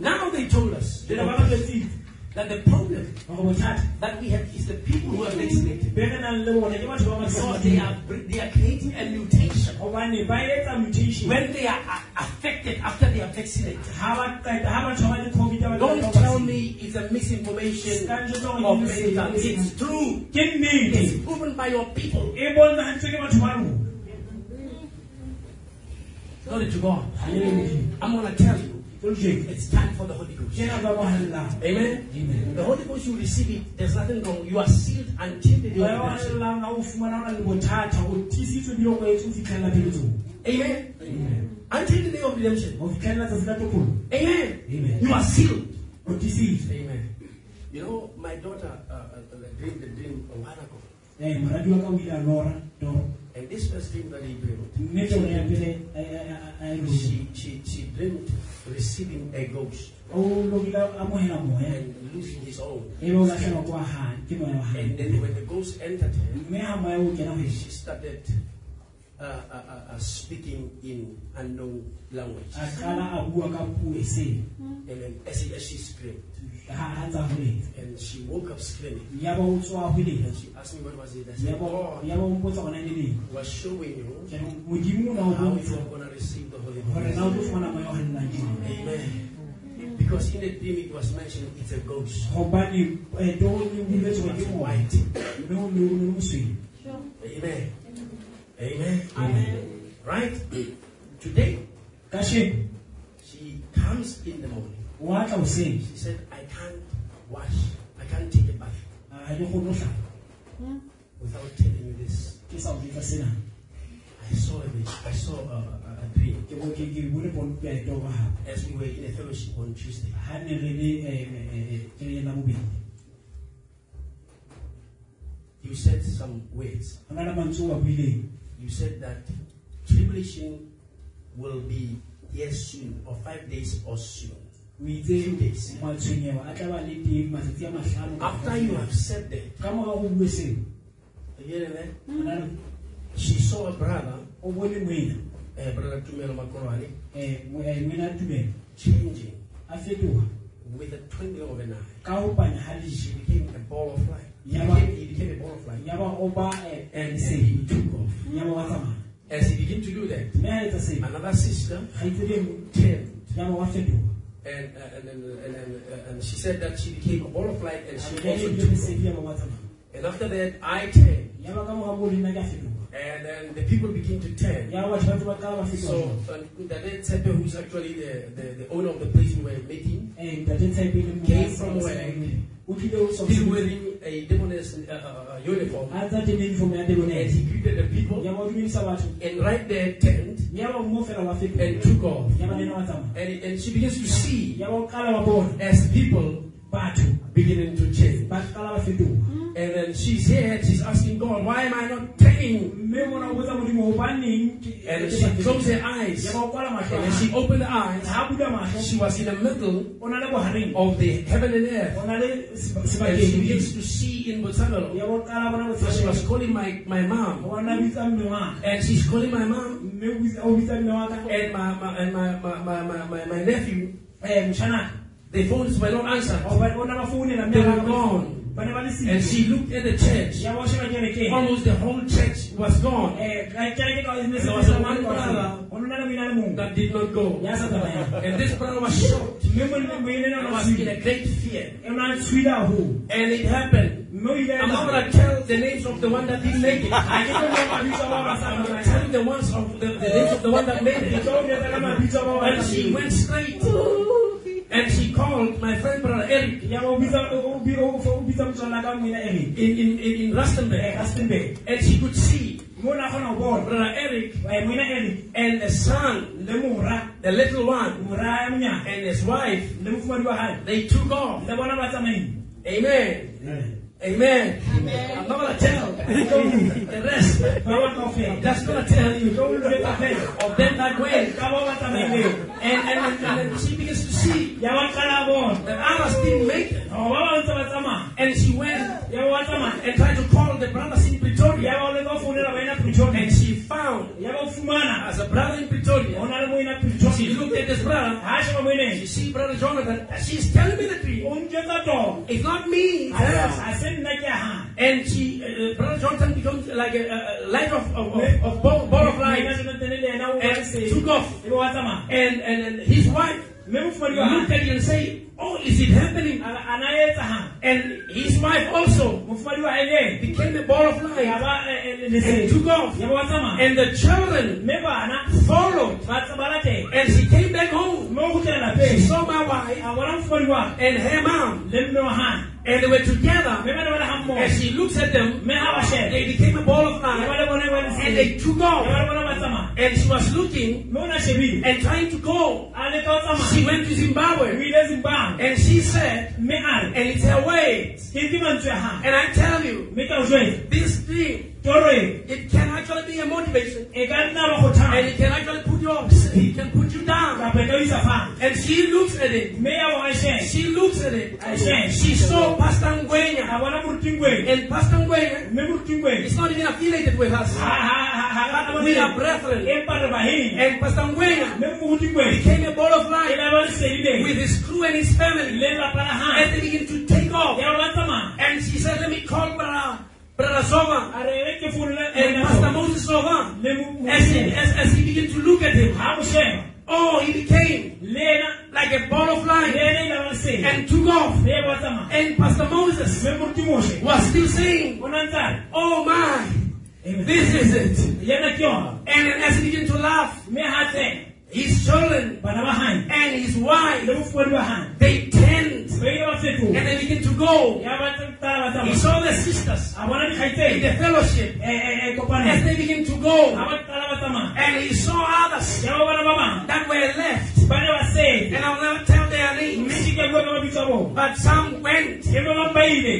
Speaker 2: Now they told us
Speaker 1: le ba ba tletsitse
Speaker 2: that the problem
Speaker 1: hore bothata
Speaker 2: that we have is the people who are vaccinated.
Speaker 1: be re nang le bona ke batho ba
Speaker 2: So they
Speaker 1: vaccinated
Speaker 2: are they are creating a mutation
Speaker 1: hobane ba etsa mutation
Speaker 2: when they are a- affected after they are vaccinated.
Speaker 1: ha ba qeta ha batho ba le covid ba
Speaker 2: Don't
Speaker 1: qeta ho
Speaker 2: tell
Speaker 1: vaccine.
Speaker 2: me it's a misinformation
Speaker 1: Ka njwetsa hore
Speaker 2: of
Speaker 1: ke
Speaker 2: medical.
Speaker 1: mistake.
Speaker 2: It's true.
Speaker 1: ke nnete
Speaker 2: It's proven by your people.
Speaker 1: e bontshantswe ke batho ba rona
Speaker 2: Glory to God.
Speaker 1: Hallelujah.
Speaker 2: I'm gonna tell you,
Speaker 1: Ke o jwetse.
Speaker 2: it's time for the Holy Ghost.
Speaker 1: Ke nako ya bohallang.
Speaker 2: Amen.
Speaker 1: Amen.
Speaker 2: The Holy Ghost you receive it. There's nothing wrong. You are sealed until the day
Speaker 1: Ba ya
Speaker 2: of redemption.
Speaker 1: bohallang ha o fumana ho na le bothata, o tiisitswe ebile o kwahetse ho fihlella pheletsong.
Speaker 2: Amen. Until the day of redemption.
Speaker 1: Ho fihlella tsatsi la tokoloho,
Speaker 2: Amen.
Speaker 1: Amen.
Speaker 2: You are sealed.
Speaker 1: o tiisitswe.
Speaker 2: Amen. You know, my daughter uh, uh, uh, dreamed the dream a while ago.
Speaker 1: Eh, moradi wa ka o ile a lora, toro.
Speaker 2: And this first dream that he dreamed,
Speaker 1: Mme ke yona ya pele a- a- a- a- a e loreng.
Speaker 2: she, she, she dreamed receiving a ghost
Speaker 1: O lorile a amohela moya,
Speaker 2: and losing his own.
Speaker 1: ebe o lahlehelwa ke wa hae, ke moya wa hae.
Speaker 2: And then when the ghost entered her,
Speaker 1: Mme ha moya o kena ho
Speaker 2: she
Speaker 1: yena,
Speaker 2: started uh, uh, uh, uh, speaking in unknown language.
Speaker 1: a qala a bua ka puo e seng,
Speaker 2: And then as she, as she screamed,
Speaker 1: ha- ha ntsa holetsa.
Speaker 2: and she woke up screaming.
Speaker 1: Yaba o tswa a holetsa.
Speaker 2: She asked me what was it. I said,
Speaker 1: Yaba-
Speaker 2: God
Speaker 1: yaba o mpotsa hore na e le eng.
Speaker 2: was showing you
Speaker 1: Ke re, Modimo o na o
Speaker 2: how you
Speaker 1: bontsha
Speaker 2: are going to receive the Holy
Speaker 1: hore
Speaker 2: Ghost.
Speaker 1: na o tlo fumana moya wa hallang ke eng.
Speaker 2: Amen. Because in the dream it was mentioned it's a ghost.
Speaker 1: gobane eh, toro le
Speaker 2: It
Speaker 1: buletswe
Speaker 2: was
Speaker 1: ke moya
Speaker 2: white.
Speaker 1: mme o ne o le mosweu
Speaker 2: Amen. Amen. Right? Today,
Speaker 1: kasheno
Speaker 2: she comes in the morning.
Speaker 1: o atla o seng
Speaker 2: She said, I can't wash, I can't take a bath
Speaker 1: a ke kgone tlhapa
Speaker 2: without telling you this.
Speaker 1: ke sa o jwetsa sena
Speaker 2: I saw a vision. I saw a, a, a dream
Speaker 1: ke bo ke ke bone ponpeto ba gape
Speaker 2: as we were in a fellowship on Tuesday.
Speaker 1: ha ne re le eh, eh, eh, kereye la bobedi
Speaker 2: You said some words.
Speaker 1: go na le mantse o a buileng
Speaker 2: You said that tribulation will be here soon, or five days or soon.
Speaker 1: o itse matshwenyewa a tla ba le teng matsatsi a matlhano
Speaker 2: After you have said that,
Speaker 1: ka morago o bue seo
Speaker 2: you hear that?
Speaker 1: o na le-
Speaker 2: She saw a brother,
Speaker 1: o bone moena
Speaker 2: uh, brother Tumelo Makorani,
Speaker 1: eh, mo- eh, moena a tumelo
Speaker 2: changing
Speaker 1: a fetoga
Speaker 2: with a twinkle of an eye.
Speaker 1: ka opanya ga
Speaker 2: She
Speaker 1: leso
Speaker 2: became a ball of light. He
Speaker 1: Yeah,
Speaker 2: became, he became a ball of light.
Speaker 1: ya ba o ba eh,
Speaker 2: And, and
Speaker 1: lesedi
Speaker 2: he took off.
Speaker 1: ya ba wa tsamaya
Speaker 2: As he began to do that,
Speaker 1: mme ha etsa sena
Speaker 2: another sister
Speaker 1: kgaitsedi e nngwe
Speaker 2: turned
Speaker 1: ya ba wa fetoga
Speaker 2: and, uh, and, and, and, and, and she said that she became a ball of light and
Speaker 1: a
Speaker 2: she
Speaker 1: be ka e
Speaker 2: also
Speaker 1: ebile
Speaker 2: took
Speaker 1: lesedi ya ba wa tsamaya
Speaker 2: And after that, I turned
Speaker 1: ya ba ka mora moo le nna ke a fetoga
Speaker 2: and then the people began to turn.
Speaker 1: ya ba batho ba tloba ka ba
Speaker 2: So
Speaker 1: fetoga
Speaker 2: uh, Dade Tsepe, who's actually the, the, the owner of the place we were meeting,
Speaker 1: Eh, ntate Tshepo le monna
Speaker 2: Came
Speaker 1: wa
Speaker 2: from
Speaker 1: Sera-
Speaker 2: where?
Speaker 1: o tlile ho tswa
Speaker 2: he's
Speaker 1: Mosebetsi.
Speaker 2: wearing a demoness uh, uh, uh, uniform
Speaker 1: a tsa tene uniform ya
Speaker 2: and
Speaker 1: Durban.
Speaker 2: he greeted the people
Speaker 1: ya ba dumedisa batho
Speaker 2: and right there turned
Speaker 1: ya ba mo fela wa
Speaker 2: and
Speaker 1: fetoga
Speaker 2: took off.
Speaker 1: ya ba le yena wa tsamaya
Speaker 2: And, and she begins to see
Speaker 1: ya ba o qala wa bona
Speaker 2: as people
Speaker 1: batho
Speaker 2: beginning to change.
Speaker 1: ba qala ba fetoga
Speaker 2: And then she's here, she's asking God, why am I not turning?
Speaker 1: mme mona o botsa modimo hobaneng ke-
Speaker 2: And
Speaker 1: ke
Speaker 2: she
Speaker 1: sa
Speaker 2: closed
Speaker 1: fetoge?
Speaker 2: her eyes.
Speaker 1: ya ba o kwala mahlo
Speaker 2: And
Speaker 1: a
Speaker 2: when she
Speaker 1: hae.
Speaker 2: opened her eyes,
Speaker 1: ha a bula mahlo
Speaker 2: she Oh, was in the middle
Speaker 1: o na le bohareng
Speaker 2: of the heaven and earth.
Speaker 1: o na le seba-
Speaker 2: And she
Speaker 1: sebakeng
Speaker 2: begins to see in Botswana.
Speaker 1: ya ba o qala bona
Speaker 2: So she was
Speaker 1: botshelo
Speaker 2: calling my, my mom.
Speaker 1: wa nna bitsa mme wa ka.
Speaker 2: And she's calling my mom
Speaker 1: mme o bitsa- o bitsa mme wa ka
Speaker 2: and my, my, and my, my, my, my, my, my nephew.
Speaker 1: eh motjhanaka
Speaker 2: The phones were not answered.
Speaker 1: Hobane o ne ba founela mme
Speaker 2: They
Speaker 1: wa
Speaker 2: were
Speaker 1: ka.
Speaker 2: gone.
Speaker 1: Ba ne ba le siyo.
Speaker 2: And she looked at the church.
Speaker 1: Ya ba o sheba kerekeng.
Speaker 2: Almost the whole church was gone.
Speaker 1: Eh, ka- kereke ka-
Speaker 2: There was a one brother
Speaker 1: Ho nna le moina le mong.
Speaker 2: That did not go.
Speaker 1: Ya sa tsamayang.
Speaker 2: And this brother was shocked.
Speaker 1: Mme monna- moina le
Speaker 2: I
Speaker 1: ona
Speaker 2: was
Speaker 1: tshohile.
Speaker 2: in a great fear.
Speaker 1: E ona tshohile haholo.
Speaker 2: And it happened.
Speaker 1: Mme o ile a
Speaker 2: I'm
Speaker 1: etsa-
Speaker 2: not going to tell the names of the one that didn't make it.
Speaker 1: Ha ke tlo nna mabitso a ba ba sa
Speaker 2: I'm going to
Speaker 1: tsamayang.
Speaker 2: tell the ones of the, the names of the one that made
Speaker 1: Ke tlo o
Speaker 2: it.
Speaker 1: jwetsa ka mabitso a ba ba
Speaker 2: And
Speaker 1: sa
Speaker 2: she
Speaker 1: tsamayang.
Speaker 2: went straight. And she called my friend brother Eric
Speaker 1: Ya ba o bitsa- o- o bi- o- o bitsa motswalle wa ka moina
Speaker 2: in,
Speaker 1: Eric.
Speaker 2: in, in, in
Speaker 1: Eh,
Speaker 2: Rustenburg.
Speaker 1: Rustenburg.
Speaker 2: And she could see
Speaker 1: Mme o ne a kgona ho bona.
Speaker 2: brother Eric
Speaker 1: Eh, moina Eric
Speaker 2: and the son,
Speaker 1: le mora-
Speaker 2: the little one,
Speaker 1: mora ya monyane.
Speaker 2: and his wife.
Speaker 1: Le mofumahadi wa hae.
Speaker 2: They took off.
Speaker 1: Le bona ba tsamaile.
Speaker 2: Amen. Amen.
Speaker 9: Amen.
Speaker 2: I'm not gonna tell the rest.
Speaker 1: Ba ba kaofela.
Speaker 2: Just gonna tell you
Speaker 1: Tlo o jwetsa fela.
Speaker 2: of them that went.
Speaker 1: ka ba ba
Speaker 2: And,
Speaker 1: tsamaileng
Speaker 2: and, and, and she begins to see
Speaker 1: ya ba qala bona
Speaker 2: that others didn't make it.
Speaker 1: Oh, ba ba ntse ba tsamaya
Speaker 2: And she went
Speaker 1: ya ba ba tsamaya
Speaker 2: and tried to call the brothers in
Speaker 1: ya
Speaker 2: Pretoria.
Speaker 1: ba o leka ho founela baena
Speaker 2: And
Speaker 1: pretoria
Speaker 2: she found
Speaker 1: ya ba o fumana
Speaker 2: as a brother in
Speaker 1: ho
Speaker 2: Pretoria.
Speaker 1: na le moena
Speaker 2: Oh, She
Speaker 1: pretoria
Speaker 2: looked at this brother.
Speaker 1: ha sheba
Speaker 2: She
Speaker 1: moeneng
Speaker 2: see brother Jonathan. She's telling me the truth.
Speaker 1: o ntjwetsa toro
Speaker 2: Oh, It's not me. It's her.
Speaker 1: ha se nna ke a hana
Speaker 2: And she, uh, brother Jonathan becomes like a, a a light of of, of, of ball, ball of
Speaker 1: Moena
Speaker 2: light.
Speaker 1: Jonathan le yena o ba
Speaker 2: and
Speaker 1: le sedi.
Speaker 2: took off.
Speaker 1: Ebe wa tsamaya
Speaker 2: And, and, and his wife
Speaker 1: mme mofumadi wa
Speaker 2: looked
Speaker 1: hae
Speaker 2: at it and say, Oh, is it happening?
Speaker 1: a a na etsa hana
Speaker 2: And his wife also
Speaker 1: mofumadi wa hae le yena
Speaker 2: became a ball of
Speaker 1: ya
Speaker 2: light
Speaker 1: ba eh, eh, le- le
Speaker 2: and
Speaker 1: sedi.
Speaker 2: took off.
Speaker 1: ya ba wa tsamaya
Speaker 2: And the children
Speaker 1: mme bana
Speaker 2: followed.
Speaker 1: ba tsa- ba latela
Speaker 2: And she came back home.
Speaker 1: mme o kgutlela
Speaker 2: She
Speaker 1: lapeng
Speaker 2: saw my wife
Speaker 1: a bona mofumadi wa hae
Speaker 2: and her mom.
Speaker 1: le mme wa hae
Speaker 2: And they were together.
Speaker 1: mme ba ne ba le ha mmoho
Speaker 2: And she looks at them.
Speaker 1: mme ha ba sheba
Speaker 2: They became a ball of
Speaker 1: ya ba
Speaker 2: light.
Speaker 1: le bona ba le
Speaker 2: And
Speaker 1: sedi.
Speaker 2: they took
Speaker 1: Ya ba
Speaker 2: off.
Speaker 1: le bona ba tsamaya
Speaker 2: And she was looking
Speaker 1: mme o ne a shebile
Speaker 2: and trying to go.
Speaker 1: a leka ho tsamaya
Speaker 2: She went to
Speaker 1: o
Speaker 2: Zimbabwe.
Speaker 1: ile zimbabwe
Speaker 2: And she said,
Speaker 1: mme a re
Speaker 2: And it's her way.
Speaker 1: ke ke mantswe a hae
Speaker 2: And I tell you,
Speaker 1: mme ka o jwetsa
Speaker 2: this thing,
Speaker 1: toro e
Speaker 2: it can actually be a motivation.
Speaker 1: e ka nna ba
Speaker 2: And
Speaker 1: kgothala
Speaker 2: it can actually put you up. It can put you down.
Speaker 1: kapa e ka o isa fane
Speaker 2: And she looks at it.
Speaker 1: mme ya ba shebe
Speaker 2: She looks at it. She saw Pastor Ngwenya.
Speaker 1: a bona morutingweng
Speaker 2: And Pastor Ngwenya
Speaker 1: mme morutingweng
Speaker 2: is not even affiliated with us. We are brethren.
Speaker 1: empa re baheng
Speaker 2: And Pastor Ngwenya
Speaker 1: mme morutingweng
Speaker 2: became a ball of
Speaker 1: e
Speaker 2: light
Speaker 1: la ba lesedileng
Speaker 2: with his crew and his family.
Speaker 1: le lapa la
Speaker 2: And
Speaker 1: hae
Speaker 2: they begin to take off.
Speaker 1: ya ba ba tsamaya
Speaker 2: And she said, Let me call Brother, brother Sova
Speaker 1: a re e ke founela-
Speaker 2: and Pastor Moses Sova.
Speaker 1: le mo-
Speaker 2: As he, as, as he began to look at him,
Speaker 1: ha mo sheba
Speaker 2: oh, he became
Speaker 1: le ena
Speaker 2: like a ball of
Speaker 1: le
Speaker 2: light
Speaker 1: ena e la ba lesedi
Speaker 2: and took off.
Speaker 1: mme ba tsamaya
Speaker 2: And Pastor Moses
Speaker 1: mme morutingweng
Speaker 2: was still saying,
Speaker 1: o na ntse a re
Speaker 2: Oh my,
Speaker 1: Amen.
Speaker 2: this is it.
Speaker 1: yena ke yona
Speaker 2: And then as he began to laugh,
Speaker 1: mme ha tsena
Speaker 2: his children
Speaker 1: bana ba hae
Speaker 2: and his
Speaker 1: le
Speaker 2: wife,
Speaker 1: mofumadi wa hae
Speaker 2: they turned
Speaker 1: ba ile ba
Speaker 2: and
Speaker 1: fetoga
Speaker 2: they began to go.
Speaker 1: ya ba tsa- tsa- ba
Speaker 2: He
Speaker 1: tsamaya
Speaker 2: saw the sisters
Speaker 1: a bona
Speaker 2: in the
Speaker 1: dikgaitsedi
Speaker 2: fellowship as
Speaker 1: kopaneng
Speaker 2: they began to
Speaker 1: ga
Speaker 2: go.
Speaker 1: ba tala ba tsamaya
Speaker 2: And he saw others
Speaker 1: ya ba bona ba bangwe
Speaker 2: that were left.
Speaker 1: ba ne ba sedi
Speaker 2: And I'll never tell their
Speaker 1: mme
Speaker 2: names.
Speaker 1: ke ke bua ka mabitso a bona
Speaker 2: But some went
Speaker 1: e ba bangwe ba ile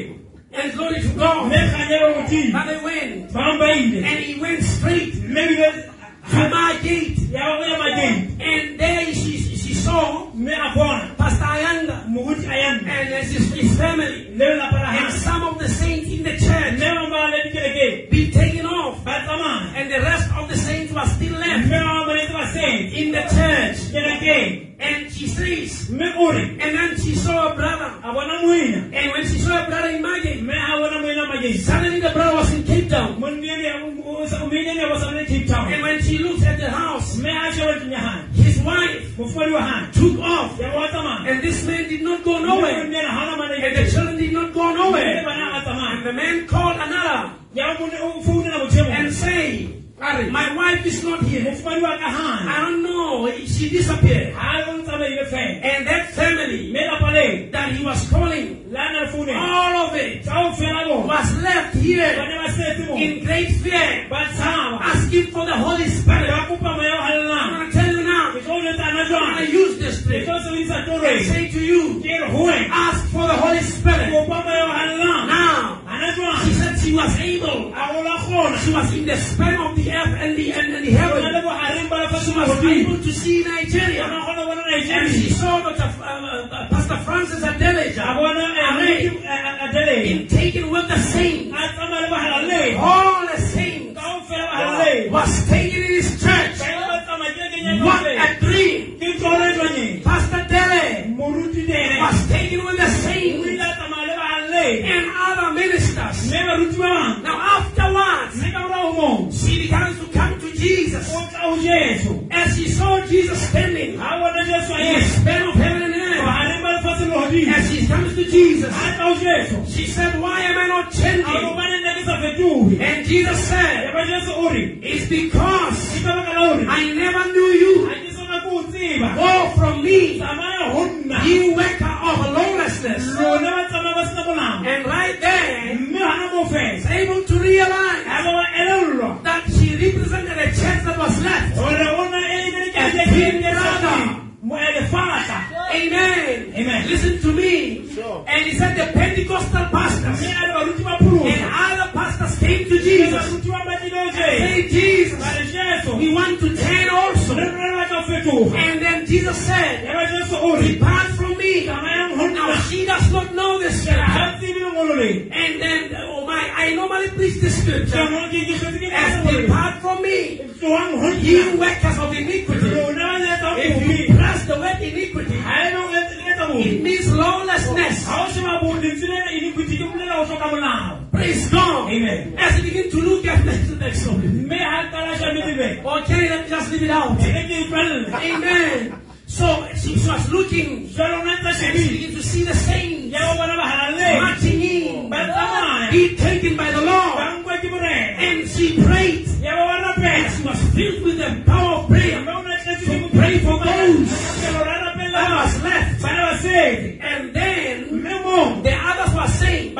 Speaker 2: and glory to
Speaker 1: mme
Speaker 2: God.
Speaker 1: kganya ba modimo
Speaker 2: But they went.
Speaker 1: bangwe ba ile
Speaker 2: And he went straight
Speaker 1: mme ebile
Speaker 2: to my gate.
Speaker 1: ya ba boya madimo
Speaker 2: And there she, she saw
Speaker 1: mme a bona
Speaker 2: Pastor Ayanda
Speaker 1: moruti a yang
Speaker 2: and his, his family
Speaker 1: le lelapa la
Speaker 2: and
Speaker 1: hae
Speaker 2: some of the saints in the
Speaker 1: mme
Speaker 2: church
Speaker 1: ba ba le dikerekeng
Speaker 2: be taken off.
Speaker 1: ba tsamaya
Speaker 2: And the rest of the saints were still left
Speaker 1: mme ba bangwe ba ne tse ba sedi
Speaker 2: in the church.
Speaker 1: kerekeng
Speaker 2: And she says,
Speaker 1: mme o re
Speaker 2: and then she saw a brother.
Speaker 1: a bona moina
Speaker 2: And when she saw a brother in my gate,
Speaker 1: mme a bona moina mageng
Speaker 2: suddenly the brother was in Cape Town.
Speaker 1: monnene ya- o- o- o- moinene ya bosa le cape town
Speaker 2: And when she
Speaker 1: Somebody were hanged.
Speaker 2: took off.
Speaker 1: They were man.
Speaker 2: And this man did not go nowhere.
Speaker 1: And
Speaker 2: And the children did not go nowhere. And
Speaker 1: the
Speaker 2: the man called another and say, My wife is not here.
Speaker 1: Mufumani wa
Speaker 2: I
Speaker 1: kahana.
Speaker 2: don't know. She disappeared.
Speaker 1: Alonzama imefe.
Speaker 2: And that family
Speaker 1: Mela pale.
Speaker 2: that he was calling,
Speaker 1: Lana fune.
Speaker 2: all of it
Speaker 1: Tau fenalo.
Speaker 2: was left here
Speaker 1: Bane basetimu.
Speaker 2: in great fear,
Speaker 1: Batama.
Speaker 2: asking for the Holy Spirit.
Speaker 1: Takupa mayo
Speaker 2: I'm
Speaker 1: halana.
Speaker 2: going to tell you now,
Speaker 1: Ikone
Speaker 2: I'm going to
Speaker 1: tanajwa.
Speaker 2: use this thing
Speaker 1: Ikose wisa
Speaker 2: and
Speaker 1: tore.
Speaker 2: say to you,
Speaker 1: Kero huwe.
Speaker 2: ask for the Holy Spirit
Speaker 1: Kupa mayo halana.
Speaker 2: now.
Speaker 1: Anajwa.
Speaker 2: She said she was able.
Speaker 1: Aola khona.
Speaker 2: She was in the span of the earth and the, and, and the heaven.
Speaker 1: Nalebo harimba la
Speaker 2: She
Speaker 1: fasu
Speaker 2: was
Speaker 1: masbi.
Speaker 2: able to see
Speaker 1: Ana
Speaker 2: Nigeria.
Speaker 1: khona wana
Speaker 2: And she
Speaker 1: Nigeria.
Speaker 2: saw Dr. F- uh, uh, Pastor Francis Adeleja
Speaker 1: Abona
Speaker 2: Amen.
Speaker 1: eh Ah, adele.
Speaker 2: being taken with the saints.
Speaker 1: Atama lebo halale.
Speaker 2: All the saints
Speaker 1: Tau fela halale.
Speaker 2: was taken in his church. Ah. What a dream! Pastor Dele was taken with the saints and other ministers. Now afterwards, she began to come to Jesus. As she saw Jesus standing
Speaker 1: Ah,
Speaker 2: in the span of heaven and earth, as she comes to
Speaker 1: Ah,
Speaker 2: Jesus, she said, Why am I not changing? And Jesus said, It's because I never knew you. Go from me, you worker of lawlessness. And right there, is able to realize that she represented a church that was left.
Speaker 1: e
Speaker 2: Amen.
Speaker 1: Amen.
Speaker 2: Listen to me.
Speaker 6: Sure.
Speaker 2: And he said the Pentecostal pastors and other pastors came to Jesus. Say, Jesus, we want to turn also. And then Jesus said, Depart from me. Now she does not know the scripture. And then, oh my, I normally preach the scripture. As depart from me, ye workers of iniquity. If you press the word iniquity, it means lawlessness. Praise God.
Speaker 1: Amen.
Speaker 2: As you begin to look at the next one. Or can you let- just leave it out? Amen. So she was looking and she began to see the saints marching in, be taken by the Lord. And she prayed. She was filled with the power of prayer. To pray for those that was left. And then the others were saying,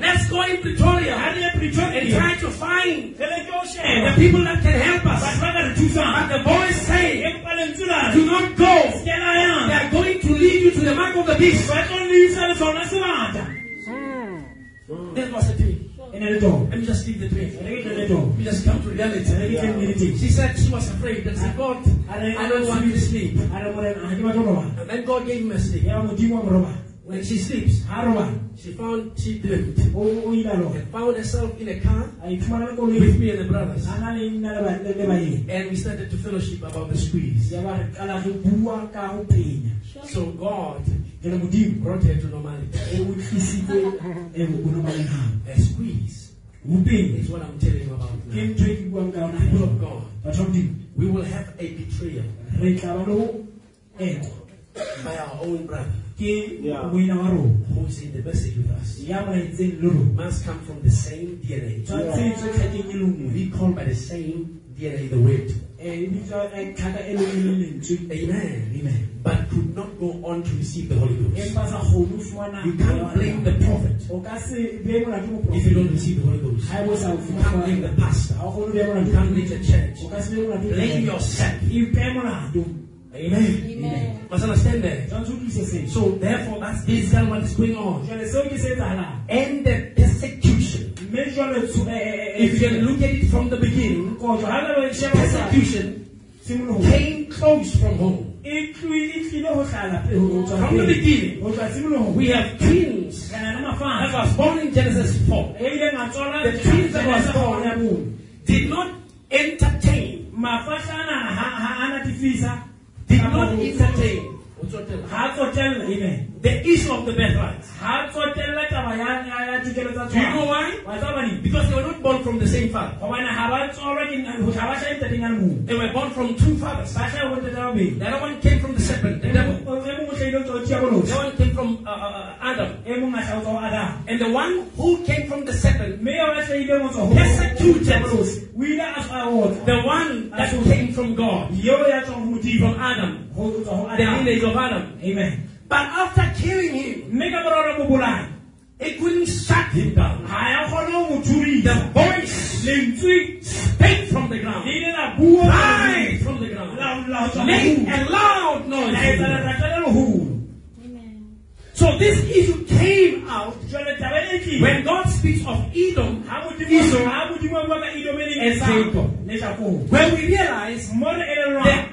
Speaker 2: let's go in Pretoria and try to find the people that can help us. But the boys say, do not go. They are going to lead you to the mark of the beast. That was the dream. Let me just leave the dream. We just come to reality. She said she was afraid and said, God, I don't want you to sleep. And then God gave him a sleep. When she sleeps, she found she dreamed. And found herself in a car with me and the brothers. And we started to fellowship about the squeeze. So God brought her to normality. A squeeze is what I'm telling you about now. People of God, we will have a betrayal by our own brother
Speaker 6: Yeah.
Speaker 2: who is in the message with us. Must come from the same DNA. We call by the same DNA the word.
Speaker 1: Eh, e
Speaker 2: Amen. Amen. But could not go on to receive the Holy Ghost. You can't blame the prophet if you don't receive the Holy Ghost. You can't blame the pastor. You can't blame the church. Blame yourself. Amen.
Speaker 8: Amen.
Speaker 2: Must understand that. So therefore, that's basically what is going on. And the persecution. If you look at it from the beginning, persecution came close from home. From the beginning, we have twins that was born in Genesis 4. The twins that was born did not entertain, did not entertain
Speaker 4: o tsotella.
Speaker 1: ha tsotella amen
Speaker 2: The issue of the birthright.
Speaker 1: ha tsotella taba ya ya ya dikelo tsa
Speaker 2: Do you
Speaker 1: tsona
Speaker 2: know why?
Speaker 1: wa tsaba ni
Speaker 2: Because they were not born from the same father.
Speaker 1: hobane ha ba tswalwa ke nna- ha ba shae ntate ngane mong
Speaker 2: They were born from two fathers.
Speaker 1: ba shae ho ntate ba bobedi
Speaker 2: The other one came from the serpent, the devil.
Speaker 1: o re mo tlile tso tia
Speaker 2: The
Speaker 1: bolotsa
Speaker 2: other one came from uh, uh, uh, Adam.
Speaker 1: e mong a shae tsa ada
Speaker 2: And the one who came from the serpent
Speaker 1: me yo ba shae mo tso
Speaker 2: persecuted
Speaker 1: o ile a sa wona
Speaker 2: the one that came from God,
Speaker 1: yo ya tswa ho modimo
Speaker 2: from Adam,
Speaker 1: ho tswa ho
Speaker 2: the
Speaker 1: ada
Speaker 2: lineage of Adam.
Speaker 1: amen
Speaker 2: But after killing him,
Speaker 1: mme ka morao mo bolaya
Speaker 2: it couldn't shut him down.
Speaker 1: ha ya kgone ho mo thurisa
Speaker 2: The voice
Speaker 1: lentswe
Speaker 2: spake from the ground,
Speaker 1: le ile la bua
Speaker 2: cried from the ground,
Speaker 1: la la tswa
Speaker 2: made
Speaker 1: ho
Speaker 2: a loud
Speaker 1: la etsa
Speaker 2: noise.
Speaker 1: lerata le leholo
Speaker 8: Amen.
Speaker 2: So this issue came out
Speaker 1: jwale taba e ke
Speaker 2: when God speaks of Edom,
Speaker 1: ha modimo
Speaker 2: Esau
Speaker 1: ha modimo a bua ka idome le
Speaker 2: and
Speaker 1: Esau,
Speaker 2: Jacob.
Speaker 1: le Jakobo.
Speaker 2: where we realize
Speaker 1: mo re elellwang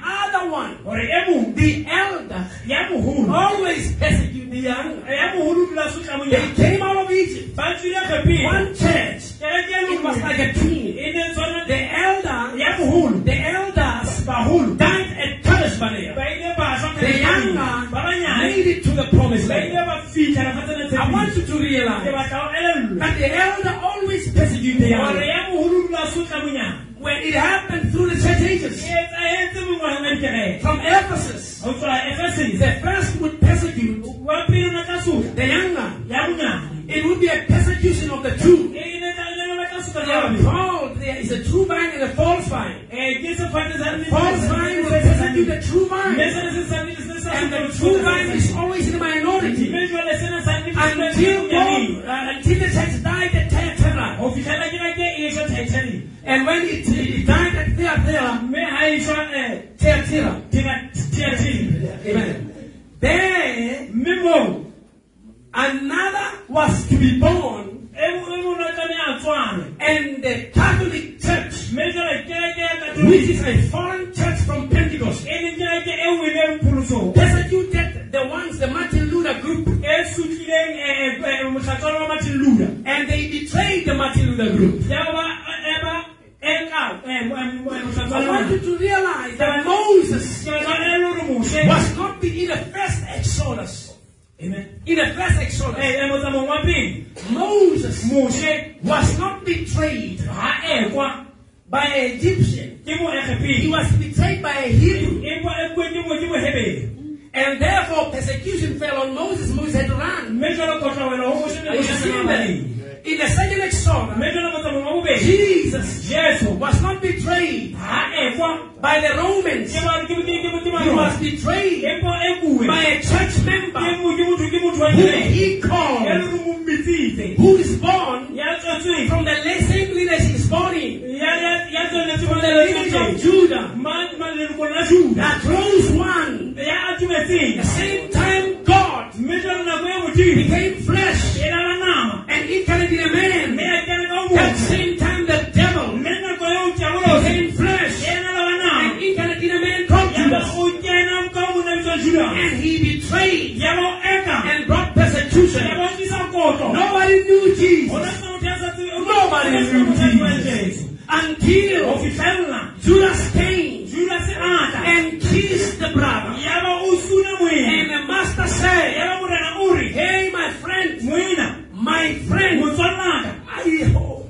Speaker 2: the other one,
Speaker 1: hore e mong
Speaker 2: the elder,
Speaker 1: ya moholo
Speaker 2: always persecute the younger.
Speaker 1: ya moholo o dula sotla
Speaker 2: They
Speaker 1: monyane
Speaker 2: came out of Egypt.
Speaker 1: ba tswile kgepeng
Speaker 2: One church.
Speaker 1: kereke e le
Speaker 2: It was
Speaker 1: nngwe
Speaker 2: like a team.
Speaker 1: e ne tswana
Speaker 2: The elder,
Speaker 1: ya moholo
Speaker 2: the elders
Speaker 1: baholo
Speaker 2: died at Kadesh Barnea.
Speaker 1: ba ile ba shwa
Speaker 2: The
Speaker 1: Kadesh-barnea.
Speaker 2: younger
Speaker 1: ba banyane
Speaker 2: made it to the promised
Speaker 1: ba
Speaker 2: land.
Speaker 1: ile ba fihla lefatshe le
Speaker 2: I want
Speaker 1: tshepiso
Speaker 2: you to
Speaker 1: ke
Speaker 2: realize
Speaker 1: batla ho elellwa
Speaker 2: that the elder always persecuted the
Speaker 1: hore
Speaker 2: younger.
Speaker 1: ya moholo o dula sotla monyane
Speaker 2: When it happened through the church
Speaker 1: e
Speaker 2: ages,
Speaker 1: etsahetse mongwana ka dikereke
Speaker 2: from Ephesus,
Speaker 1: ho tswa efeses
Speaker 2: the first would persecute
Speaker 1: wa pele na ka sotla
Speaker 2: the younger.
Speaker 1: ya bonyane
Speaker 2: It would be a persecution of the two.
Speaker 1: e ile tsa ile ba ka sotla
Speaker 2: They
Speaker 1: ya
Speaker 2: are
Speaker 1: bobedi.
Speaker 2: called, there is a true vine and a false vine.
Speaker 1: Eh, ke sefate sa nnete
Speaker 2: False vine will persecute the true
Speaker 1: Mme
Speaker 2: vine.
Speaker 1: sena se sa nnete se sa
Speaker 2: And the
Speaker 1: se
Speaker 2: true
Speaker 1: sa-
Speaker 2: vine is always in the minority.
Speaker 1: Mme jwale sena sa nnete se sa-
Speaker 2: Until God,
Speaker 1: Nyaneng.
Speaker 2: uh, until the church died at Thyatira.
Speaker 1: Ho fitlhela kereke e shwa Titanic.
Speaker 2: And when it, it died at Thyatira,
Speaker 1: Mme ha e shwa, eh,
Speaker 2: uh, Thyatira,
Speaker 1: Tima- Titanic.
Speaker 2: amen. There,
Speaker 1: Mme moo,
Speaker 2: another was to be born,
Speaker 1: e mo- e mong o tlameha a tswalwe.
Speaker 2: and the Catholic Church,
Speaker 1: Mme jwale kereke ya Katolika,
Speaker 2: which is a foreign church from Pentecost,
Speaker 1: e leng kereke e weleng pholosong,
Speaker 2: persecuted the ones, the Martin Luther group,
Speaker 1: e sutlileng, eh, eh, eh, mohlatswana wa Martin Luther.
Speaker 2: and they betrayed the Martin Luther group.
Speaker 1: Ya ba- eh, ba- eh, ka- eh, mo- eh, mo- eh,
Speaker 2: I
Speaker 1: mohlatswana wa-
Speaker 2: want you to realize that Moses
Speaker 1: Ke batla e le hore mose-
Speaker 2: was not the, in the first Exodus.
Speaker 1: Amen.
Speaker 2: In the first Exodus,
Speaker 1: Eh, eh, motsamong wa pele
Speaker 2: Moses
Speaker 1: mose
Speaker 2: was not betrayed
Speaker 1: ha ekwa
Speaker 2: by an Egyptian.
Speaker 1: ke
Speaker 2: He
Speaker 1: moegepele
Speaker 2: was betrayed by a Hebrew.
Speaker 1: ekwa ekwe ke mo- ke mohebele
Speaker 2: And therefore, persecution fell on Moses. Moses had to run.
Speaker 1: mme jalo kotlawela go mose
Speaker 2: Are you seeing that?
Speaker 1: mme
Speaker 2: In the second Exodus,
Speaker 1: jalo motsamong wa bobedi
Speaker 2: Jesus
Speaker 1: jesu
Speaker 2: was not betrayed
Speaker 1: ha ekwa
Speaker 2: by the Romans.
Speaker 1: ke ba- ke- ke- ke
Speaker 2: He was
Speaker 1: motimanwa
Speaker 2: betrayed
Speaker 1: ekwa ekue
Speaker 2: by a church
Speaker 1: ke
Speaker 2: member
Speaker 1: mo- ke motho ke motho wa
Speaker 2: who
Speaker 1: kereke
Speaker 2: he
Speaker 1: ya
Speaker 2: called,
Speaker 1: le mo mmitsitse
Speaker 2: who is born
Speaker 1: ya tswetswe
Speaker 2: from the same lineage he's born in,
Speaker 1: ya ya- ya tsweletse mo
Speaker 2: from the lineage of
Speaker 1: lelekeng
Speaker 2: Judah.
Speaker 1: ma ma- leloko la juda
Speaker 2: that rose one.
Speaker 1: ya
Speaker 2: The
Speaker 1: atumetseng
Speaker 2: same time God
Speaker 1: mme jalo nako e modimo
Speaker 2: became flesh
Speaker 1: e lala nama
Speaker 2: and incarnated a
Speaker 1: mme
Speaker 2: man.
Speaker 1: ya kena ka
Speaker 2: That
Speaker 1: bomo
Speaker 2: same time the devil
Speaker 1: mme nako eo diabolosi
Speaker 2: became flesh
Speaker 1: e lala ba
Speaker 2: and
Speaker 1: nama
Speaker 2: incarnated a man called
Speaker 1: yaba
Speaker 2: Judas.
Speaker 1: o kena ka mona bitsa juda
Speaker 2: And he betrayed
Speaker 1: yaba o eka
Speaker 2: and brought persecution.
Speaker 1: yaba o tlisa kotlo
Speaker 2: Nobody knew Jesus
Speaker 1: ona se motho ya sa tsebe-
Speaker 2: Nobody
Speaker 1: ona se
Speaker 2: knew
Speaker 1: motho ya tsebang
Speaker 2: Jesus.
Speaker 1: Jesu. ho
Speaker 2: until
Speaker 1: fihlella
Speaker 2: Judas came
Speaker 1: Judas a ata
Speaker 2: and kissed the brother.
Speaker 1: yaba o suna
Speaker 2: And
Speaker 1: moena
Speaker 2: the master said,
Speaker 1: yaba morena o re
Speaker 2: Hey, my friend,
Speaker 1: moena
Speaker 2: my friend,
Speaker 1: motswallaka
Speaker 2: I hope.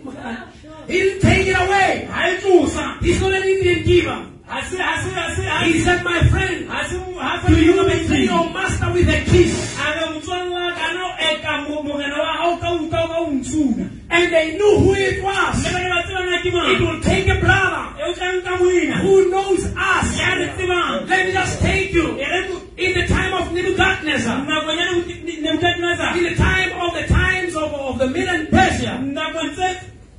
Speaker 2: He didn't oh, take it away.
Speaker 1: ha e tlosa
Speaker 2: He's not an Indian giver.
Speaker 1: ha se ha se ha se ha
Speaker 2: He
Speaker 1: se
Speaker 2: said, my friend,
Speaker 1: ha se ha se
Speaker 2: do you
Speaker 1: ha se-
Speaker 2: betray your master with a kiss?
Speaker 1: a re motswalla kana o eka mo- morena wa hao ka uka o ka o ntsuna
Speaker 2: And they knew E, who it
Speaker 1: mme
Speaker 2: was.
Speaker 1: ba ne ba tseba na ke
Speaker 2: It
Speaker 1: mang
Speaker 2: will take a brother
Speaker 1: e o tlang ka moena
Speaker 2: who knows us.
Speaker 1: ya re tsebang
Speaker 2: Let me just take you
Speaker 1: e re mo-
Speaker 2: in the time of Nebuchadnezzar,
Speaker 1: nakong ya Nebuchad- nebukadnezar
Speaker 2: in the time of the times of, of the Middle and Persia.
Speaker 1: nakong tse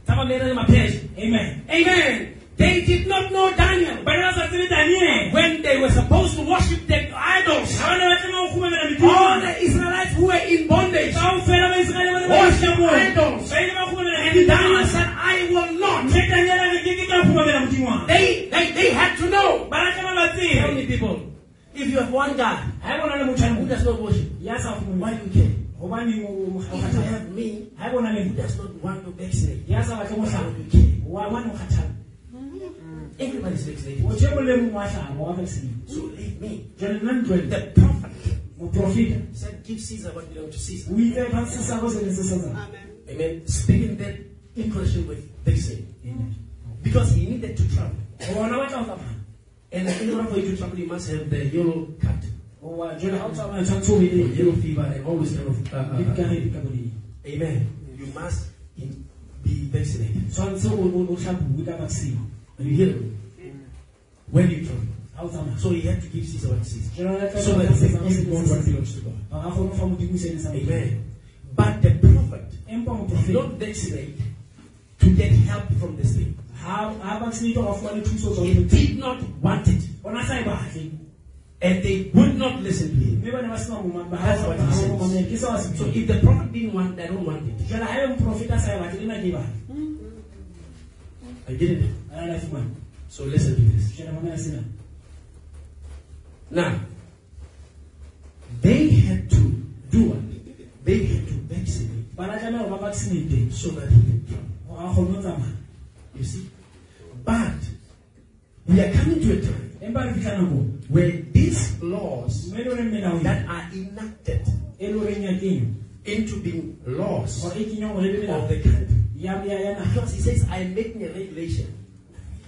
Speaker 2: Some of Middle and Persia.
Speaker 1: amen
Speaker 2: Amen. They did not know Daniel
Speaker 1: ba ne ba sa tsebe daniele
Speaker 2: when they were supposed to worship their idols.
Speaker 1: ga ba ne ba tlema go kgumamela
Speaker 2: All
Speaker 1: medimo
Speaker 2: the Israelites who were in bondage.
Speaker 1: kao fela baiseraele ba ne ba
Speaker 2: Worship
Speaker 1: moo.
Speaker 2: idols.
Speaker 1: ba ile ba kgumamela
Speaker 2: And Daniel
Speaker 1: medimo
Speaker 2: said, I will not.
Speaker 1: mme daniele a re ke ke ka kgumamela modimo wa ka.
Speaker 2: They, they, they had to know.
Speaker 1: ba rata ba ba
Speaker 2: Tell
Speaker 1: tsebe
Speaker 2: me, people, if you have one God
Speaker 1: ga e bona le motho a
Speaker 2: who
Speaker 1: mo-
Speaker 2: does not worship,
Speaker 1: ya sa
Speaker 2: why
Speaker 1: kgumamela
Speaker 2: do you care?
Speaker 1: gobaneng
Speaker 2: If
Speaker 1: o
Speaker 2: you
Speaker 1: mokgathala
Speaker 2: have me
Speaker 1: ga e bona le
Speaker 2: who does not want to vaccinate,
Speaker 1: ya sa
Speaker 2: why
Speaker 1: batle
Speaker 2: do
Speaker 1: motlhao
Speaker 2: you care?
Speaker 1: wa wane o kgathala
Speaker 2: Everybody's vaccinated.
Speaker 1: o je molemo wa tlhao wa vaccine
Speaker 2: So leave me.
Speaker 1: jale nna ntlwele
Speaker 2: The prophet
Speaker 1: muprofita
Speaker 2: Said, give Caesar what belongs to Caesar.
Speaker 1: o ile basisa kozenze sezana
Speaker 8: Amen.
Speaker 2: Amen. Speaking that in connection with Basin. Because he needed to travel.
Speaker 1: wona wa tsamaya
Speaker 2: And in order for you to travel, you must have the yellow card.
Speaker 1: wa jona ha o tsamaya tshwantsho ile
Speaker 2: The yellow fever
Speaker 1: e
Speaker 2: and all this kind of. Uh,
Speaker 1: di
Speaker 2: uh,
Speaker 1: ka
Speaker 2: uh,
Speaker 1: re di ka bodi
Speaker 2: amen. You must in- be vaccinated.
Speaker 1: tshwantsho o o o hlabu ka vaccine
Speaker 2: You hear me? When you travel.
Speaker 1: ha o tsamaya
Speaker 2: So he had to give Caesar what Caesar.
Speaker 1: jona la tla
Speaker 2: So that he
Speaker 1: se se
Speaker 2: can give God what
Speaker 1: se
Speaker 2: belongs to God.
Speaker 1: ba ha ho fa mo di buiseng sa
Speaker 2: Amen. But the prophet
Speaker 1: empa mo
Speaker 2: did
Speaker 1: profeta
Speaker 2: not vaccinate to get help from the state.
Speaker 1: ha ha vaccine ka wa fumane thuso tsa
Speaker 2: He
Speaker 1: ho
Speaker 2: did not want it.
Speaker 1: bona sa e batle
Speaker 2: And they would not listen to him.
Speaker 1: mme bana ba sena bomang ba
Speaker 2: That's what he says.
Speaker 1: mamela ke sewa
Speaker 2: So
Speaker 1: setso
Speaker 2: if the prophet didn't want, I don't want it.
Speaker 1: jala ha e moprofeta sa e batle le na ke e batle
Speaker 2: I didn't.
Speaker 1: ana la fumane
Speaker 2: So listen to this.
Speaker 1: jala mamela sena
Speaker 2: Now, they had to do what? They had to vaccinate
Speaker 1: bana tlameha hore ba vaccinate
Speaker 2: so that he can travel.
Speaker 1: hore a kgone ho tsamaya
Speaker 2: You see? But we are coming to a time
Speaker 1: empa re fitlha nakong
Speaker 2: where these laws
Speaker 1: mme le hore melao e-
Speaker 2: that are enacted
Speaker 1: e le horeng ya kenya
Speaker 2: into being laws
Speaker 1: hore e kenywa hore le melao
Speaker 2: of the country.
Speaker 1: ya ya ya naha
Speaker 2: Because he says, I'm making a regulation.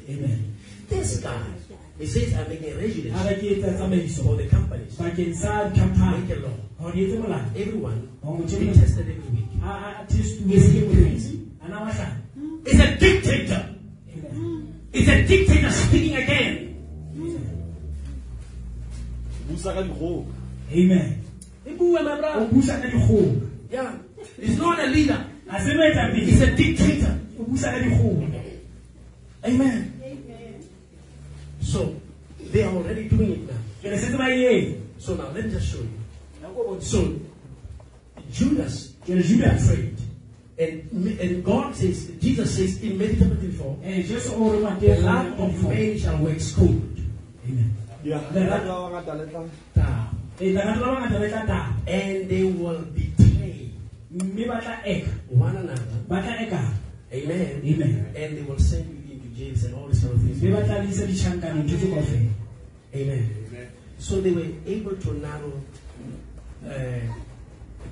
Speaker 2: Amen. This guy, he says, I'm making a
Speaker 1: ha
Speaker 2: regulation
Speaker 1: ba ke etsa
Speaker 2: for
Speaker 1: tsamaiso
Speaker 2: the companies.
Speaker 1: bakeng sa
Speaker 2: Make a
Speaker 1: dikhampani
Speaker 2: law.
Speaker 1: hore di etse molao
Speaker 2: Everyone
Speaker 1: Oh,
Speaker 2: will
Speaker 1: which
Speaker 2: be
Speaker 1: is- Ah,
Speaker 2: tested every week.
Speaker 1: a a testuwe ana mahlana
Speaker 2: It's a dictator. It's a dictator speaking again.
Speaker 6: busa ka dikgogo
Speaker 1: amen
Speaker 2: He boo, my
Speaker 1: o
Speaker 2: brother.
Speaker 1: busa ka dikgoho
Speaker 2: Yeah. He's not a leader.
Speaker 1: ha se moetapele
Speaker 2: He's a dictator.
Speaker 1: o busa ka dikgoho
Speaker 2: Amen.
Speaker 8: Amen.
Speaker 2: So they are already doing it now.
Speaker 1: ke re setse ba e
Speaker 2: So now let me just show you.
Speaker 1: etsa
Speaker 2: So Judas
Speaker 1: ke re judas
Speaker 2: prayed. And, and God says, Jesus says in Matthew chapter 24,
Speaker 1: eh jesu o re
Speaker 2: the
Speaker 1: mateo
Speaker 2: love of man shall wax cold.
Speaker 1: amen
Speaker 6: Ya,
Speaker 1: Lera-
Speaker 6: ba bangata le tla-
Speaker 2: Now,
Speaker 1: e tla ka ba ngata ba tla taba
Speaker 2: and they will betray
Speaker 1: mme ba tla eka
Speaker 2: one another.
Speaker 1: ba tla eka
Speaker 2: Amen.
Speaker 1: Amen.
Speaker 2: And they will send you into jails and all these kind of
Speaker 1: mme ba
Speaker 2: things.
Speaker 1: tla lisa ditjhankaneng ntho tse kaofela
Speaker 2: Amen. So they were able to narrow uh,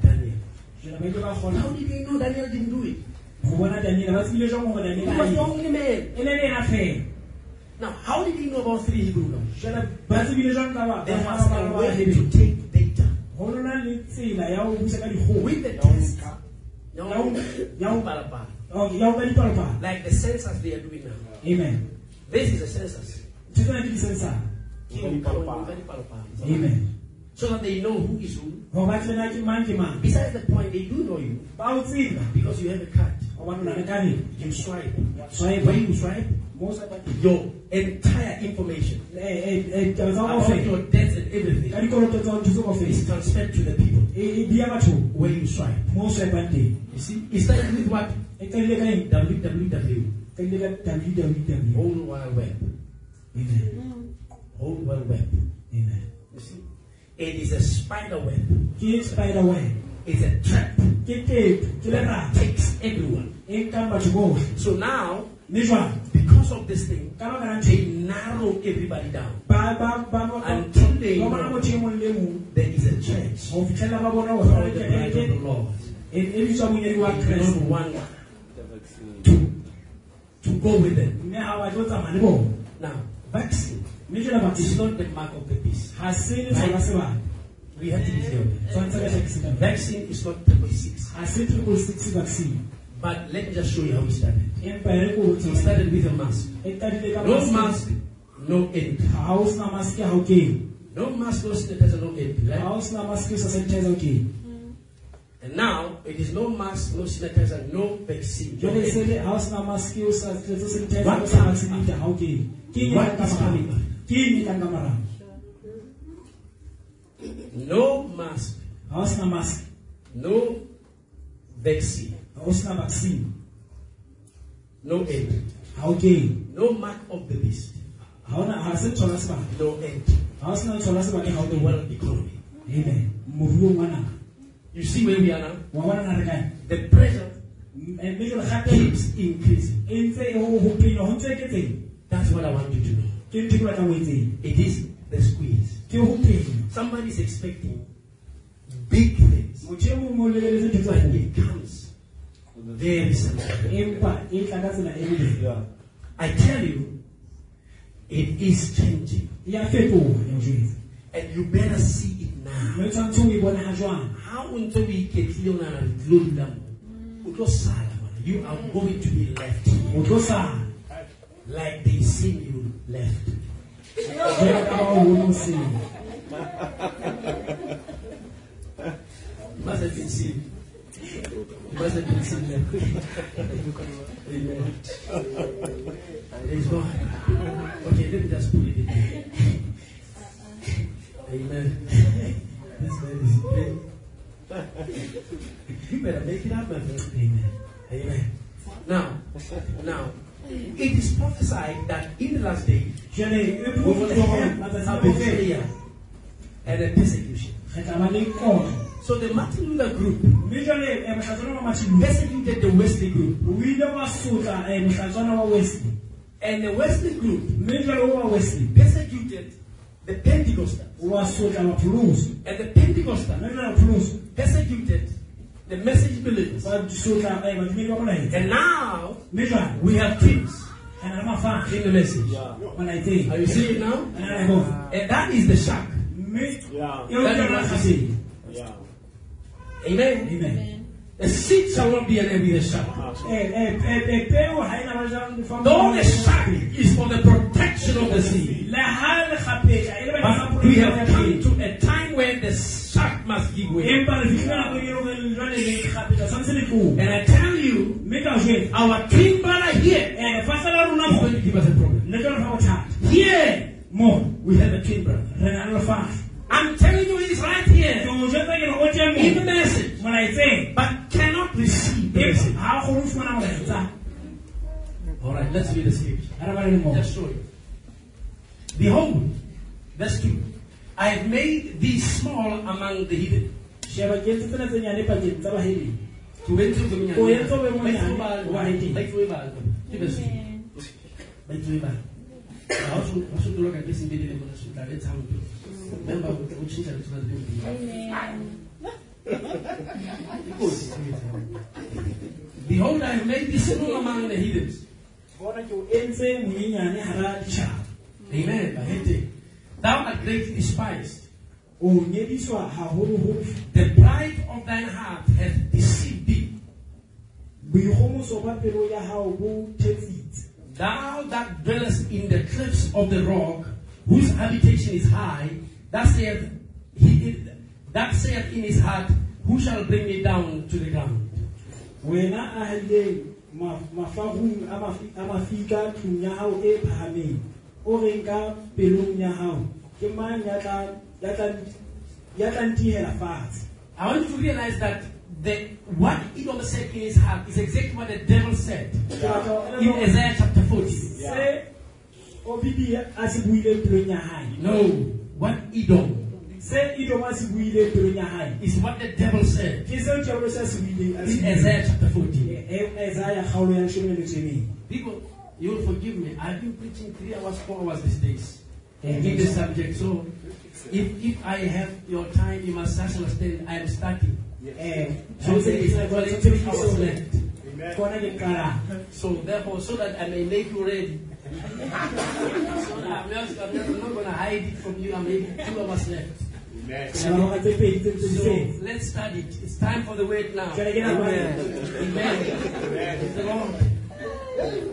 Speaker 2: Daniel.
Speaker 1: jela ba ke ba
Speaker 2: How
Speaker 1: kgona
Speaker 2: did they know Daniel didn't do it?
Speaker 1: go bona daniela ba tsebile jang gore
Speaker 2: He
Speaker 1: daniela a
Speaker 2: was the
Speaker 1: e-
Speaker 2: only man.
Speaker 1: e le ena fela
Speaker 2: Now, how did he know about three Hebrew laws?
Speaker 1: jela ba tsebile jang ka ba-
Speaker 2: There
Speaker 1: ba-
Speaker 2: was
Speaker 1: ba-
Speaker 2: a
Speaker 1: ba-
Speaker 2: way
Speaker 1: ba-
Speaker 2: to take data
Speaker 1: ho lona le tsela ya ho busa ka dikgoho
Speaker 2: with the test. No,
Speaker 1: Now- now-
Speaker 2: Palapa.
Speaker 1: Oh, ya ho ka dipalopalo
Speaker 2: like the census they are doing now.
Speaker 1: amen
Speaker 2: This is a census.
Speaker 1: ntho tsena ke disensara
Speaker 6: Palapa.
Speaker 2: Palapa.
Speaker 1: amen
Speaker 2: So that they know who is who.
Speaker 1: ho ba tsena ke mang ke mang
Speaker 2: Besides the point, they do know you
Speaker 1: ba o tseba
Speaker 2: because you have a card.
Speaker 1: hobane o na le kabelo
Speaker 2: You swipe.
Speaker 1: swipe.
Speaker 2: When you swipe,
Speaker 1: mo o swipe-
Speaker 2: your entire information
Speaker 1: Eh, eh, eh, taba tsa ho
Speaker 2: about
Speaker 1: kaofela
Speaker 2: your debts and
Speaker 1: ka
Speaker 2: everything
Speaker 1: dikoloto tsa ho ntho tse
Speaker 2: is
Speaker 1: kaofela
Speaker 2: transferred to the people
Speaker 1: e e diya batho
Speaker 2: where you swipe.
Speaker 1: mo o swipang teng
Speaker 2: You see, it started with what?
Speaker 1: e qadile ka eng
Speaker 2: www.
Speaker 1: qadile ka www
Speaker 2: Whole Wide Web.
Speaker 1: amen
Speaker 2: Whole Wide Web.
Speaker 1: amen
Speaker 2: You see, it is a spider web.
Speaker 1: ke spider web
Speaker 2: It's a trap
Speaker 1: ke tepo ke
Speaker 2: that
Speaker 1: lerata
Speaker 2: takes everyone.
Speaker 1: e nkang batho bohle
Speaker 2: So now,
Speaker 1: mme jwang
Speaker 2: because of this thing,
Speaker 1: ka baka la ntho
Speaker 2: they narrow everybody down.
Speaker 1: ba ba ba ba ba
Speaker 2: Until they
Speaker 1: ba bona
Speaker 2: know
Speaker 1: motho e mong le mong
Speaker 2: there is a church
Speaker 1: ho fitlhela ba bona
Speaker 2: for
Speaker 1: hore
Speaker 2: the
Speaker 1: ke
Speaker 2: bride of the
Speaker 1: ke
Speaker 2: Lord.
Speaker 1: e e bitswa monyadi wa
Speaker 2: You
Speaker 1: Kreste
Speaker 2: cannot want to, to go with them.
Speaker 1: mme ha wa tlo tsamaya le bona
Speaker 2: Now, vaccine
Speaker 1: mme jwale batho
Speaker 2: is not the mark of the beast.
Speaker 1: ha se le sona se ba
Speaker 2: We have to be clear. with that.
Speaker 1: tshwantse ba hlakisa ka
Speaker 2: Vaccine is not the six.
Speaker 1: ha se triple six vaccine
Speaker 2: But let me just show you how it started.
Speaker 1: empa e re ko ho
Speaker 2: It
Speaker 1: tsela
Speaker 2: started with a mask.
Speaker 1: e tadile ka
Speaker 2: No mask, no end.
Speaker 1: ha o sna mask ha o ke
Speaker 2: No mask, no sanitizer, no end. Right?
Speaker 1: ha o sna mask o sa sanitize o ke
Speaker 2: And now it is no mask, no sanitizer, no vaccine. no
Speaker 1: jwale se
Speaker 2: anything.
Speaker 1: le ha o sna mask o sa sa sanitize
Speaker 2: What
Speaker 1: o sa
Speaker 2: comes
Speaker 1: vaccine ha o ke ke
Speaker 2: What
Speaker 1: nya ka
Speaker 2: is
Speaker 1: mara
Speaker 2: coming up?
Speaker 1: ke nya ka mara
Speaker 2: No mask,
Speaker 1: ha o sna mask
Speaker 2: no vaccine,
Speaker 1: ha o sna vaccine
Speaker 2: no end.
Speaker 1: ha o ke
Speaker 2: No mark of the beast,
Speaker 1: ha ona ha se tsona se ba
Speaker 2: no end.
Speaker 1: ha o sna tsona se ba ke ha o
Speaker 2: Of the
Speaker 1: ke
Speaker 2: world economy.
Speaker 1: Amen. Moruong wa naga.
Speaker 2: You see where we are now?
Speaker 1: Wa bona na re kae?
Speaker 2: The pressure
Speaker 1: M- eh, Mme jalo gape
Speaker 2: keeps increasing.
Speaker 1: e ntse e ho ho penya ho ntse e eketseng.
Speaker 2: That's what I want you to know.
Speaker 1: Ke ntho e ke batlang ho etseng.
Speaker 2: It is the squeeze.
Speaker 1: Ke ho penya.
Speaker 2: Somebody is expecting big things,
Speaker 1: modimo mo lebeletse ntho tsa
Speaker 2: but
Speaker 1: kgolo.
Speaker 2: it comes very simple.
Speaker 1: empa e tla ka tsela e nngwe.
Speaker 6: Yeah.
Speaker 2: I tell you, it is changing.
Speaker 1: e a fetoga ya jwetse
Speaker 2: And you better see it
Speaker 1: mme
Speaker 2: now.
Speaker 1: o tshwanetse o e bona ha jwang
Speaker 2: How until we get Leon and Glory you are going to be left
Speaker 1: o tlo sala
Speaker 2: like they seen you left.
Speaker 1: jwalo ka ba o bone o sele.
Speaker 2: You must have been seen. You must have been seen left. Amen. Praise God. Okay, let me just put it in there. Amen. This man is big. You better make it up, my friend. Amen. Amen. Now, now, it is prophesied that in the last day,
Speaker 1: jwale e
Speaker 2: we will
Speaker 1: phofotswa
Speaker 2: have
Speaker 1: matsatsi a
Speaker 2: a
Speaker 1: bofelo
Speaker 2: betrayal and a persecution.
Speaker 1: re tla ba le kotlo
Speaker 2: So the Martin Luther group
Speaker 1: mme jwale eh, mohlatswana wa mathibe
Speaker 2: persecuted the Wesley group,
Speaker 1: o ile wa sotla eh, mohlatswana wa wesley
Speaker 2: and the Wesley group
Speaker 1: mme jwale o wa wesley
Speaker 2: persecuted the Pentecostals,
Speaker 1: o wa sotla bapholoso
Speaker 2: and the Pentecostals
Speaker 1: mme jwale bapholoso
Speaker 2: persecuted the message believers.
Speaker 1: ba sotla eh, badumedi ba molaetsa
Speaker 2: And now
Speaker 1: mme jwale
Speaker 2: we have teams
Speaker 1: re na le mafahla eh,
Speaker 2: in the message.
Speaker 6: Yeah.
Speaker 1: molaetseng
Speaker 2: Are you seeing it now?
Speaker 1: Re na le bona.
Speaker 2: And that is the shock.
Speaker 1: mme
Speaker 6: Yeah.
Speaker 1: eo ke yona kgasedi
Speaker 6: Yeah.
Speaker 2: Amen.
Speaker 1: amen
Speaker 2: The seed shall not be an enemy shock.
Speaker 1: Eh, eh, eh, eh, peo ha ena ba jang lefatshe.
Speaker 2: Though the shock is for the protection of the seed.
Speaker 1: Le ha le kgapetla, e le ba
Speaker 2: But
Speaker 1: disapo-
Speaker 2: we have come to a time where the shock must give way.
Speaker 1: Empa le fihlile nako eo re le- jwale le kgapetla, tshwantse le tlohe.
Speaker 2: And I tell you,
Speaker 1: Mme ka o jwetsa,
Speaker 2: our king brother here
Speaker 1: eh, lefatshe la rona
Speaker 2: is
Speaker 1: mo,
Speaker 2: going to give us a problem.
Speaker 1: le tlo re fa bothata.
Speaker 2: Here
Speaker 1: Mo,
Speaker 2: we have a king brother.
Speaker 1: re na le lefatshe.
Speaker 2: I'm telling you, he's right
Speaker 1: Ke
Speaker 2: here
Speaker 1: o jwetsa ke re o teng
Speaker 2: in the
Speaker 1: mo,
Speaker 2: message,
Speaker 1: molaetseng.
Speaker 2: but cannot receive the
Speaker 1: Empa
Speaker 2: message.
Speaker 1: ha o kgone ho fumana molaetsa.
Speaker 2: All right, let's read the scripture.
Speaker 1: Ha re bale le mo.
Speaker 2: Just show you. Behold, verse two. I have made thee small among the heathen.
Speaker 1: Sheba ke etse tsena tse nyane pakeng tsa baheno.
Speaker 2: To went through the
Speaker 1: O entse o be
Speaker 2: Minyana.
Speaker 1: monyane wa heathen.
Speaker 2: By two by Give us
Speaker 8: Amen.
Speaker 2: by two by. Ha o so ha o so tlola ka ke sembele le bona so tla let's have it. Remember o o tshintsha le tsona le
Speaker 8: Amen.
Speaker 2: Behold, I have made thee small among the heathens.
Speaker 1: Bona ke o entse monyenyane hara ditjhaba.
Speaker 2: Amen. I hate it. Thou art greatly despised.
Speaker 1: O nyediswa haholoholo.
Speaker 2: The pride of thine heart hath deceived thee.
Speaker 1: boikgomoso ba pelo ya hao bo thetsitse
Speaker 2: Thou that dwellest in the cliffs of the rock, whose habitation is high, that saith he that saith in his heart, Who shall bring me down to the ground?
Speaker 1: wena a halileng ma- mafahung a mafi- a mafika tlung ya hao e phahameng o reng ka pelong ya hao ke mang ya tla- ya tla- ya tla ntihela fatshe
Speaker 2: I want you to realize that the what Edom said in his heart is exactly what the devil said
Speaker 1: Ke batla hore
Speaker 2: in
Speaker 1: le-
Speaker 2: Isaiah chapter 40.
Speaker 1: se obidi a se buileng pelong ya hae
Speaker 2: No, what Edom
Speaker 1: se idom a se buileng pelong ya hae
Speaker 2: is what the devil said
Speaker 1: ke seo jabolo se a se buileng a se
Speaker 2: in
Speaker 1: buileng.
Speaker 2: Isaiah chapter 40.
Speaker 1: E- e- Isaiah kgaolo ya leshome le metso e mene.
Speaker 2: People, you will forgive me. I've been preaching three hours, four hours these days
Speaker 1: Yeah,
Speaker 2: in this
Speaker 1: yeah.
Speaker 2: subject. So, if if I have your time, you must just understand I am starting.
Speaker 1: Eh,
Speaker 2: So there is actually two hours
Speaker 1: so-
Speaker 2: left.
Speaker 1: kona ke qalang
Speaker 2: So therefore, so that I may make you ready. so that I'm not, I'm not, I'm not going to hide it from you. I'm making two hours left.
Speaker 1: Dialoga tse pedi tse ntse di
Speaker 2: So
Speaker 1: feta.
Speaker 2: let's start it. It's time for the word now.
Speaker 1: Jwale ke nako ya eng?
Speaker 2: Amen. Praise the Lord.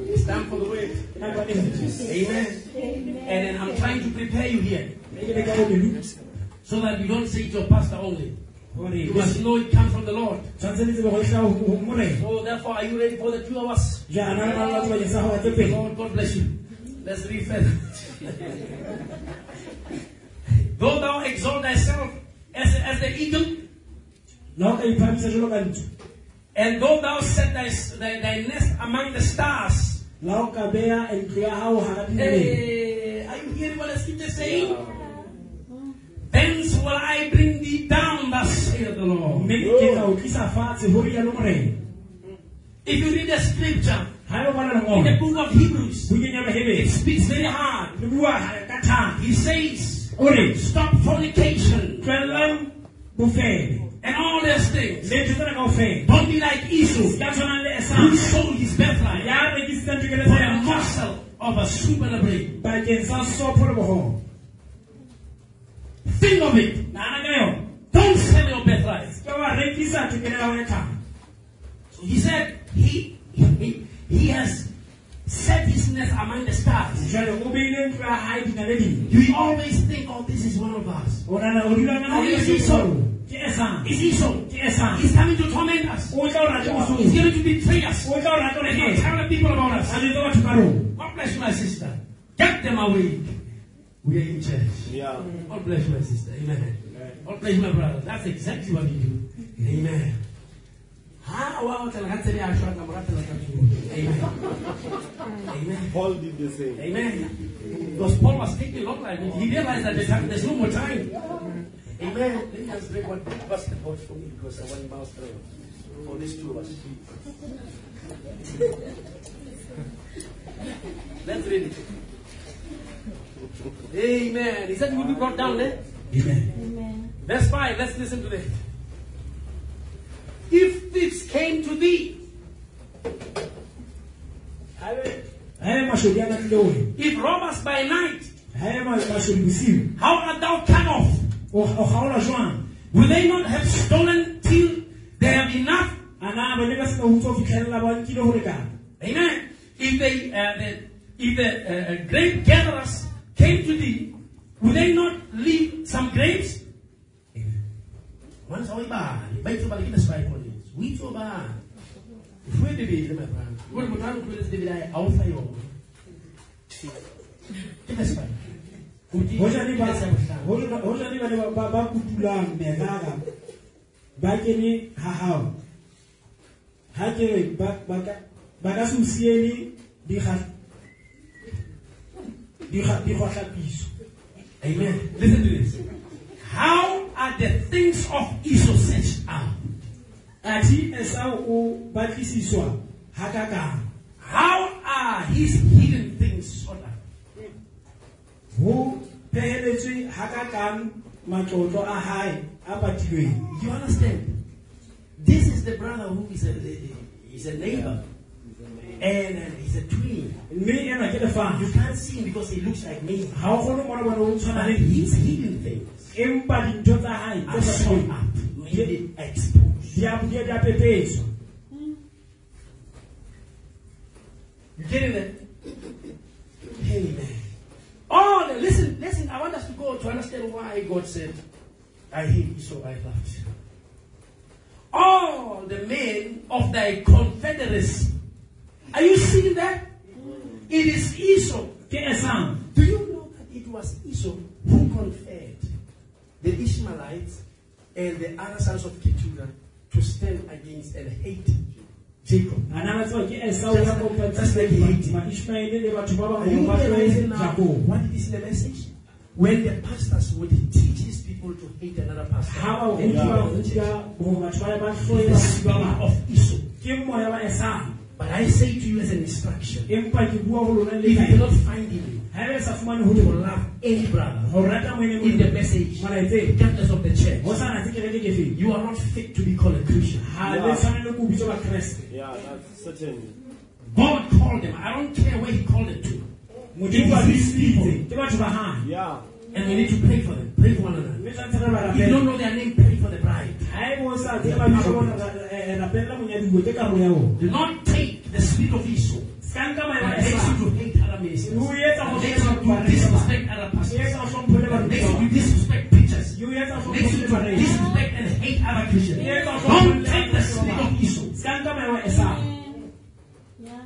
Speaker 2: It's time for the word.
Speaker 1: Ke nako ya eng?
Speaker 2: Amen. And then I'm trying to prepare you here.
Speaker 1: Mme ke le ka bobedi,
Speaker 2: so that you don't say it to your pastor only.
Speaker 1: hore
Speaker 2: You
Speaker 1: le-
Speaker 2: must know it comes from the Lord.
Speaker 1: tshwantse le tsebe hore hlaha ho- ho Morena.
Speaker 2: So therefore, are you ready for the two hours?
Speaker 1: Jaana re na le batho bakeng sa hora tse
Speaker 2: The
Speaker 1: pedi.
Speaker 2: Lord, God bless you. Let's read further. Though thou exalt thyself as, as the eagle,
Speaker 1: Le ha o ka iphahamisa jwalo ka ntho,
Speaker 2: and though thou set thy, thy, thy nest among the stars,
Speaker 1: le ha o ka beha ntlo ya hao hara dinaleng,
Speaker 2: hey, are you hearing what the scripture is saying? Thence will I bring thee down, thus saith the Lord.
Speaker 1: mme ke tla o tlisa fatshe ho rialo Morena.
Speaker 2: If you read the scripture
Speaker 1: Ha e o
Speaker 2: in
Speaker 1: bala
Speaker 2: the
Speaker 1: lengolo,
Speaker 2: book of Hebrews,
Speaker 1: bukeng ya
Speaker 2: It
Speaker 1: Bahebetsi,
Speaker 2: speaks very hard.
Speaker 1: le bua ha- ka thata.
Speaker 2: He says,
Speaker 1: O reng?
Speaker 2: Stop fornication.
Speaker 1: Tlohellang ufebe
Speaker 2: and all those things.
Speaker 1: lethu tsena kaofela
Speaker 2: Don't be like Esau,
Speaker 1: ka tshwana le
Speaker 2: who
Speaker 1: esa
Speaker 2: sold his birthright
Speaker 1: ya rekisitsa
Speaker 2: for
Speaker 1: ntokelesa
Speaker 2: a
Speaker 1: ya
Speaker 2: morsel of a soup and a bread.
Speaker 1: bakeng sa sopho le bogobo
Speaker 2: Think of it.
Speaker 1: naana ka yona
Speaker 2: Don't sell your birthright.
Speaker 1: ka wa rekisa tokelo ya gone tlhaga
Speaker 2: So he said he, he he has set his nest among the stars.
Speaker 1: jale o beile ntlo ya gae dinaleding
Speaker 2: You always think, oh, this is one of us.
Speaker 1: o nana o dula nana
Speaker 2: Oh, yes, it's so.
Speaker 1: ke esang
Speaker 2: Is he so?
Speaker 1: ke esang
Speaker 2: He's coming to torment us.
Speaker 1: o tla o rate
Speaker 2: He's
Speaker 1: bosoo
Speaker 2: going to betray us.
Speaker 1: o tla o rate
Speaker 2: And he'll
Speaker 1: oreke
Speaker 2: tell the people about us.
Speaker 1: a letse batho ka rona
Speaker 2: God bless you, my sister. Get them away. We are in church.
Speaker 6: Yeah.
Speaker 2: God bless you, my sister. Amen. God bless you, my brother. That's exactly what we do. Amen. Ah, wow, tell her, tell her, I'm sure I'm gonna tell her, Amen. Amen.
Speaker 6: Paul did the same.
Speaker 2: Amen. Because Paul was taking a long time. He realized that there's, there's no more time. Amen. Let me just drink one pass the pot for me because I want mouse bread for these two of us. Let's read it. Amen. Is that what we brought down there?
Speaker 1: Amen.
Speaker 8: Amen.
Speaker 2: Verse 5, let's listen to this. If thieves came to thee,
Speaker 1: hae mashodu a natlile ho wena
Speaker 2: if robbers by night,
Speaker 1: hae ma- mashodu bosiu
Speaker 2: how art thou cut off?
Speaker 1: o o kgaola jwang
Speaker 2: Will they not have stolen till they have enough?
Speaker 1: ana bone ba se ka utswa ho fitlhelela ba nkile ho lekana
Speaker 2: Amen. If they, uh, the, if the uh, grape gatherers came to thee, will they not leave some grapes? Amen. Once away by, by to by this by colleagues, we to by. If we be be, remember, when we come to this, they be like, I'll say, oh, give us by.
Speaker 1: hojane ba hoja- hojane ba ne ba- ba ba kutulang merara ba kene ha hao ha ke re ba ba ka ba ka se o siele dikga- dikga- dikgwahlapiso
Speaker 2: Amen. Listen to this. How are the things of Esau searched out?
Speaker 1: ati esao e o batlisiswa hakakang
Speaker 2: How are his hidden things sought out?
Speaker 1: ho peheletswe hakakang matlotlo a hae a patilweng
Speaker 2: You understand? This is the brother who is a is a neighbor, and uh, he's a twin.
Speaker 1: mme ena ke
Speaker 2: You
Speaker 1: lefang
Speaker 2: can't see him because he looks like me.
Speaker 1: ha o kgone mona bona o tshwana
Speaker 2: But
Speaker 1: le di
Speaker 2: his hidden things
Speaker 1: empa dintho tsa hae tse
Speaker 2: are sought
Speaker 1: patilweng
Speaker 2: out, made exposed.
Speaker 1: di a di a- di a pepetswa
Speaker 2: You getting that? Amen. Oh, now listen, listen. I want us to go to understand why God said, "I hate Esau, I loved." All the men of thy confederacy. Are you seeing that? It is Esau.
Speaker 1: ke esang
Speaker 2: Do you know that it was Esau who conferred the Ishmaelites and the other sons of Keturah to stand against and hate Jacob?
Speaker 1: ana ba tswa ke esau ya
Speaker 2: Just like he-
Speaker 1: kopantsa maishmaele le batho ba
Speaker 2: Are you
Speaker 1: bangwe ba
Speaker 2: realizing
Speaker 1: tloe
Speaker 2: now
Speaker 1: jakobo
Speaker 2: what it is in the message? When the pastors would teach his people to hate another pastor,
Speaker 1: ha ba
Speaker 2: they
Speaker 1: hudi
Speaker 2: do
Speaker 1: ba
Speaker 2: it in the church.
Speaker 1: hudia bo batho ba ba tloe
Speaker 2: the
Speaker 1: ba siba
Speaker 2: spirit
Speaker 1: ba
Speaker 2: of Esau.
Speaker 1: ke moya ba esang
Speaker 2: But I say to you as an instruction,
Speaker 1: empa ke bua ho lona le
Speaker 2: if you do
Speaker 1: kae
Speaker 2: not find him,
Speaker 1: ha ebe sa fumane ho
Speaker 2: to
Speaker 1: lona
Speaker 2: love any brother
Speaker 1: ho rata moene
Speaker 2: in the message,
Speaker 1: molaetse
Speaker 2: regardless of the
Speaker 1: ho
Speaker 2: church,
Speaker 1: sa natse kereke ke feng
Speaker 2: you are not fit to be called a Christian.
Speaker 1: ha le tshwanele ko bitso ba kreste
Speaker 6: Yeah, that's certain.
Speaker 2: God called them. I don't care where He called them to.
Speaker 1: modimo a
Speaker 2: These people.
Speaker 1: bisitse ke batho ba hae
Speaker 6: Yeah.
Speaker 2: And we need to pray for them. Pray for one another.
Speaker 1: mme tshwanetse re ba
Speaker 2: If you don't
Speaker 1: rapela
Speaker 2: know their name, pray for the bride.
Speaker 1: ha ebe o sa tseba bitso bona ra- eh, eh, rapella monyadiwo ke karo ya ona
Speaker 2: Do not take the spirit of Esau.
Speaker 1: ka nka
Speaker 2: It
Speaker 1: maemo a
Speaker 2: makes
Speaker 1: esang
Speaker 2: you to hate other ministers.
Speaker 1: Who is our
Speaker 2: It makes you
Speaker 1: brother?
Speaker 2: to disrespect other pastors.
Speaker 1: Yes, also put
Speaker 2: It
Speaker 1: about
Speaker 2: makes you to disrespect preachers.
Speaker 1: You yes, also
Speaker 2: It makes you
Speaker 1: put about
Speaker 2: to disrespect and hate other Christians.
Speaker 1: Yes, also
Speaker 2: Don't
Speaker 1: put
Speaker 2: take the
Speaker 1: about-
Speaker 2: spirit of Esau.
Speaker 1: Santa Maria Esa.
Speaker 8: Amen. Yeah.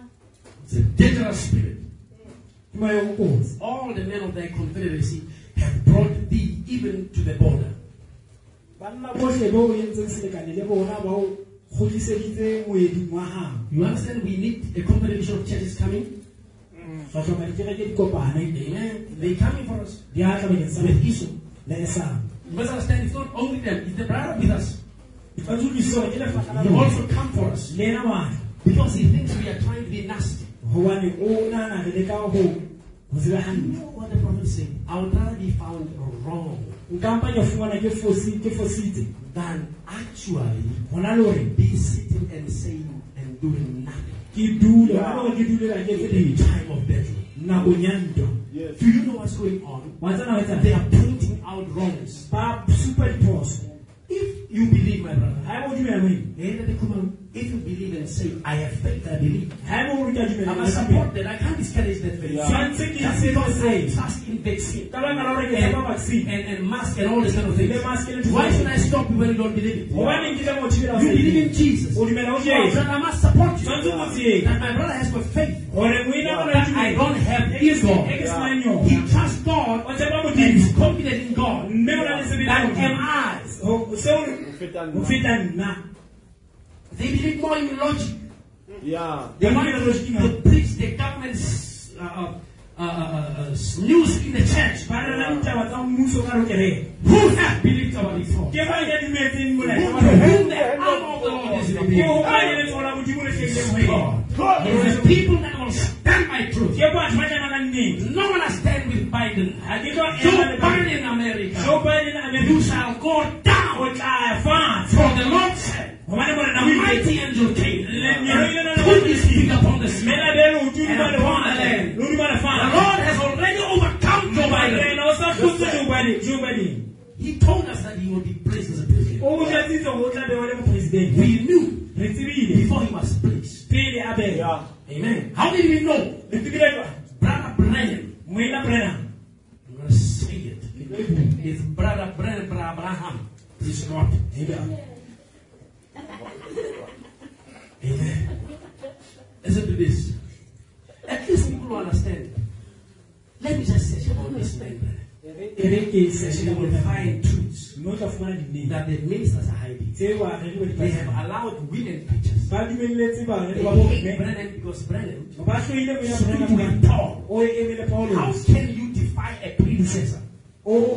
Speaker 2: It's a dangerous spirit.
Speaker 1: Mayo Ukos.
Speaker 2: All the men of thy confederacy have brought thee even to the border.
Speaker 1: Banna bohle bao o entseng selekane le bona ba o kgodliseditse moeding wa hao.
Speaker 2: You understand? We need a congregation of churches coming.
Speaker 1: Ba hloka dikereke di kopane,
Speaker 2: Amen. They coming for us
Speaker 1: di atla bakeng sa
Speaker 2: with Esau.
Speaker 1: le Esa.
Speaker 2: You must understand, it's not only them, it's the brother with us.
Speaker 1: Ba tsudiswa ke lefahla la
Speaker 2: He will
Speaker 1: bona.
Speaker 2: also come for us
Speaker 1: Le ena bana,
Speaker 2: because he thinks we are trying to be nasty.
Speaker 1: hobane o nahana re leka ho- ho
Speaker 2: You
Speaker 1: tseba hantle.
Speaker 2: know what the prophet said? I would rather be found wrong
Speaker 1: nkampa ke fumana ke fosi- ke fositse
Speaker 2: than actually
Speaker 1: gona le gore
Speaker 2: be sitting and saying and doing nothing
Speaker 1: ke dule gona le gore ke dulela ke etse
Speaker 2: in the
Speaker 1: dintho
Speaker 2: time of battle.
Speaker 1: nakong ya ntwa
Speaker 6: Yes.
Speaker 2: Do you know what's going on?
Speaker 1: wa tsena wa etsa
Speaker 2: They are pointing out wrongs.
Speaker 1: ba supa diphoso
Speaker 2: If you believe, my brother,
Speaker 1: ga e mo dumela moeng
Speaker 2: then they come on. if you believe and say, I have faith, I believe.
Speaker 1: ga e mo gore ke a
Speaker 2: I
Speaker 1: dumela
Speaker 2: must support that. I can't discourage that faith.
Speaker 6: Yeah.
Speaker 1: tshwanetse ke
Speaker 2: Just
Speaker 1: itse ka
Speaker 2: because I
Speaker 1: seo.
Speaker 2: trust in vaccine
Speaker 1: ka baka la gore ke
Speaker 2: and,
Speaker 1: tshepa vaccine
Speaker 2: and, and mask and all this kind of things.
Speaker 1: Le mask and-
Speaker 2: Why should I stop you when you don't believe it?
Speaker 1: gobaneng ke e tla mo thibela
Speaker 2: You believe in
Speaker 1: faith?
Speaker 2: Jesus.
Speaker 1: o dumela go
Speaker 2: Well,
Speaker 1: jesa
Speaker 2: then I must support you.
Speaker 1: tshwanetse go tseye
Speaker 2: That my brother has got faith.
Speaker 1: gore moina
Speaker 2: But
Speaker 1: bona
Speaker 2: I don't have ego.
Speaker 1: ke senang
Speaker 2: He
Speaker 1: yona
Speaker 2: trusts God
Speaker 1: o tshepa
Speaker 2: and
Speaker 1: modimo
Speaker 2: is confident in God.
Speaker 1: mme o na le sebele sa
Speaker 2: Like am I.
Speaker 1: Modimo. Ho- seo
Speaker 6: feta
Speaker 1: go
Speaker 6: nna.
Speaker 1: feta nna
Speaker 2: They believe more in logic.
Speaker 6: Yeah.
Speaker 2: They
Speaker 1: They
Speaker 2: want
Speaker 1: believe in logic, you know.
Speaker 2: to preach the government's uh, uh, uh, uh, uh, news in the church.
Speaker 1: ba rela ditaba tsa mmuso ka rokereke
Speaker 2: Who have believed about it for?
Speaker 1: ke ba ke dumetseng
Speaker 2: Who
Speaker 1: molaetsa wa
Speaker 2: to
Speaker 1: Modimo.
Speaker 2: whom the arm of the Lord is
Speaker 1: ke go
Speaker 2: revealed?
Speaker 1: ba ke letsogo la modimo le tlhaileng ho yena.
Speaker 2: God. God. It is the people that will stand by truth.
Speaker 1: ke batho ba jana ka nnete
Speaker 2: No one has stand with Biden.
Speaker 1: ga ke tlo ema
Speaker 2: Joe
Speaker 1: le ba-
Speaker 2: Biden in America.
Speaker 1: Joe Biden a
Speaker 2: You
Speaker 1: berusa
Speaker 2: shall go
Speaker 1: o
Speaker 2: down
Speaker 1: tla fatshe
Speaker 2: for the Lord said.
Speaker 1: gobane
Speaker 2: The
Speaker 1: morena o ile
Speaker 2: mighty angel came
Speaker 1: Le- le- le-
Speaker 2: and
Speaker 1: le-
Speaker 2: put his feet upon the smell.
Speaker 1: mela bele o tuduma
Speaker 2: And upon the land.
Speaker 1: lefatshe lo duma
Speaker 2: The
Speaker 1: lefatshe
Speaker 2: Lord has already overcome Joe Biden.
Speaker 1: morena o sa tlotse Joe Biden- Joe Biden.
Speaker 2: He told us that he would be placed as a president.
Speaker 1: o botsitsitse gore o tla bewa le moporesidente
Speaker 2: We knew
Speaker 1: re tsebile
Speaker 2: before he was placed.
Speaker 1: pele a bewa
Speaker 6: Yeah.
Speaker 2: Amen. How did we know?
Speaker 1: re tsebile jwa
Speaker 2: Brother Brennan.
Speaker 1: moena brenam
Speaker 2: I'm going to say it. It's Brother Brennan, Brother Abraham. He's not. Amen. Amen. Listen to this. At least people will understand. Let me just search about this man. brother.
Speaker 1: e re ke
Speaker 2: Search, you will
Speaker 1: sesheamotlafumana
Speaker 2: find truths
Speaker 1: dinee
Speaker 2: that the ministers are hiding.
Speaker 1: tse bareri ba
Speaker 2: They have
Speaker 1: di-
Speaker 2: allowed women preachers.
Speaker 1: ba dumeletse
Speaker 2: They
Speaker 1: bareri ba
Speaker 2: hate
Speaker 1: bomme
Speaker 2: Brennan because Brennan
Speaker 1: ba tlohile moena
Speaker 2: stood
Speaker 1: Branham
Speaker 2: with Paul.
Speaker 1: o e emele
Speaker 2: How
Speaker 1: paulos
Speaker 2: can you defy a predecessor?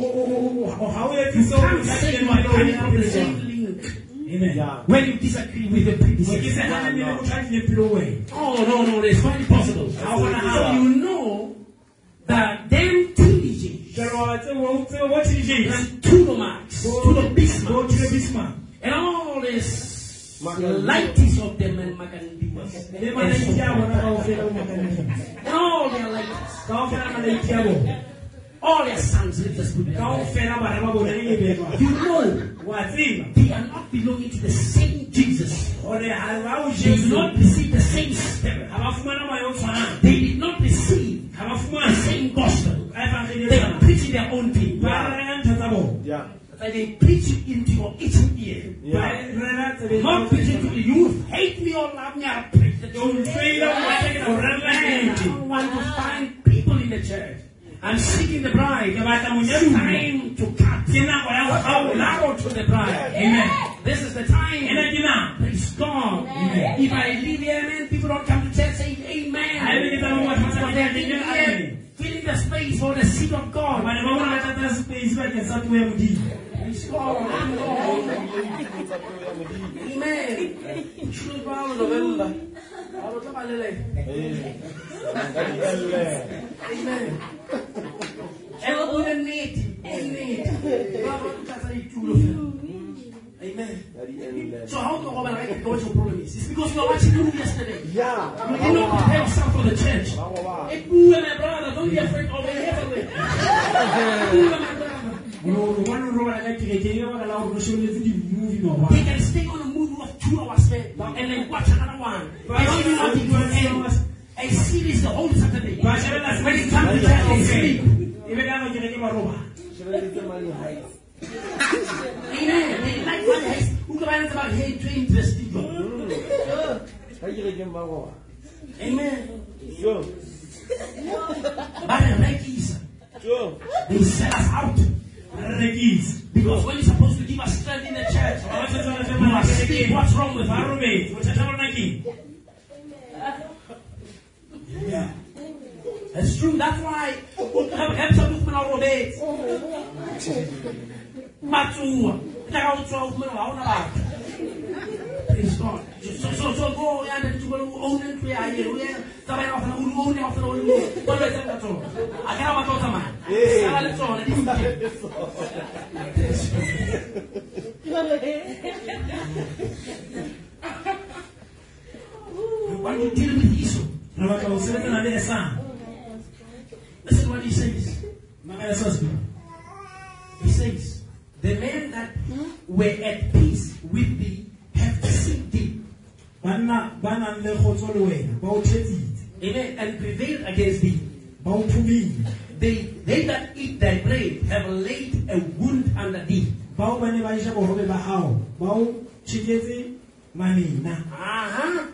Speaker 2: You
Speaker 1: ga o etse
Speaker 2: can't say you are coming from the same link
Speaker 6: Yeah.
Speaker 2: when you disagree with the predecessor.
Speaker 1: okeseganamele motho a tlile pele ho wena
Speaker 2: Oh no, no, it's quite impossible.
Speaker 1: I wanna
Speaker 2: so
Speaker 1: have-
Speaker 2: you know that them teenagers
Speaker 1: jalo wa tse wo- tse- wo teenagers,
Speaker 2: and two nomads,
Speaker 1: wo-
Speaker 2: two the
Speaker 1: wo
Speaker 2: bismarcks,
Speaker 1: Thule Bismarck,
Speaker 2: and all these
Speaker 6: Makan-
Speaker 2: lighties of them and Macandiwas.
Speaker 1: le malaiki a bona kaofela o makanne.
Speaker 2: And all their lighties.
Speaker 1: Kaofela malaiki a bona.
Speaker 2: All their sons lift us to them.
Speaker 1: Kaofela bana ba bona e belwa.
Speaker 2: You know
Speaker 1: Wa tseba
Speaker 2: they are not belonging to the same Jesus.
Speaker 1: gore ha ba o
Speaker 2: They did
Speaker 1: jesu
Speaker 2: not receive the same spirit.
Speaker 1: ga ba fumana moya o tshwanang
Speaker 2: They did not receive
Speaker 1: ga ba
Speaker 2: the
Speaker 1: fumane
Speaker 2: same gospel.
Speaker 1: ka evangeli e
Speaker 2: They are
Speaker 1: tshwanang.
Speaker 2: preaching their own thing.
Speaker 1: ba rera ntho tsa bona
Speaker 6: Yeah.
Speaker 2: And they preach it into your itching ear.
Speaker 1: ba
Speaker 6: Yeah.
Speaker 1: rera tsebe
Speaker 2: Not preaching to the youth. Hate me or love me, I preach the
Speaker 1: Don't
Speaker 2: truth.
Speaker 1: fail them, I take it for granted.
Speaker 2: Man, I don't want to find people in the church. I'm seeking the bride.
Speaker 1: ke batla
Speaker 2: It's
Speaker 1: monyadumo
Speaker 2: time to cut.
Speaker 1: ke nako ya go gaola
Speaker 2: Narrow to the bride. Amen. This is the time.
Speaker 1: ena ke nako
Speaker 2: Praise God.
Speaker 10: Amen.
Speaker 2: If I leave here, amen, people don't come to church saying amen.
Speaker 1: I think it's a moment for
Speaker 2: But
Speaker 1: something.
Speaker 2: they're leaving here, filling the space for the seat of God.
Speaker 1: bane ba bona ba tlatsa space bakeng sa tuo ya modimo
Speaker 2: Praise God. Amen. Children of November. I will come and
Speaker 6: Eh. Ngadiyelle.
Speaker 2: Amen. Ela une nete, une nete. Baba ukuthatha itulo fela. Amen.
Speaker 6: Ngadiyelle.
Speaker 2: So how do Robert I get what your problem is? It's because you are watching the movie yesterday.
Speaker 6: Yeah.
Speaker 2: You did not prepare yourself for the church.
Speaker 6: Wawa.
Speaker 2: Hey, boo, my brother, don't be afraid of the heavenly. Boo, my brother.
Speaker 1: gobane o robala ka kereke e baka la gore o shebeletse di-movie
Speaker 2: They
Speaker 1: maobane
Speaker 2: can stay on a movie of two hours man, and then watch another one.
Speaker 1: But-
Speaker 2: They don't know how to do it. A series the whole Saturday.
Speaker 1: ba shebelela
Speaker 2: When it comes to church, they sleep.
Speaker 1: e be ka kereke ba robala
Speaker 6: Shebeletse Money Heist.
Speaker 2: Amen. They like what has who complains about hey too interesting. Sure.
Speaker 6: Ha ke re ke mba go.
Speaker 2: Amen.
Speaker 6: Jo.
Speaker 2: But the Nikes,
Speaker 6: Jo.
Speaker 2: they sell us out.
Speaker 1: re rekise
Speaker 2: Because when you're supposed to give us strength in the church,
Speaker 1: ba
Speaker 2: you
Speaker 1: tshwanetse ba
Speaker 2: are
Speaker 1: shebella
Speaker 2: asleep.
Speaker 1: kereke.
Speaker 2: What's wrong with
Speaker 1: ba
Speaker 2: you?
Speaker 1: robetse bothata ba rona keng
Speaker 2: That's true. That's why Hamsa movement out of it. Matua. Like I was trying to move out of Praise God. So, so, so go and then you go own and pray. I will tsamaya ka fana o own ka fana o le o le tsamaya ka tsona. A ka ba tlo tsamaya.
Speaker 6: Ee.
Speaker 2: Sala le tsona di mphe. We want to deal with issue.
Speaker 1: Re batla ho sebetsana le Esau.
Speaker 2: Listen what he says.
Speaker 1: Maka ya Sasol.
Speaker 2: He says, the men that were at peace with thee have deceived thee.
Speaker 1: Banna ba nang le kgotso le wena ba o thetsitse,
Speaker 2: Amen. And prevailed against thee.
Speaker 1: ba o phumile,
Speaker 2: They, they that eat thy bread have laid a wound under thee.
Speaker 1: bao ba ne ba ja bohobe ba hao, ba o tjheketse mamina.
Speaker 2: Uh-huh.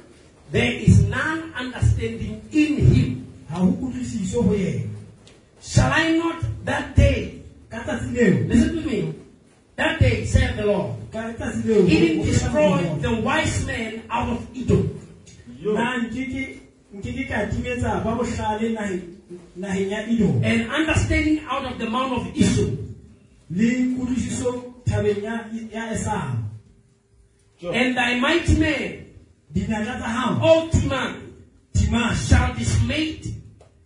Speaker 2: There is none understanding in him.
Speaker 1: Ha ho kutlwisiso ho yena.
Speaker 2: Shall I not that day,
Speaker 1: Ka tsatsi leo,
Speaker 2: listen to me, that day, said the Lord,
Speaker 1: ka tsatsi leo,
Speaker 2: even
Speaker 1: o tla
Speaker 2: destroy
Speaker 1: mmoho.
Speaker 2: the wise man out of Edom.
Speaker 1: Na nkeke- nkeke ka timetsa ba bohlale naheng- naheng ya Edom.
Speaker 2: And understanding out of the mount of Esau.
Speaker 1: le kutlwisiso thabeng ya- ya esau
Speaker 2: And thy mighty man,
Speaker 1: dinaka tsa hao
Speaker 2: O Timan,
Speaker 1: dimash
Speaker 2: shall dismayed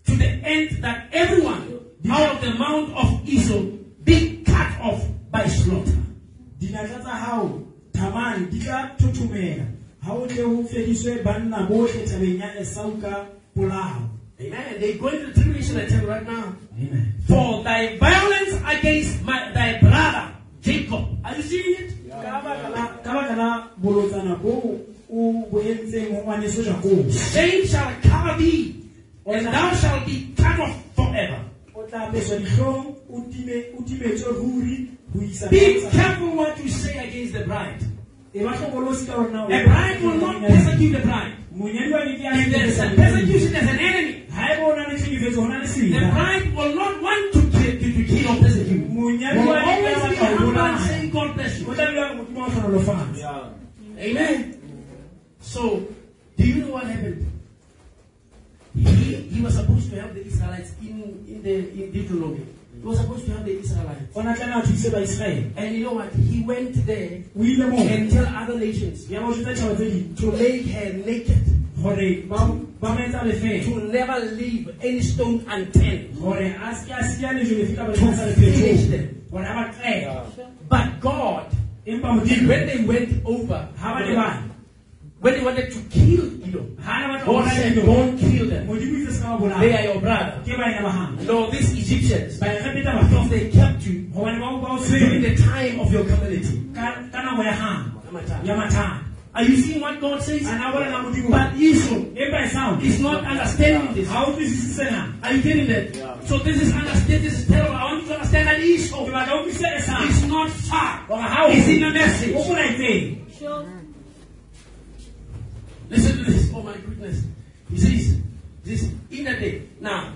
Speaker 2: to the end that everyone out of the mount of Esau be cut off by slaughter.
Speaker 1: dinaka tsa hao thamane di tla thothomela ha o tle ho fediswe banna bohle thabeng ya esau ka polao
Speaker 2: Amen. They're going to the tribulation I tell you right now.
Speaker 1: Amen.
Speaker 2: For thy violence against my, thy brother Jacob. Are you seeing it?
Speaker 1: ka baka la- ka baka la bolotsana boo o bo entseng ho ngwaneso jakobo
Speaker 2: Shame shall cover thee, and thou shalt be cut off forever.
Speaker 1: o tla apeswa dihlong o time- o timetswe ruri ho isa
Speaker 2: Be careful what you say against the bride.
Speaker 1: e ba hlokolosi ka hore na o-
Speaker 2: The bride will not persecute the bride.
Speaker 1: monyadiwa le ke a-
Speaker 2: If there is a persecution, there's an enemy.
Speaker 1: haeba o na le tlhekefetso ho na le
Speaker 2: The
Speaker 1: sila
Speaker 2: bride will not want to kill, to, to kill or persecute. Will always be
Speaker 1: Monyadiwa le ke a batla ho
Speaker 2: humble and
Speaker 1: bolaya.
Speaker 2: saying, God bless
Speaker 1: o
Speaker 2: you.
Speaker 1: tla dula modimo wa tlhonolofatse
Speaker 6: Yeah.
Speaker 2: Amen. So, do you know what happened? He, he was supposed to help the Israelites in, in the in Deuteronomy. He was supposed to help the Israelites.
Speaker 1: o na tlameha thuse baiseraele
Speaker 2: And you know what? He went there
Speaker 1: o ile moo
Speaker 2: and tell other nations
Speaker 1: ya mo jwetsa tjhaba tse ding
Speaker 2: to make her naked,
Speaker 1: gore ba- ba mo etsa lefela
Speaker 2: to never leave any stone unturned.
Speaker 1: gore a seke a siya lejwe lefe kapa lefe
Speaker 2: To
Speaker 1: a sa le
Speaker 2: finish
Speaker 1: phethohe.
Speaker 2: them.
Speaker 1: gore a ba tlele
Speaker 2: But God,
Speaker 1: empa
Speaker 2: when
Speaker 1: modimo
Speaker 2: they went over,
Speaker 1: ha ba ne bana
Speaker 2: when they wanted to kill Edom,
Speaker 1: ha a ne batla ho
Speaker 2: God
Speaker 1: bolaya
Speaker 2: said,
Speaker 1: Edom,
Speaker 2: don't kill them.
Speaker 1: modimo o itse se ka ba
Speaker 2: They
Speaker 1: bolaya
Speaker 2: are your brother.
Speaker 1: ke baena ba hao
Speaker 2: No, these Egyptians,
Speaker 1: baegepeta
Speaker 2: because
Speaker 1: batho
Speaker 2: they kept you
Speaker 1: gobane ba o- ba o
Speaker 2: during
Speaker 1: tshwere
Speaker 2: the time of your captivity.
Speaker 1: ka ka nako ya hao ya mathata
Speaker 2: Are you seeing what God says?
Speaker 1: a na bolana modimo
Speaker 2: But Esau
Speaker 1: empa e sao
Speaker 2: is not understanding this.
Speaker 1: ha o tlisise sena
Speaker 2: Are you getting that? So this is understand. This is terrible. I want you to understand that Esau
Speaker 1: ke batla o tlise e sao
Speaker 2: is not far.
Speaker 1: Well, how-
Speaker 2: It's in the message.
Speaker 1: o bolaetseng
Speaker 2: Listen to this. Oh my goodness. He says, this in the day. Now,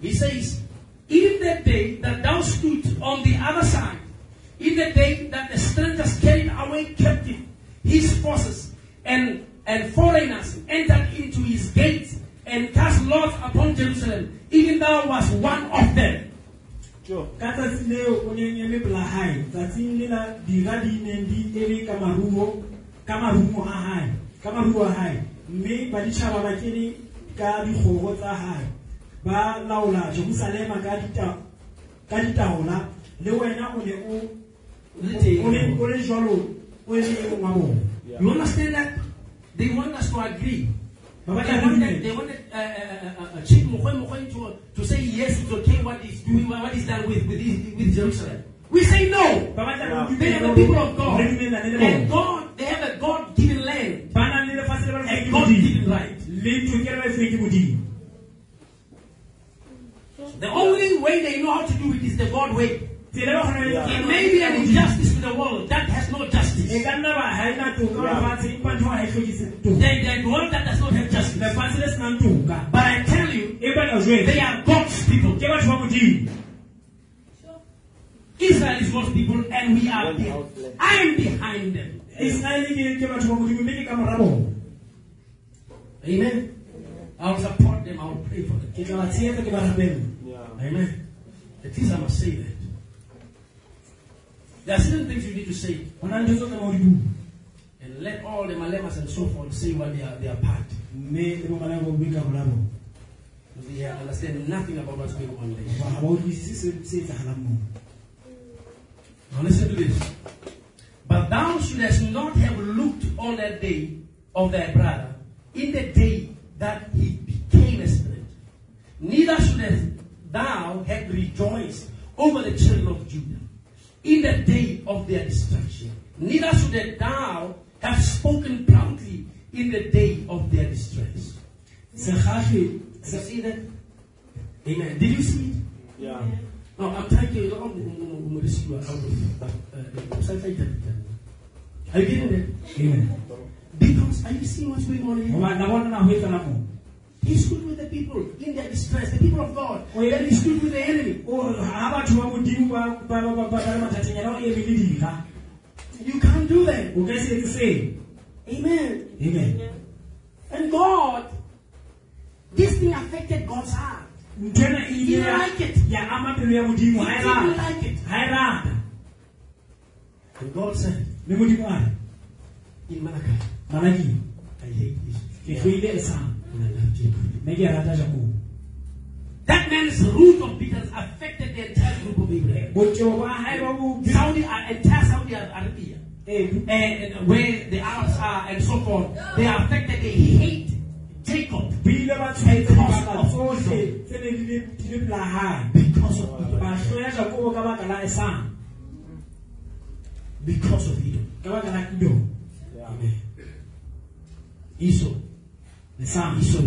Speaker 2: he says, in the day that thou stood on the other side, in the day that the strangers carried away captive his forces and, and foreigners entered into his gates and cast lots upon Jerusalem, even thou wast one of them.
Speaker 6: Sure.
Speaker 1: ka tsatsi leo o neng eme pela hae tsatsing le la dira di neng di eme ka maruo ka marumo a hae ka maruo a hae mme baditšhaba ba kene ka dikgogo tsa hae ba laola jerusalema ka dita- ka ditaola le wena o ne o- o- o le- o le jalo o le e mongwa bona
Speaker 2: You understand that? They want us to agree.
Speaker 1: ba
Speaker 2: But
Speaker 1: batla
Speaker 2: they wanted,
Speaker 1: agreement.
Speaker 2: they wanted uh, uh, uh, uh, Chief Mokoena Mokoena to, to say yes, it's okay what he's doing, what he's done with, with, his- with Jerusalem. We say no.
Speaker 1: ba batla
Speaker 6: Yeah.
Speaker 1: agreement.
Speaker 2: They are the people of God.
Speaker 1: Re dumellane le
Speaker 2: And
Speaker 1: bona.
Speaker 2: God, they have a God given land.
Speaker 1: ba nang le lefatshe le ba le
Speaker 2: A
Speaker 1: fuweng ke
Speaker 2: God
Speaker 1: Modimo.
Speaker 2: given right.
Speaker 1: le tokelo e fuweng ke modimo
Speaker 2: The only way they know how to do it is the God way.
Speaker 1: tsela e ba
Speaker 2: There
Speaker 1: kgona ho etsa tsela
Speaker 2: may be
Speaker 1: ya
Speaker 2: an
Speaker 1: Modimo.
Speaker 2: injustice with the world that has no
Speaker 1: e
Speaker 2: justice.
Speaker 1: ka nna ba ha ena toka ho lefatshe empa ntho ha e hlokise toka
Speaker 2: There, there is one that does not have justice.
Speaker 1: lefatshe le senang toka
Speaker 2: But I tell you,
Speaker 1: e batla jwetse
Speaker 2: they are God's people.
Speaker 1: ke batho ba modimo
Speaker 2: Israel is God's people, and we are
Speaker 6: One
Speaker 2: there.
Speaker 6: house left.
Speaker 2: I am behind them.
Speaker 1: Israel ke ke batho ba modimo mme ke ka mora bona
Speaker 2: Amen. I'll support them. I'll pray for them.
Speaker 1: ke tla ba tshehetsa ke ba rapele
Speaker 6: Yeah.
Speaker 2: Amen. At least I must say that. There are certain things you need to say.
Speaker 1: ho na le ntho tseo tlamehang ho di bua
Speaker 2: And let all the malemas and so forth see what they are, they are part.
Speaker 1: mme le bomalango bue ka bolabo
Speaker 2: They understand nothing about what's going on there.
Speaker 1: ba ga ba utlwisise se- se etsagalang moo
Speaker 2: Now listen to this. But thou shouldest not have looked on that day of thy brother, in the day that he became a spirit. Neither shouldest thou have rejoiced over the children of Judah, in the day of their destruction. Neither shouldest thou have spoken proudly in the day of their distress.
Speaker 1: segage
Speaker 2: Did you see that? Amen. Did you see it?
Speaker 6: Yeah.
Speaker 2: No, I'm trying to um, um, um, rescue out of uh, uh, something that- Are you getting
Speaker 1: amen
Speaker 2: that? Because are you seeing what's going on here?
Speaker 1: Hoba na bona na ho etsana moo
Speaker 2: He stood with the people in their distress, the people of God.
Speaker 1: Oh, yeah.
Speaker 2: Then he stood with the enemy.
Speaker 1: O- ha batho ba modimo ba ba- ba- ba- ba le mathateng yana o emele dira
Speaker 2: You can't do that.
Speaker 1: o ka se etse seo
Speaker 2: Amen.
Speaker 1: amen
Speaker 2: And God, this thing affected God's heart.
Speaker 1: nthwena e
Speaker 2: He
Speaker 1: ile ya-
Speaker 2: like it.
Speaker 1: ya ama pelo ya modimo ha
Speaker 2: He
Speaker 1: e
Speaker 2: didn't
Speaker 1: rata
Speaker 2: like it.
Speaker 1: ha e rata
Speaker 2: And God said
Speaker 1: le modimo a re
Speaker 2: in Malachi,
Speaker 1: malaki
Speaker 2: I hate
Speaker 1: ke
Speaker 2: this.
Speaker 1: hloile e sang
Speaker 2: And I love you.
Speaker 1: nna ke e rata jakobo
Speaker 2: That man's root of bitterness affected the entire group of Abraham.
Speaker 1: botebo ba hae ba bo
Speaker 2: Saudi, uh, entire Saudi Arabia.
Speaker 1: Ee,
Speaker 2: and, and where the Arabs are and so forth, they are affected. They hate Jacob
Speaker 1: bo ile ba tshwaetsa dibaka tsohle tse ne di le- di le pela hae
Speaker 2: because of
Speaker 1: ba
Speaker 2: Edom.
Speaker 1: hloya jakobo ka baka la esang
Speaker 2: Because of Edom.
Speaker 1: ka baka la kido
Speaker 6: Yeah.
Speaker 2: Amen. Esau.
Speaker 1: esang
Speaker 2: Esau.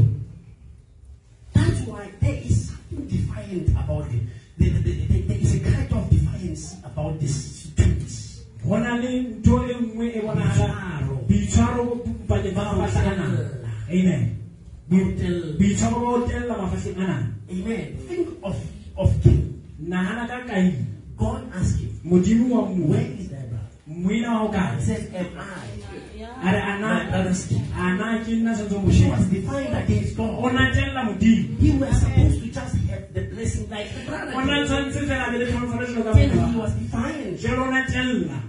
Speaker 2: That's why there is something defiant about it. There- there- there- there is a kind of defiance about this twins.
Speaker 1: go na le ntho e nngwe e bonagalang boitshwaro bo- bo- pakeng tsa mafatlheng a nang amen
Speaker 2: Hotel.
Speaker 1: boitshwaro ba ho tella mafatlheng a nang
Speaker 2: Amen. Think of, of King.
Speaker 1: nagana ka kain
Speaker 2: God asked him,
Speaker 1: modimo wa
Speaker 2: Where
Speaker 1: mmuwe
Speaker 2: is thy brother?
Speaker 1: moina wa ho
Speaker 2: He
Speaker 1: kae
Speaker 2: said, Am I?
Speaker 1: a re ana
Speaker 2: My brother's keeper.
Speaker 1: ana ke nna santse mo
Speaker 2: She was
Speaker 1: sheba
Speaker 2: defined against God.
Speaker 1: o na tella modimo
Speaker 2: He was supposed to just have the blessing like the brother.
Speaker 1: o na tshwanetse fela a be le consolation ka
Speaker 2: Then he
Speaker 1: modimo
Speaker 2: was defiant.
Speaker 1: jelo na tella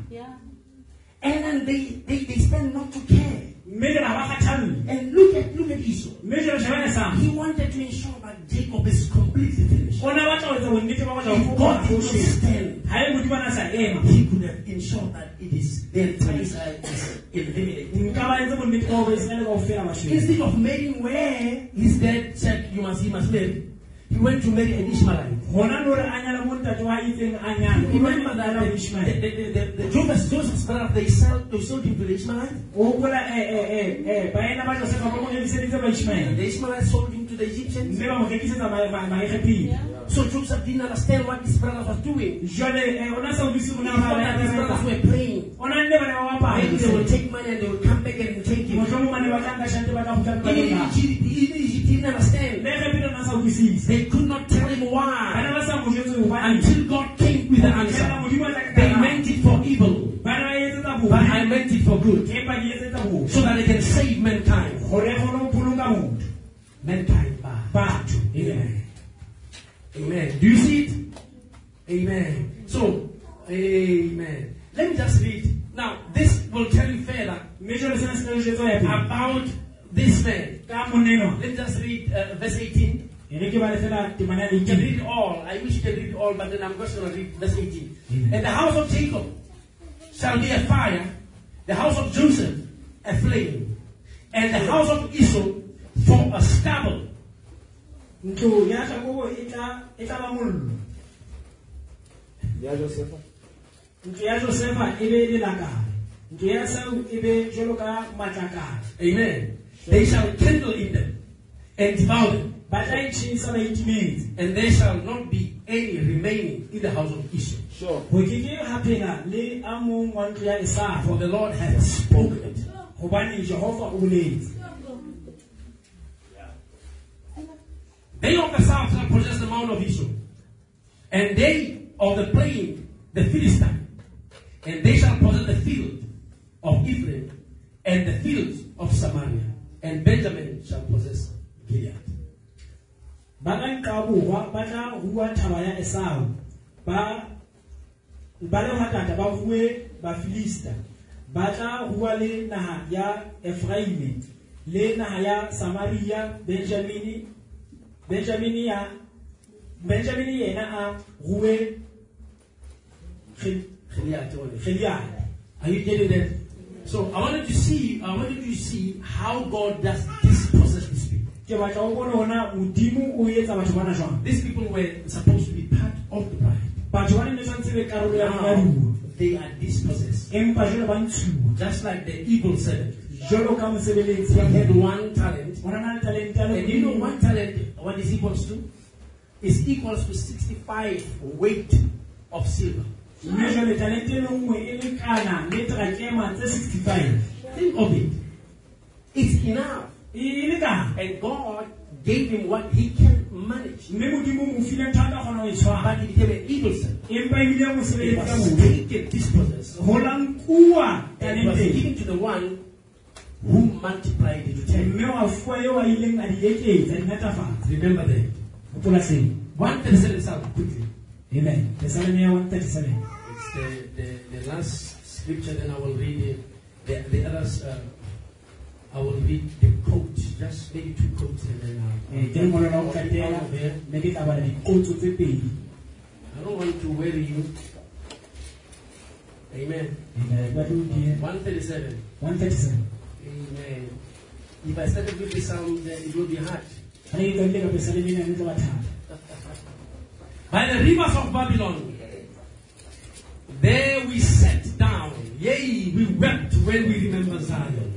Speaker 2: And then they, they, they stand not to care.
Speaker 1: mme ke ba ba kgathalle
Speaker 2: And look at look at Esau.
Speaker 1: mme jelo shebane sa
Speaker 2: He wanted to ensure that Jacob is completely finished.
Speaker 1: o na batla ho etsa bonnete ba batla
Speaker 2: If God did not
Speaker 1: ha
Speaker 2: stand,
Speaker 1: e modimo a na sa ema
Speaker 2: he could have ensured that it is their entire side is eliminated.
Speaker 1: nka ba etse bonnete ba hore Israel kaofela ba shwele.
Speaker 2: Instead of marrying where his dad said you must he must marry, he went to marry an Ishmaelite.
Speaker 1: hona le hore a nyala mo ntate wa itseng a nyala o
Speaker 2: Remember
Speaker 1: nyala
Speaker 2: that
Speaker 1: le
Speaker 2: the,
Speaker 1: Ishmael
Speaker 2: the, the, the, the Joseph's, Joseph's brother, they sold, they sold him to the Ishmaelites.
Speaker 1: o hopola eh eh eh eh ba ena ba Josefa ba mo rekiseditse ba
Speaker 2: And
Speaker 1: Ishmael
Speaker 2: the Ishmaelites sold him to the Egyptians.
Speaker 1: mme ba mo rekisetsa ma- ma- maegepile
Speaker 2: So Joseph didn't understand what his brothers were doing.
Speaker 1: jale eh, ona sa odise
Speaker 2: He
Speaker 1: mona
Speaker 2: thought that his brothers were praying.
Speaker 1: ona nne bana ba bapala
Speaker 2: Maybe they will take money and they will come back and take him.
Speaker 1: mohlomong bane ba tlang ka shante ba tla kgutla
Speaker 2: He,
Speaker 1: ka
Speaker 2: he,
Speaker 1: yona
Speaker 2: he, he- he didn't understand.
Speaker 1: Maegepile ona sa utlwisise
Speaker 2: They could not tell him
Speaker 1: bana
Speaker 2: why.
Speaker 1: ba sa mo jwetse hobane
Speaker 2: Until God came with the
Speaker 1: Hela
Speaker 2: answer.
Speaker 1: Modimo a tla ka
Speaker 2: They
Speaker 1: karabo.
Speaker 2: meant it for evil,
Speaker 1: bana ba etsetsa
Speaker 2: but I
Speaker 1: bobe
Speaker 2: meant it for good.
Speaker 1: empa ke etsetsa bobe
Speaker 2: So that they can save mankind.
Speaker 1: gore e kgone ho pholoka motho
Speaker 2: Mankind bad.
Speaker 1: batho
Speaker 2: Amen. Amen. Do you see it? Amen. So, amen. Let me just read. Now, this will tell you further
Speaker 1: mme jalo sena se ka jwetsa ya pele.
Speaker 2: about this man.
Speaker 1: ka monenwa
Speaker 2: Let me just read uh, verse 18.
Speaker 1: e re ke ba lefela temana ya
Speaker 2: You can
Speaker 1: leikele
Speaker 2: read it all. I wish you can read it all, but then I'm just going to read verse 18.
Speaker 1: Amen.
Speaker 2: And the house of Jacob shall be a fire, the house of Joseph a flame, and the house of Esau for a stubble.
Speaker 1: ntlo ya jakobo e tla e tla ba mollo
Speaker 6: Ya Josefa.
Speaker 1: ntlo ya josefa e be lelakane ntlo ya sau e be jalo ka matlakane
Speaker 2: Amen. They shall kindle in them and devour them.
Speaker 1: ba tla itšhesa ba itimetse
Speaker 2: And there shall not be any remaining in the house of Israel.
Speaker 6: Sure.
Speaker 1: go keke ga phela le a mong wa ntlo ya
Speaker 2: For
Speaker 1: esafo
Speaker 2: the Lord hath spoken it.
Speaker 1: gobane jehova o boletse
Speaker 2: They of the south shall possess the mount of Israel, and they of the plain, the Philistine, and they shall possess the field of Ephraim, and the fields of Samaria, and Benjamin shall possess Gilead.
Speaker 1: ba ka nka borwa ba tla rua thaba ya esau ba ba le matata ba rue bafilista ba tla rua le naha ya efraime le naha ya samaria benjamini benjamini ya benjamini yena a rue Ge- geliala
Speaker 2: Are you getting that? So I wanted to see, I wanted you to see how God does this process with people.
Speaker 1: ke batla o bone hona modimo o etsa batho bana jwang
Speaker 2: These people were supposed to be part of the bride.
Speaker 1: batho ba ne ne tshwantse be karolo ya
Speaker 2: Now
Speaker 1: monyaduwa
Speaker 2: they are dispossessed.
Speaker 1: empa jwale ba ntshuwa
Speaker 2: Just like the evil servant.
Speaker 1: jwalo ka mosebeletsi
Speaker 2: He had one talent.
Speaker 1: ona na le talente ya
Speaker 2: And you know one talent, what is equals to? Is equals to 65 weight of silver.
Speaker 1: mme jwale talente e le nngwe e lekana le trakema tse 65
Speaker 2: Think of it. It's enough.
Speaker 1: e lekana
Speaker 2: And God gave him what he can manage.
Speaker 1: mme modimo o mo file thata kgona ho e
Speaker 2: But
Speaker 1: tshwara
Speaker 2: he became an evil servant.
Speaker 1: empa ebile
Speaker 2: It
Speaker 1: mosebeletsi ya
Speaker 2: was
Speaker 1: mobe
Speaker 2: taken, dispossessed.
Speaker 1: go la nkuwa
Speaker 2: And it was
Speaker 1: talenteng
Speaker 2: given to the one who multiplied it to ten.
Speaker 1: mme wa fuwa yo a ileng a di eketsa dinatafatsa
Speaker 2: Remember that.
Speaker 1: gopola seno
Speaker 2: One thirty-seven psalm quickly.
Speaker 1: amen tesalenia 137
Speaker 2: It's the, the, the last scripture, then I will read the, the, the others. Uh, I will read the quote, just maybe two quotes, and then I'll.
Speaker 1: Eh, ke lengolo la ho
Speaker 2: I'll read
Speaker 1: qetela
Speaker 2: all of them.
Speaker 1: mme ke tla bala dikotso tse pedi
Speaker 2: I don't want to weary you. Amen.
Speaker 1: Eh, ba tlo di-
Speaker 2: 137.
Speaker 1: 137
Speaker 2: Amen. If I started with the psalm, then it will be hard.
Speaker 1: Ha ne ke qadile ka Tesalenia, ne tlo ba thata.
Speaker 2: By the rivers of Babylon, there we sat down. Yea, we wept when we remember Zion.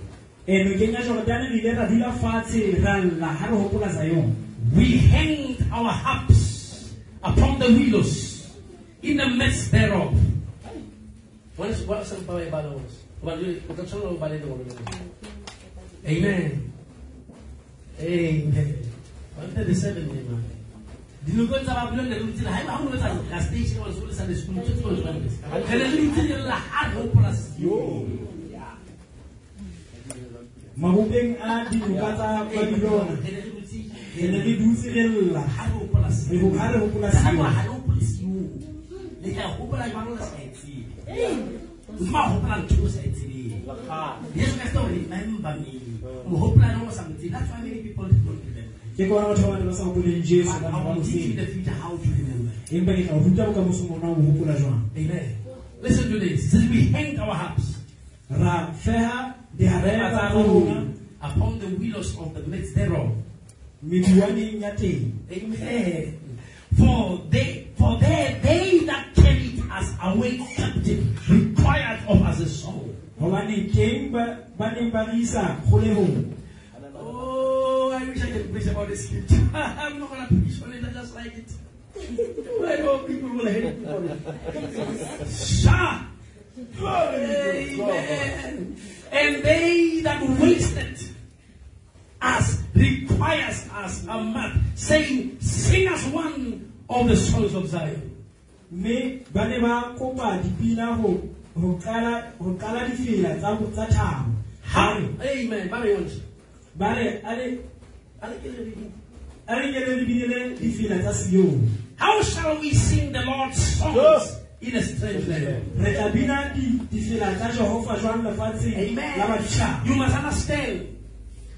Speaker 1: Eh, nokeng ya Jordan re ile ra dula fatshe ra lla ha re hopola Zion.
Speaker 2: We hanged our harps upon the willows in the midst thereof. What is what some power about those? What do you- what that's all about it, all of it. Amen. Amen. One thirty seven, amen. Dilo go tsa Babylon ne re utlwile, haeba ha o letsa la station, wa sekolo sa le sekolo, tse tsohle jwale. Re ne re utlwile la hard ho polasi.
Speaker 1: Mabopeng a dinoka tsa Babylon,
Speaker 2: Re ne re utlwile,
Speaker 1: re ne re dutse re lla.
Speaker 2: hard ho polasi.
Speaker 1: Re ho- ha re hopola
Speaker 2: Sa kwa
Speaker 1: Zion.
Speaker 2: ha le hopola seo. Le tla hopola jwang le sa e tsebe? Hodima ho hopola ntho eo sa e tsebeng. Yesu Kriste o remember me. Ho hopola le ho sa mo tsebe. That's why many people don't remember.
Speaker 1: Ke ka hona batho ba bangata ba sa hopoleng Jesu
Speaker 2: But
Speaker 1: ka
Speaker 2: I
Speaker 1: mora
Speaker 2: will
Speaker 1: ho
Speaker 2: teach you in the
Speaker 1: tseba.
Speaker 2: future how to remember.
Speaker 1: Empa ke tla o ruta bokamosong bona ho hopola jwang.
Speaker 2: Amen. Listen to this. Since we hanged our harps
Speaker 1: Ra feha diharea tsa rona
Speaker 2: upon the willows of the midst thereof.
Speaker 1: meduwaneng ya teng.
Speaker 2: Amen. For they, for they, they that carried us away captive required of us a song.
Speaker 1: Hobane teng ba ba neng ba re isa kgolehong.
Speaker 2: Oh, I wish I could preach about this scripture. I'm not gonna preach on it. I just like it. I hope people will hate me for it. Sha! Amen. And they that wasted us requires us a month, saying, "Sing us one of the songs of Zion."
Speaker 1: mme ba ne ba kopa dipina ho ho qala ho qala difela tsa tsa thabo ha re
Speaker 2: Amen. Barry Owens.
Speaker 1: ba re a re
Speaker 2: I like it.
Speaker 1: a re ke le re binele difela tsa seyong
Speaker 2: How shall we sing the Lord's songs in a strange land?
Speaker 1: re tla bina di- difela tsa jehova jwang lefatsheng la baditšhaba
Speaker 2: You must understand.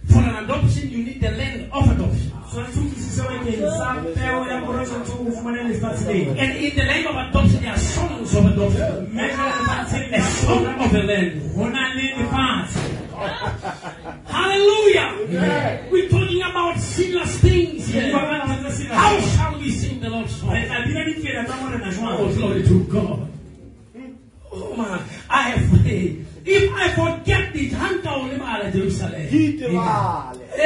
Speaker 2: For an adoption, you need the land of adoption.
Speaker 1: tshwanetse o tlwisise bakeng sa peo ya mora tshwanetse o fumane lefatshe leng
Speaker 2: And in the land of adoption, there are songs of adoption.
Speaker 1: mme jwale lefatsheng
Speaker 2: A song of the land.
Speaker 1: ho na le lefatshe
Speaker 2: Hallelujah. We're talking about serious things
Speaker 1: Re
Speaker 2: here.
Speaker 1: bua ka nama tse sena.
Speaker 2: How shall we sing the Lord's
Speaker 1: re
Speaker 2: song?
Speaker 1: tla bina difela tsa morena
Speaker 2: Oh,
Speaker 1: jwang
Speaker 2: glory to God. Oh, man. I have prayed. If I forget this, Hanta Olimara Jerusalem.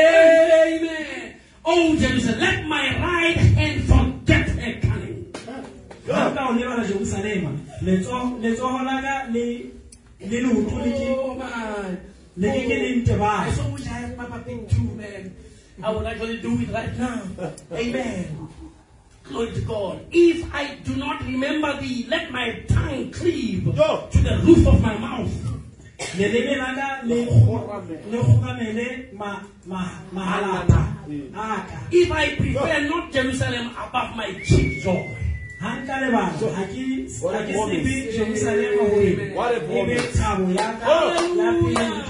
Speaker 2: Amen. Oh, Jerusalem, let my right hand forget her cunning.
Speaker 1: Ha nka o lebala jerusalema letsoho letsoho la ka le le leoto le ke
Speaker 2: Oh, my.
Speaker 1: le ke ke le
Speaker 2: I
Speaker 1: ntebale
Speaker 2: so wish I had Papa Pink too, man. I would actually do it right now. Amen. Glory to God. If I do not remember thee, let my tongue cleave
Speaker 6: Yo.
Speaker 2: to the roof of my mouth.
Speaker 1: leleme la ka le le kgogamele ma- ma- mahalapa a ka
Speaker 2: If I prefer not Jerusalem above my chief joy.
Speaker 1: hanka lebala ha ke
Speaker 6: What a
Speaker 1: ha ke
Speaker 6: promise.
Speaker 1: sebe jerusalema gore
Speaker 6: What a
Speaker 1: e be
Speaker 6: promise.
Speaker 1: thabo ya ka ya pele.
Speaker 2: Hallelujah.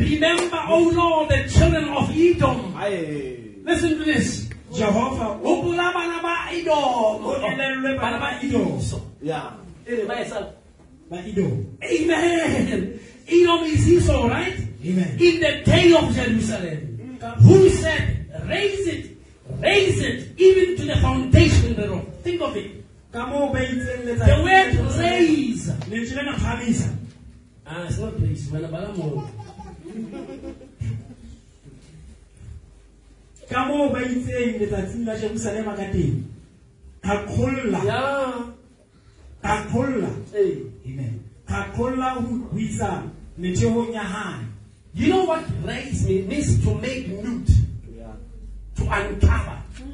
Speaker 2: Remember, O Lord, the children of Edom.
Speaker 6: Aye.
Speaker 2: Listen to this.
Speaker 1: jehova o
Speaker 2: Ukula bana ba
Speaker 1: o elellwe
Speaker 2: Edom.
Speaker 1: bana ba idoso
Speaker 6: Yeah.
Speaker 2: Hey, myself.
Speaker 1: ba ido
Speaker 2: Amen. Edom is his, all right?
Speaker 1: Amen.
Speaker 2: In the day of Jerusalem, who said, Raise it, raise it, even to the foundation thereof. Think of it.
Speaker 1: ka moo ba itseng
Speaker 2: The
Speaker 1: letsatsi
Speaker 2: word raise.
Speaker 1: lentswe lena phamisa
Speaker 2: Ah, it's not raise, man. but I'm all-
Speaker 1: ka moo ba itseng letsatsing la jerusalema ka teng ka kgolla
Speaker 2: Yeah.
Speaker 1: ka kgolla
Speaker 2: Hey.
Speaker 1: amen ka kgolla ho ho isa metheong ya hae
Speaker 2: You know what raise me means to make nude,
Speaker 6: Yeah.
Speaker 2: to uncover,
Speaker 1: ho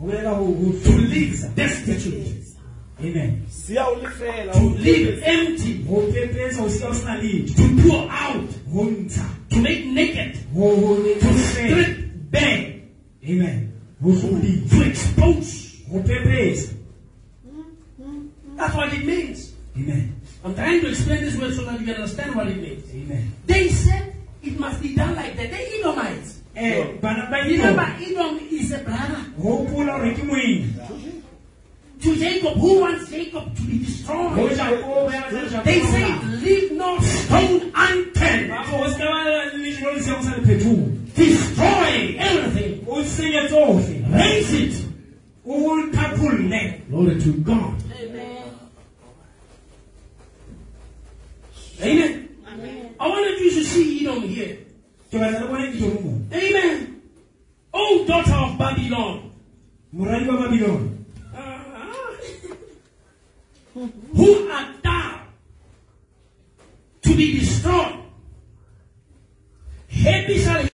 Speaker 1: bolela ho ho
Speaker 2: to live destitute,
Speaker 1: amen
Speaker 6: Siya o le fela.
Speaker 2: to live empty,
Speaker 1: ho pepesa ho sia ho sena letho
Speaker 2: to pour out,
Speaker 1: ho ntsha
Speaker 2: to make naked,
Speaker 1: ho ho
Speaker 2: to
Speaker 1: letho
Speaker 2: strip bare,
Speaker 1: amen ho hlodi
Speaker 2: to expose.
Speaker 1: ho pepesa
Speaker 2: That's what it means.
Speaker 1: amen
Speaker 2: I'm trying to explain this word so that you understand what it means.
Speaker 1: amen
Speaker 2: They said it must be done like that. They Edomites.
Speaker 1: eh bana ba
Speaker 2: Remember, Edom
Speaker 1: Edom,
Speaker 2: is a brother
Speaker 1: hopola hore ke moeng
Speaker 2: to Jacob. Who wants Jacob to be
Speaker 1: ho
Speaker 2: destroyed?
Speaker 1: jakobo ya batla
Speaker 2: They
Speaker 1: Jakobo
Speaker 2: say,
Speaker 1: na.
Speaker 2: leave no stone unturned.
Speaker 1: Ba ho se ka ba le lejwe le sia ho sa le phethoho
Speaker 2: destroy everything,
Speaker 1: o senye tsohle
Speaker 2: raise it.
Speaker 1: o ho phapolle
Speaker 2: Glory to God.
Speaker 8: Amen.
Speaker 2: Amen.
Speaker 8: Amen.
Speaker 2: I wanted you to see Edom here.
Speaker 1: ke batla le bone ditomo moo
Speaker 2: Amen. Oh, daughter of Babylon,
Speaker 1: moradi wa babilone
Speaker 2: Ah. who art thou to be destroyed?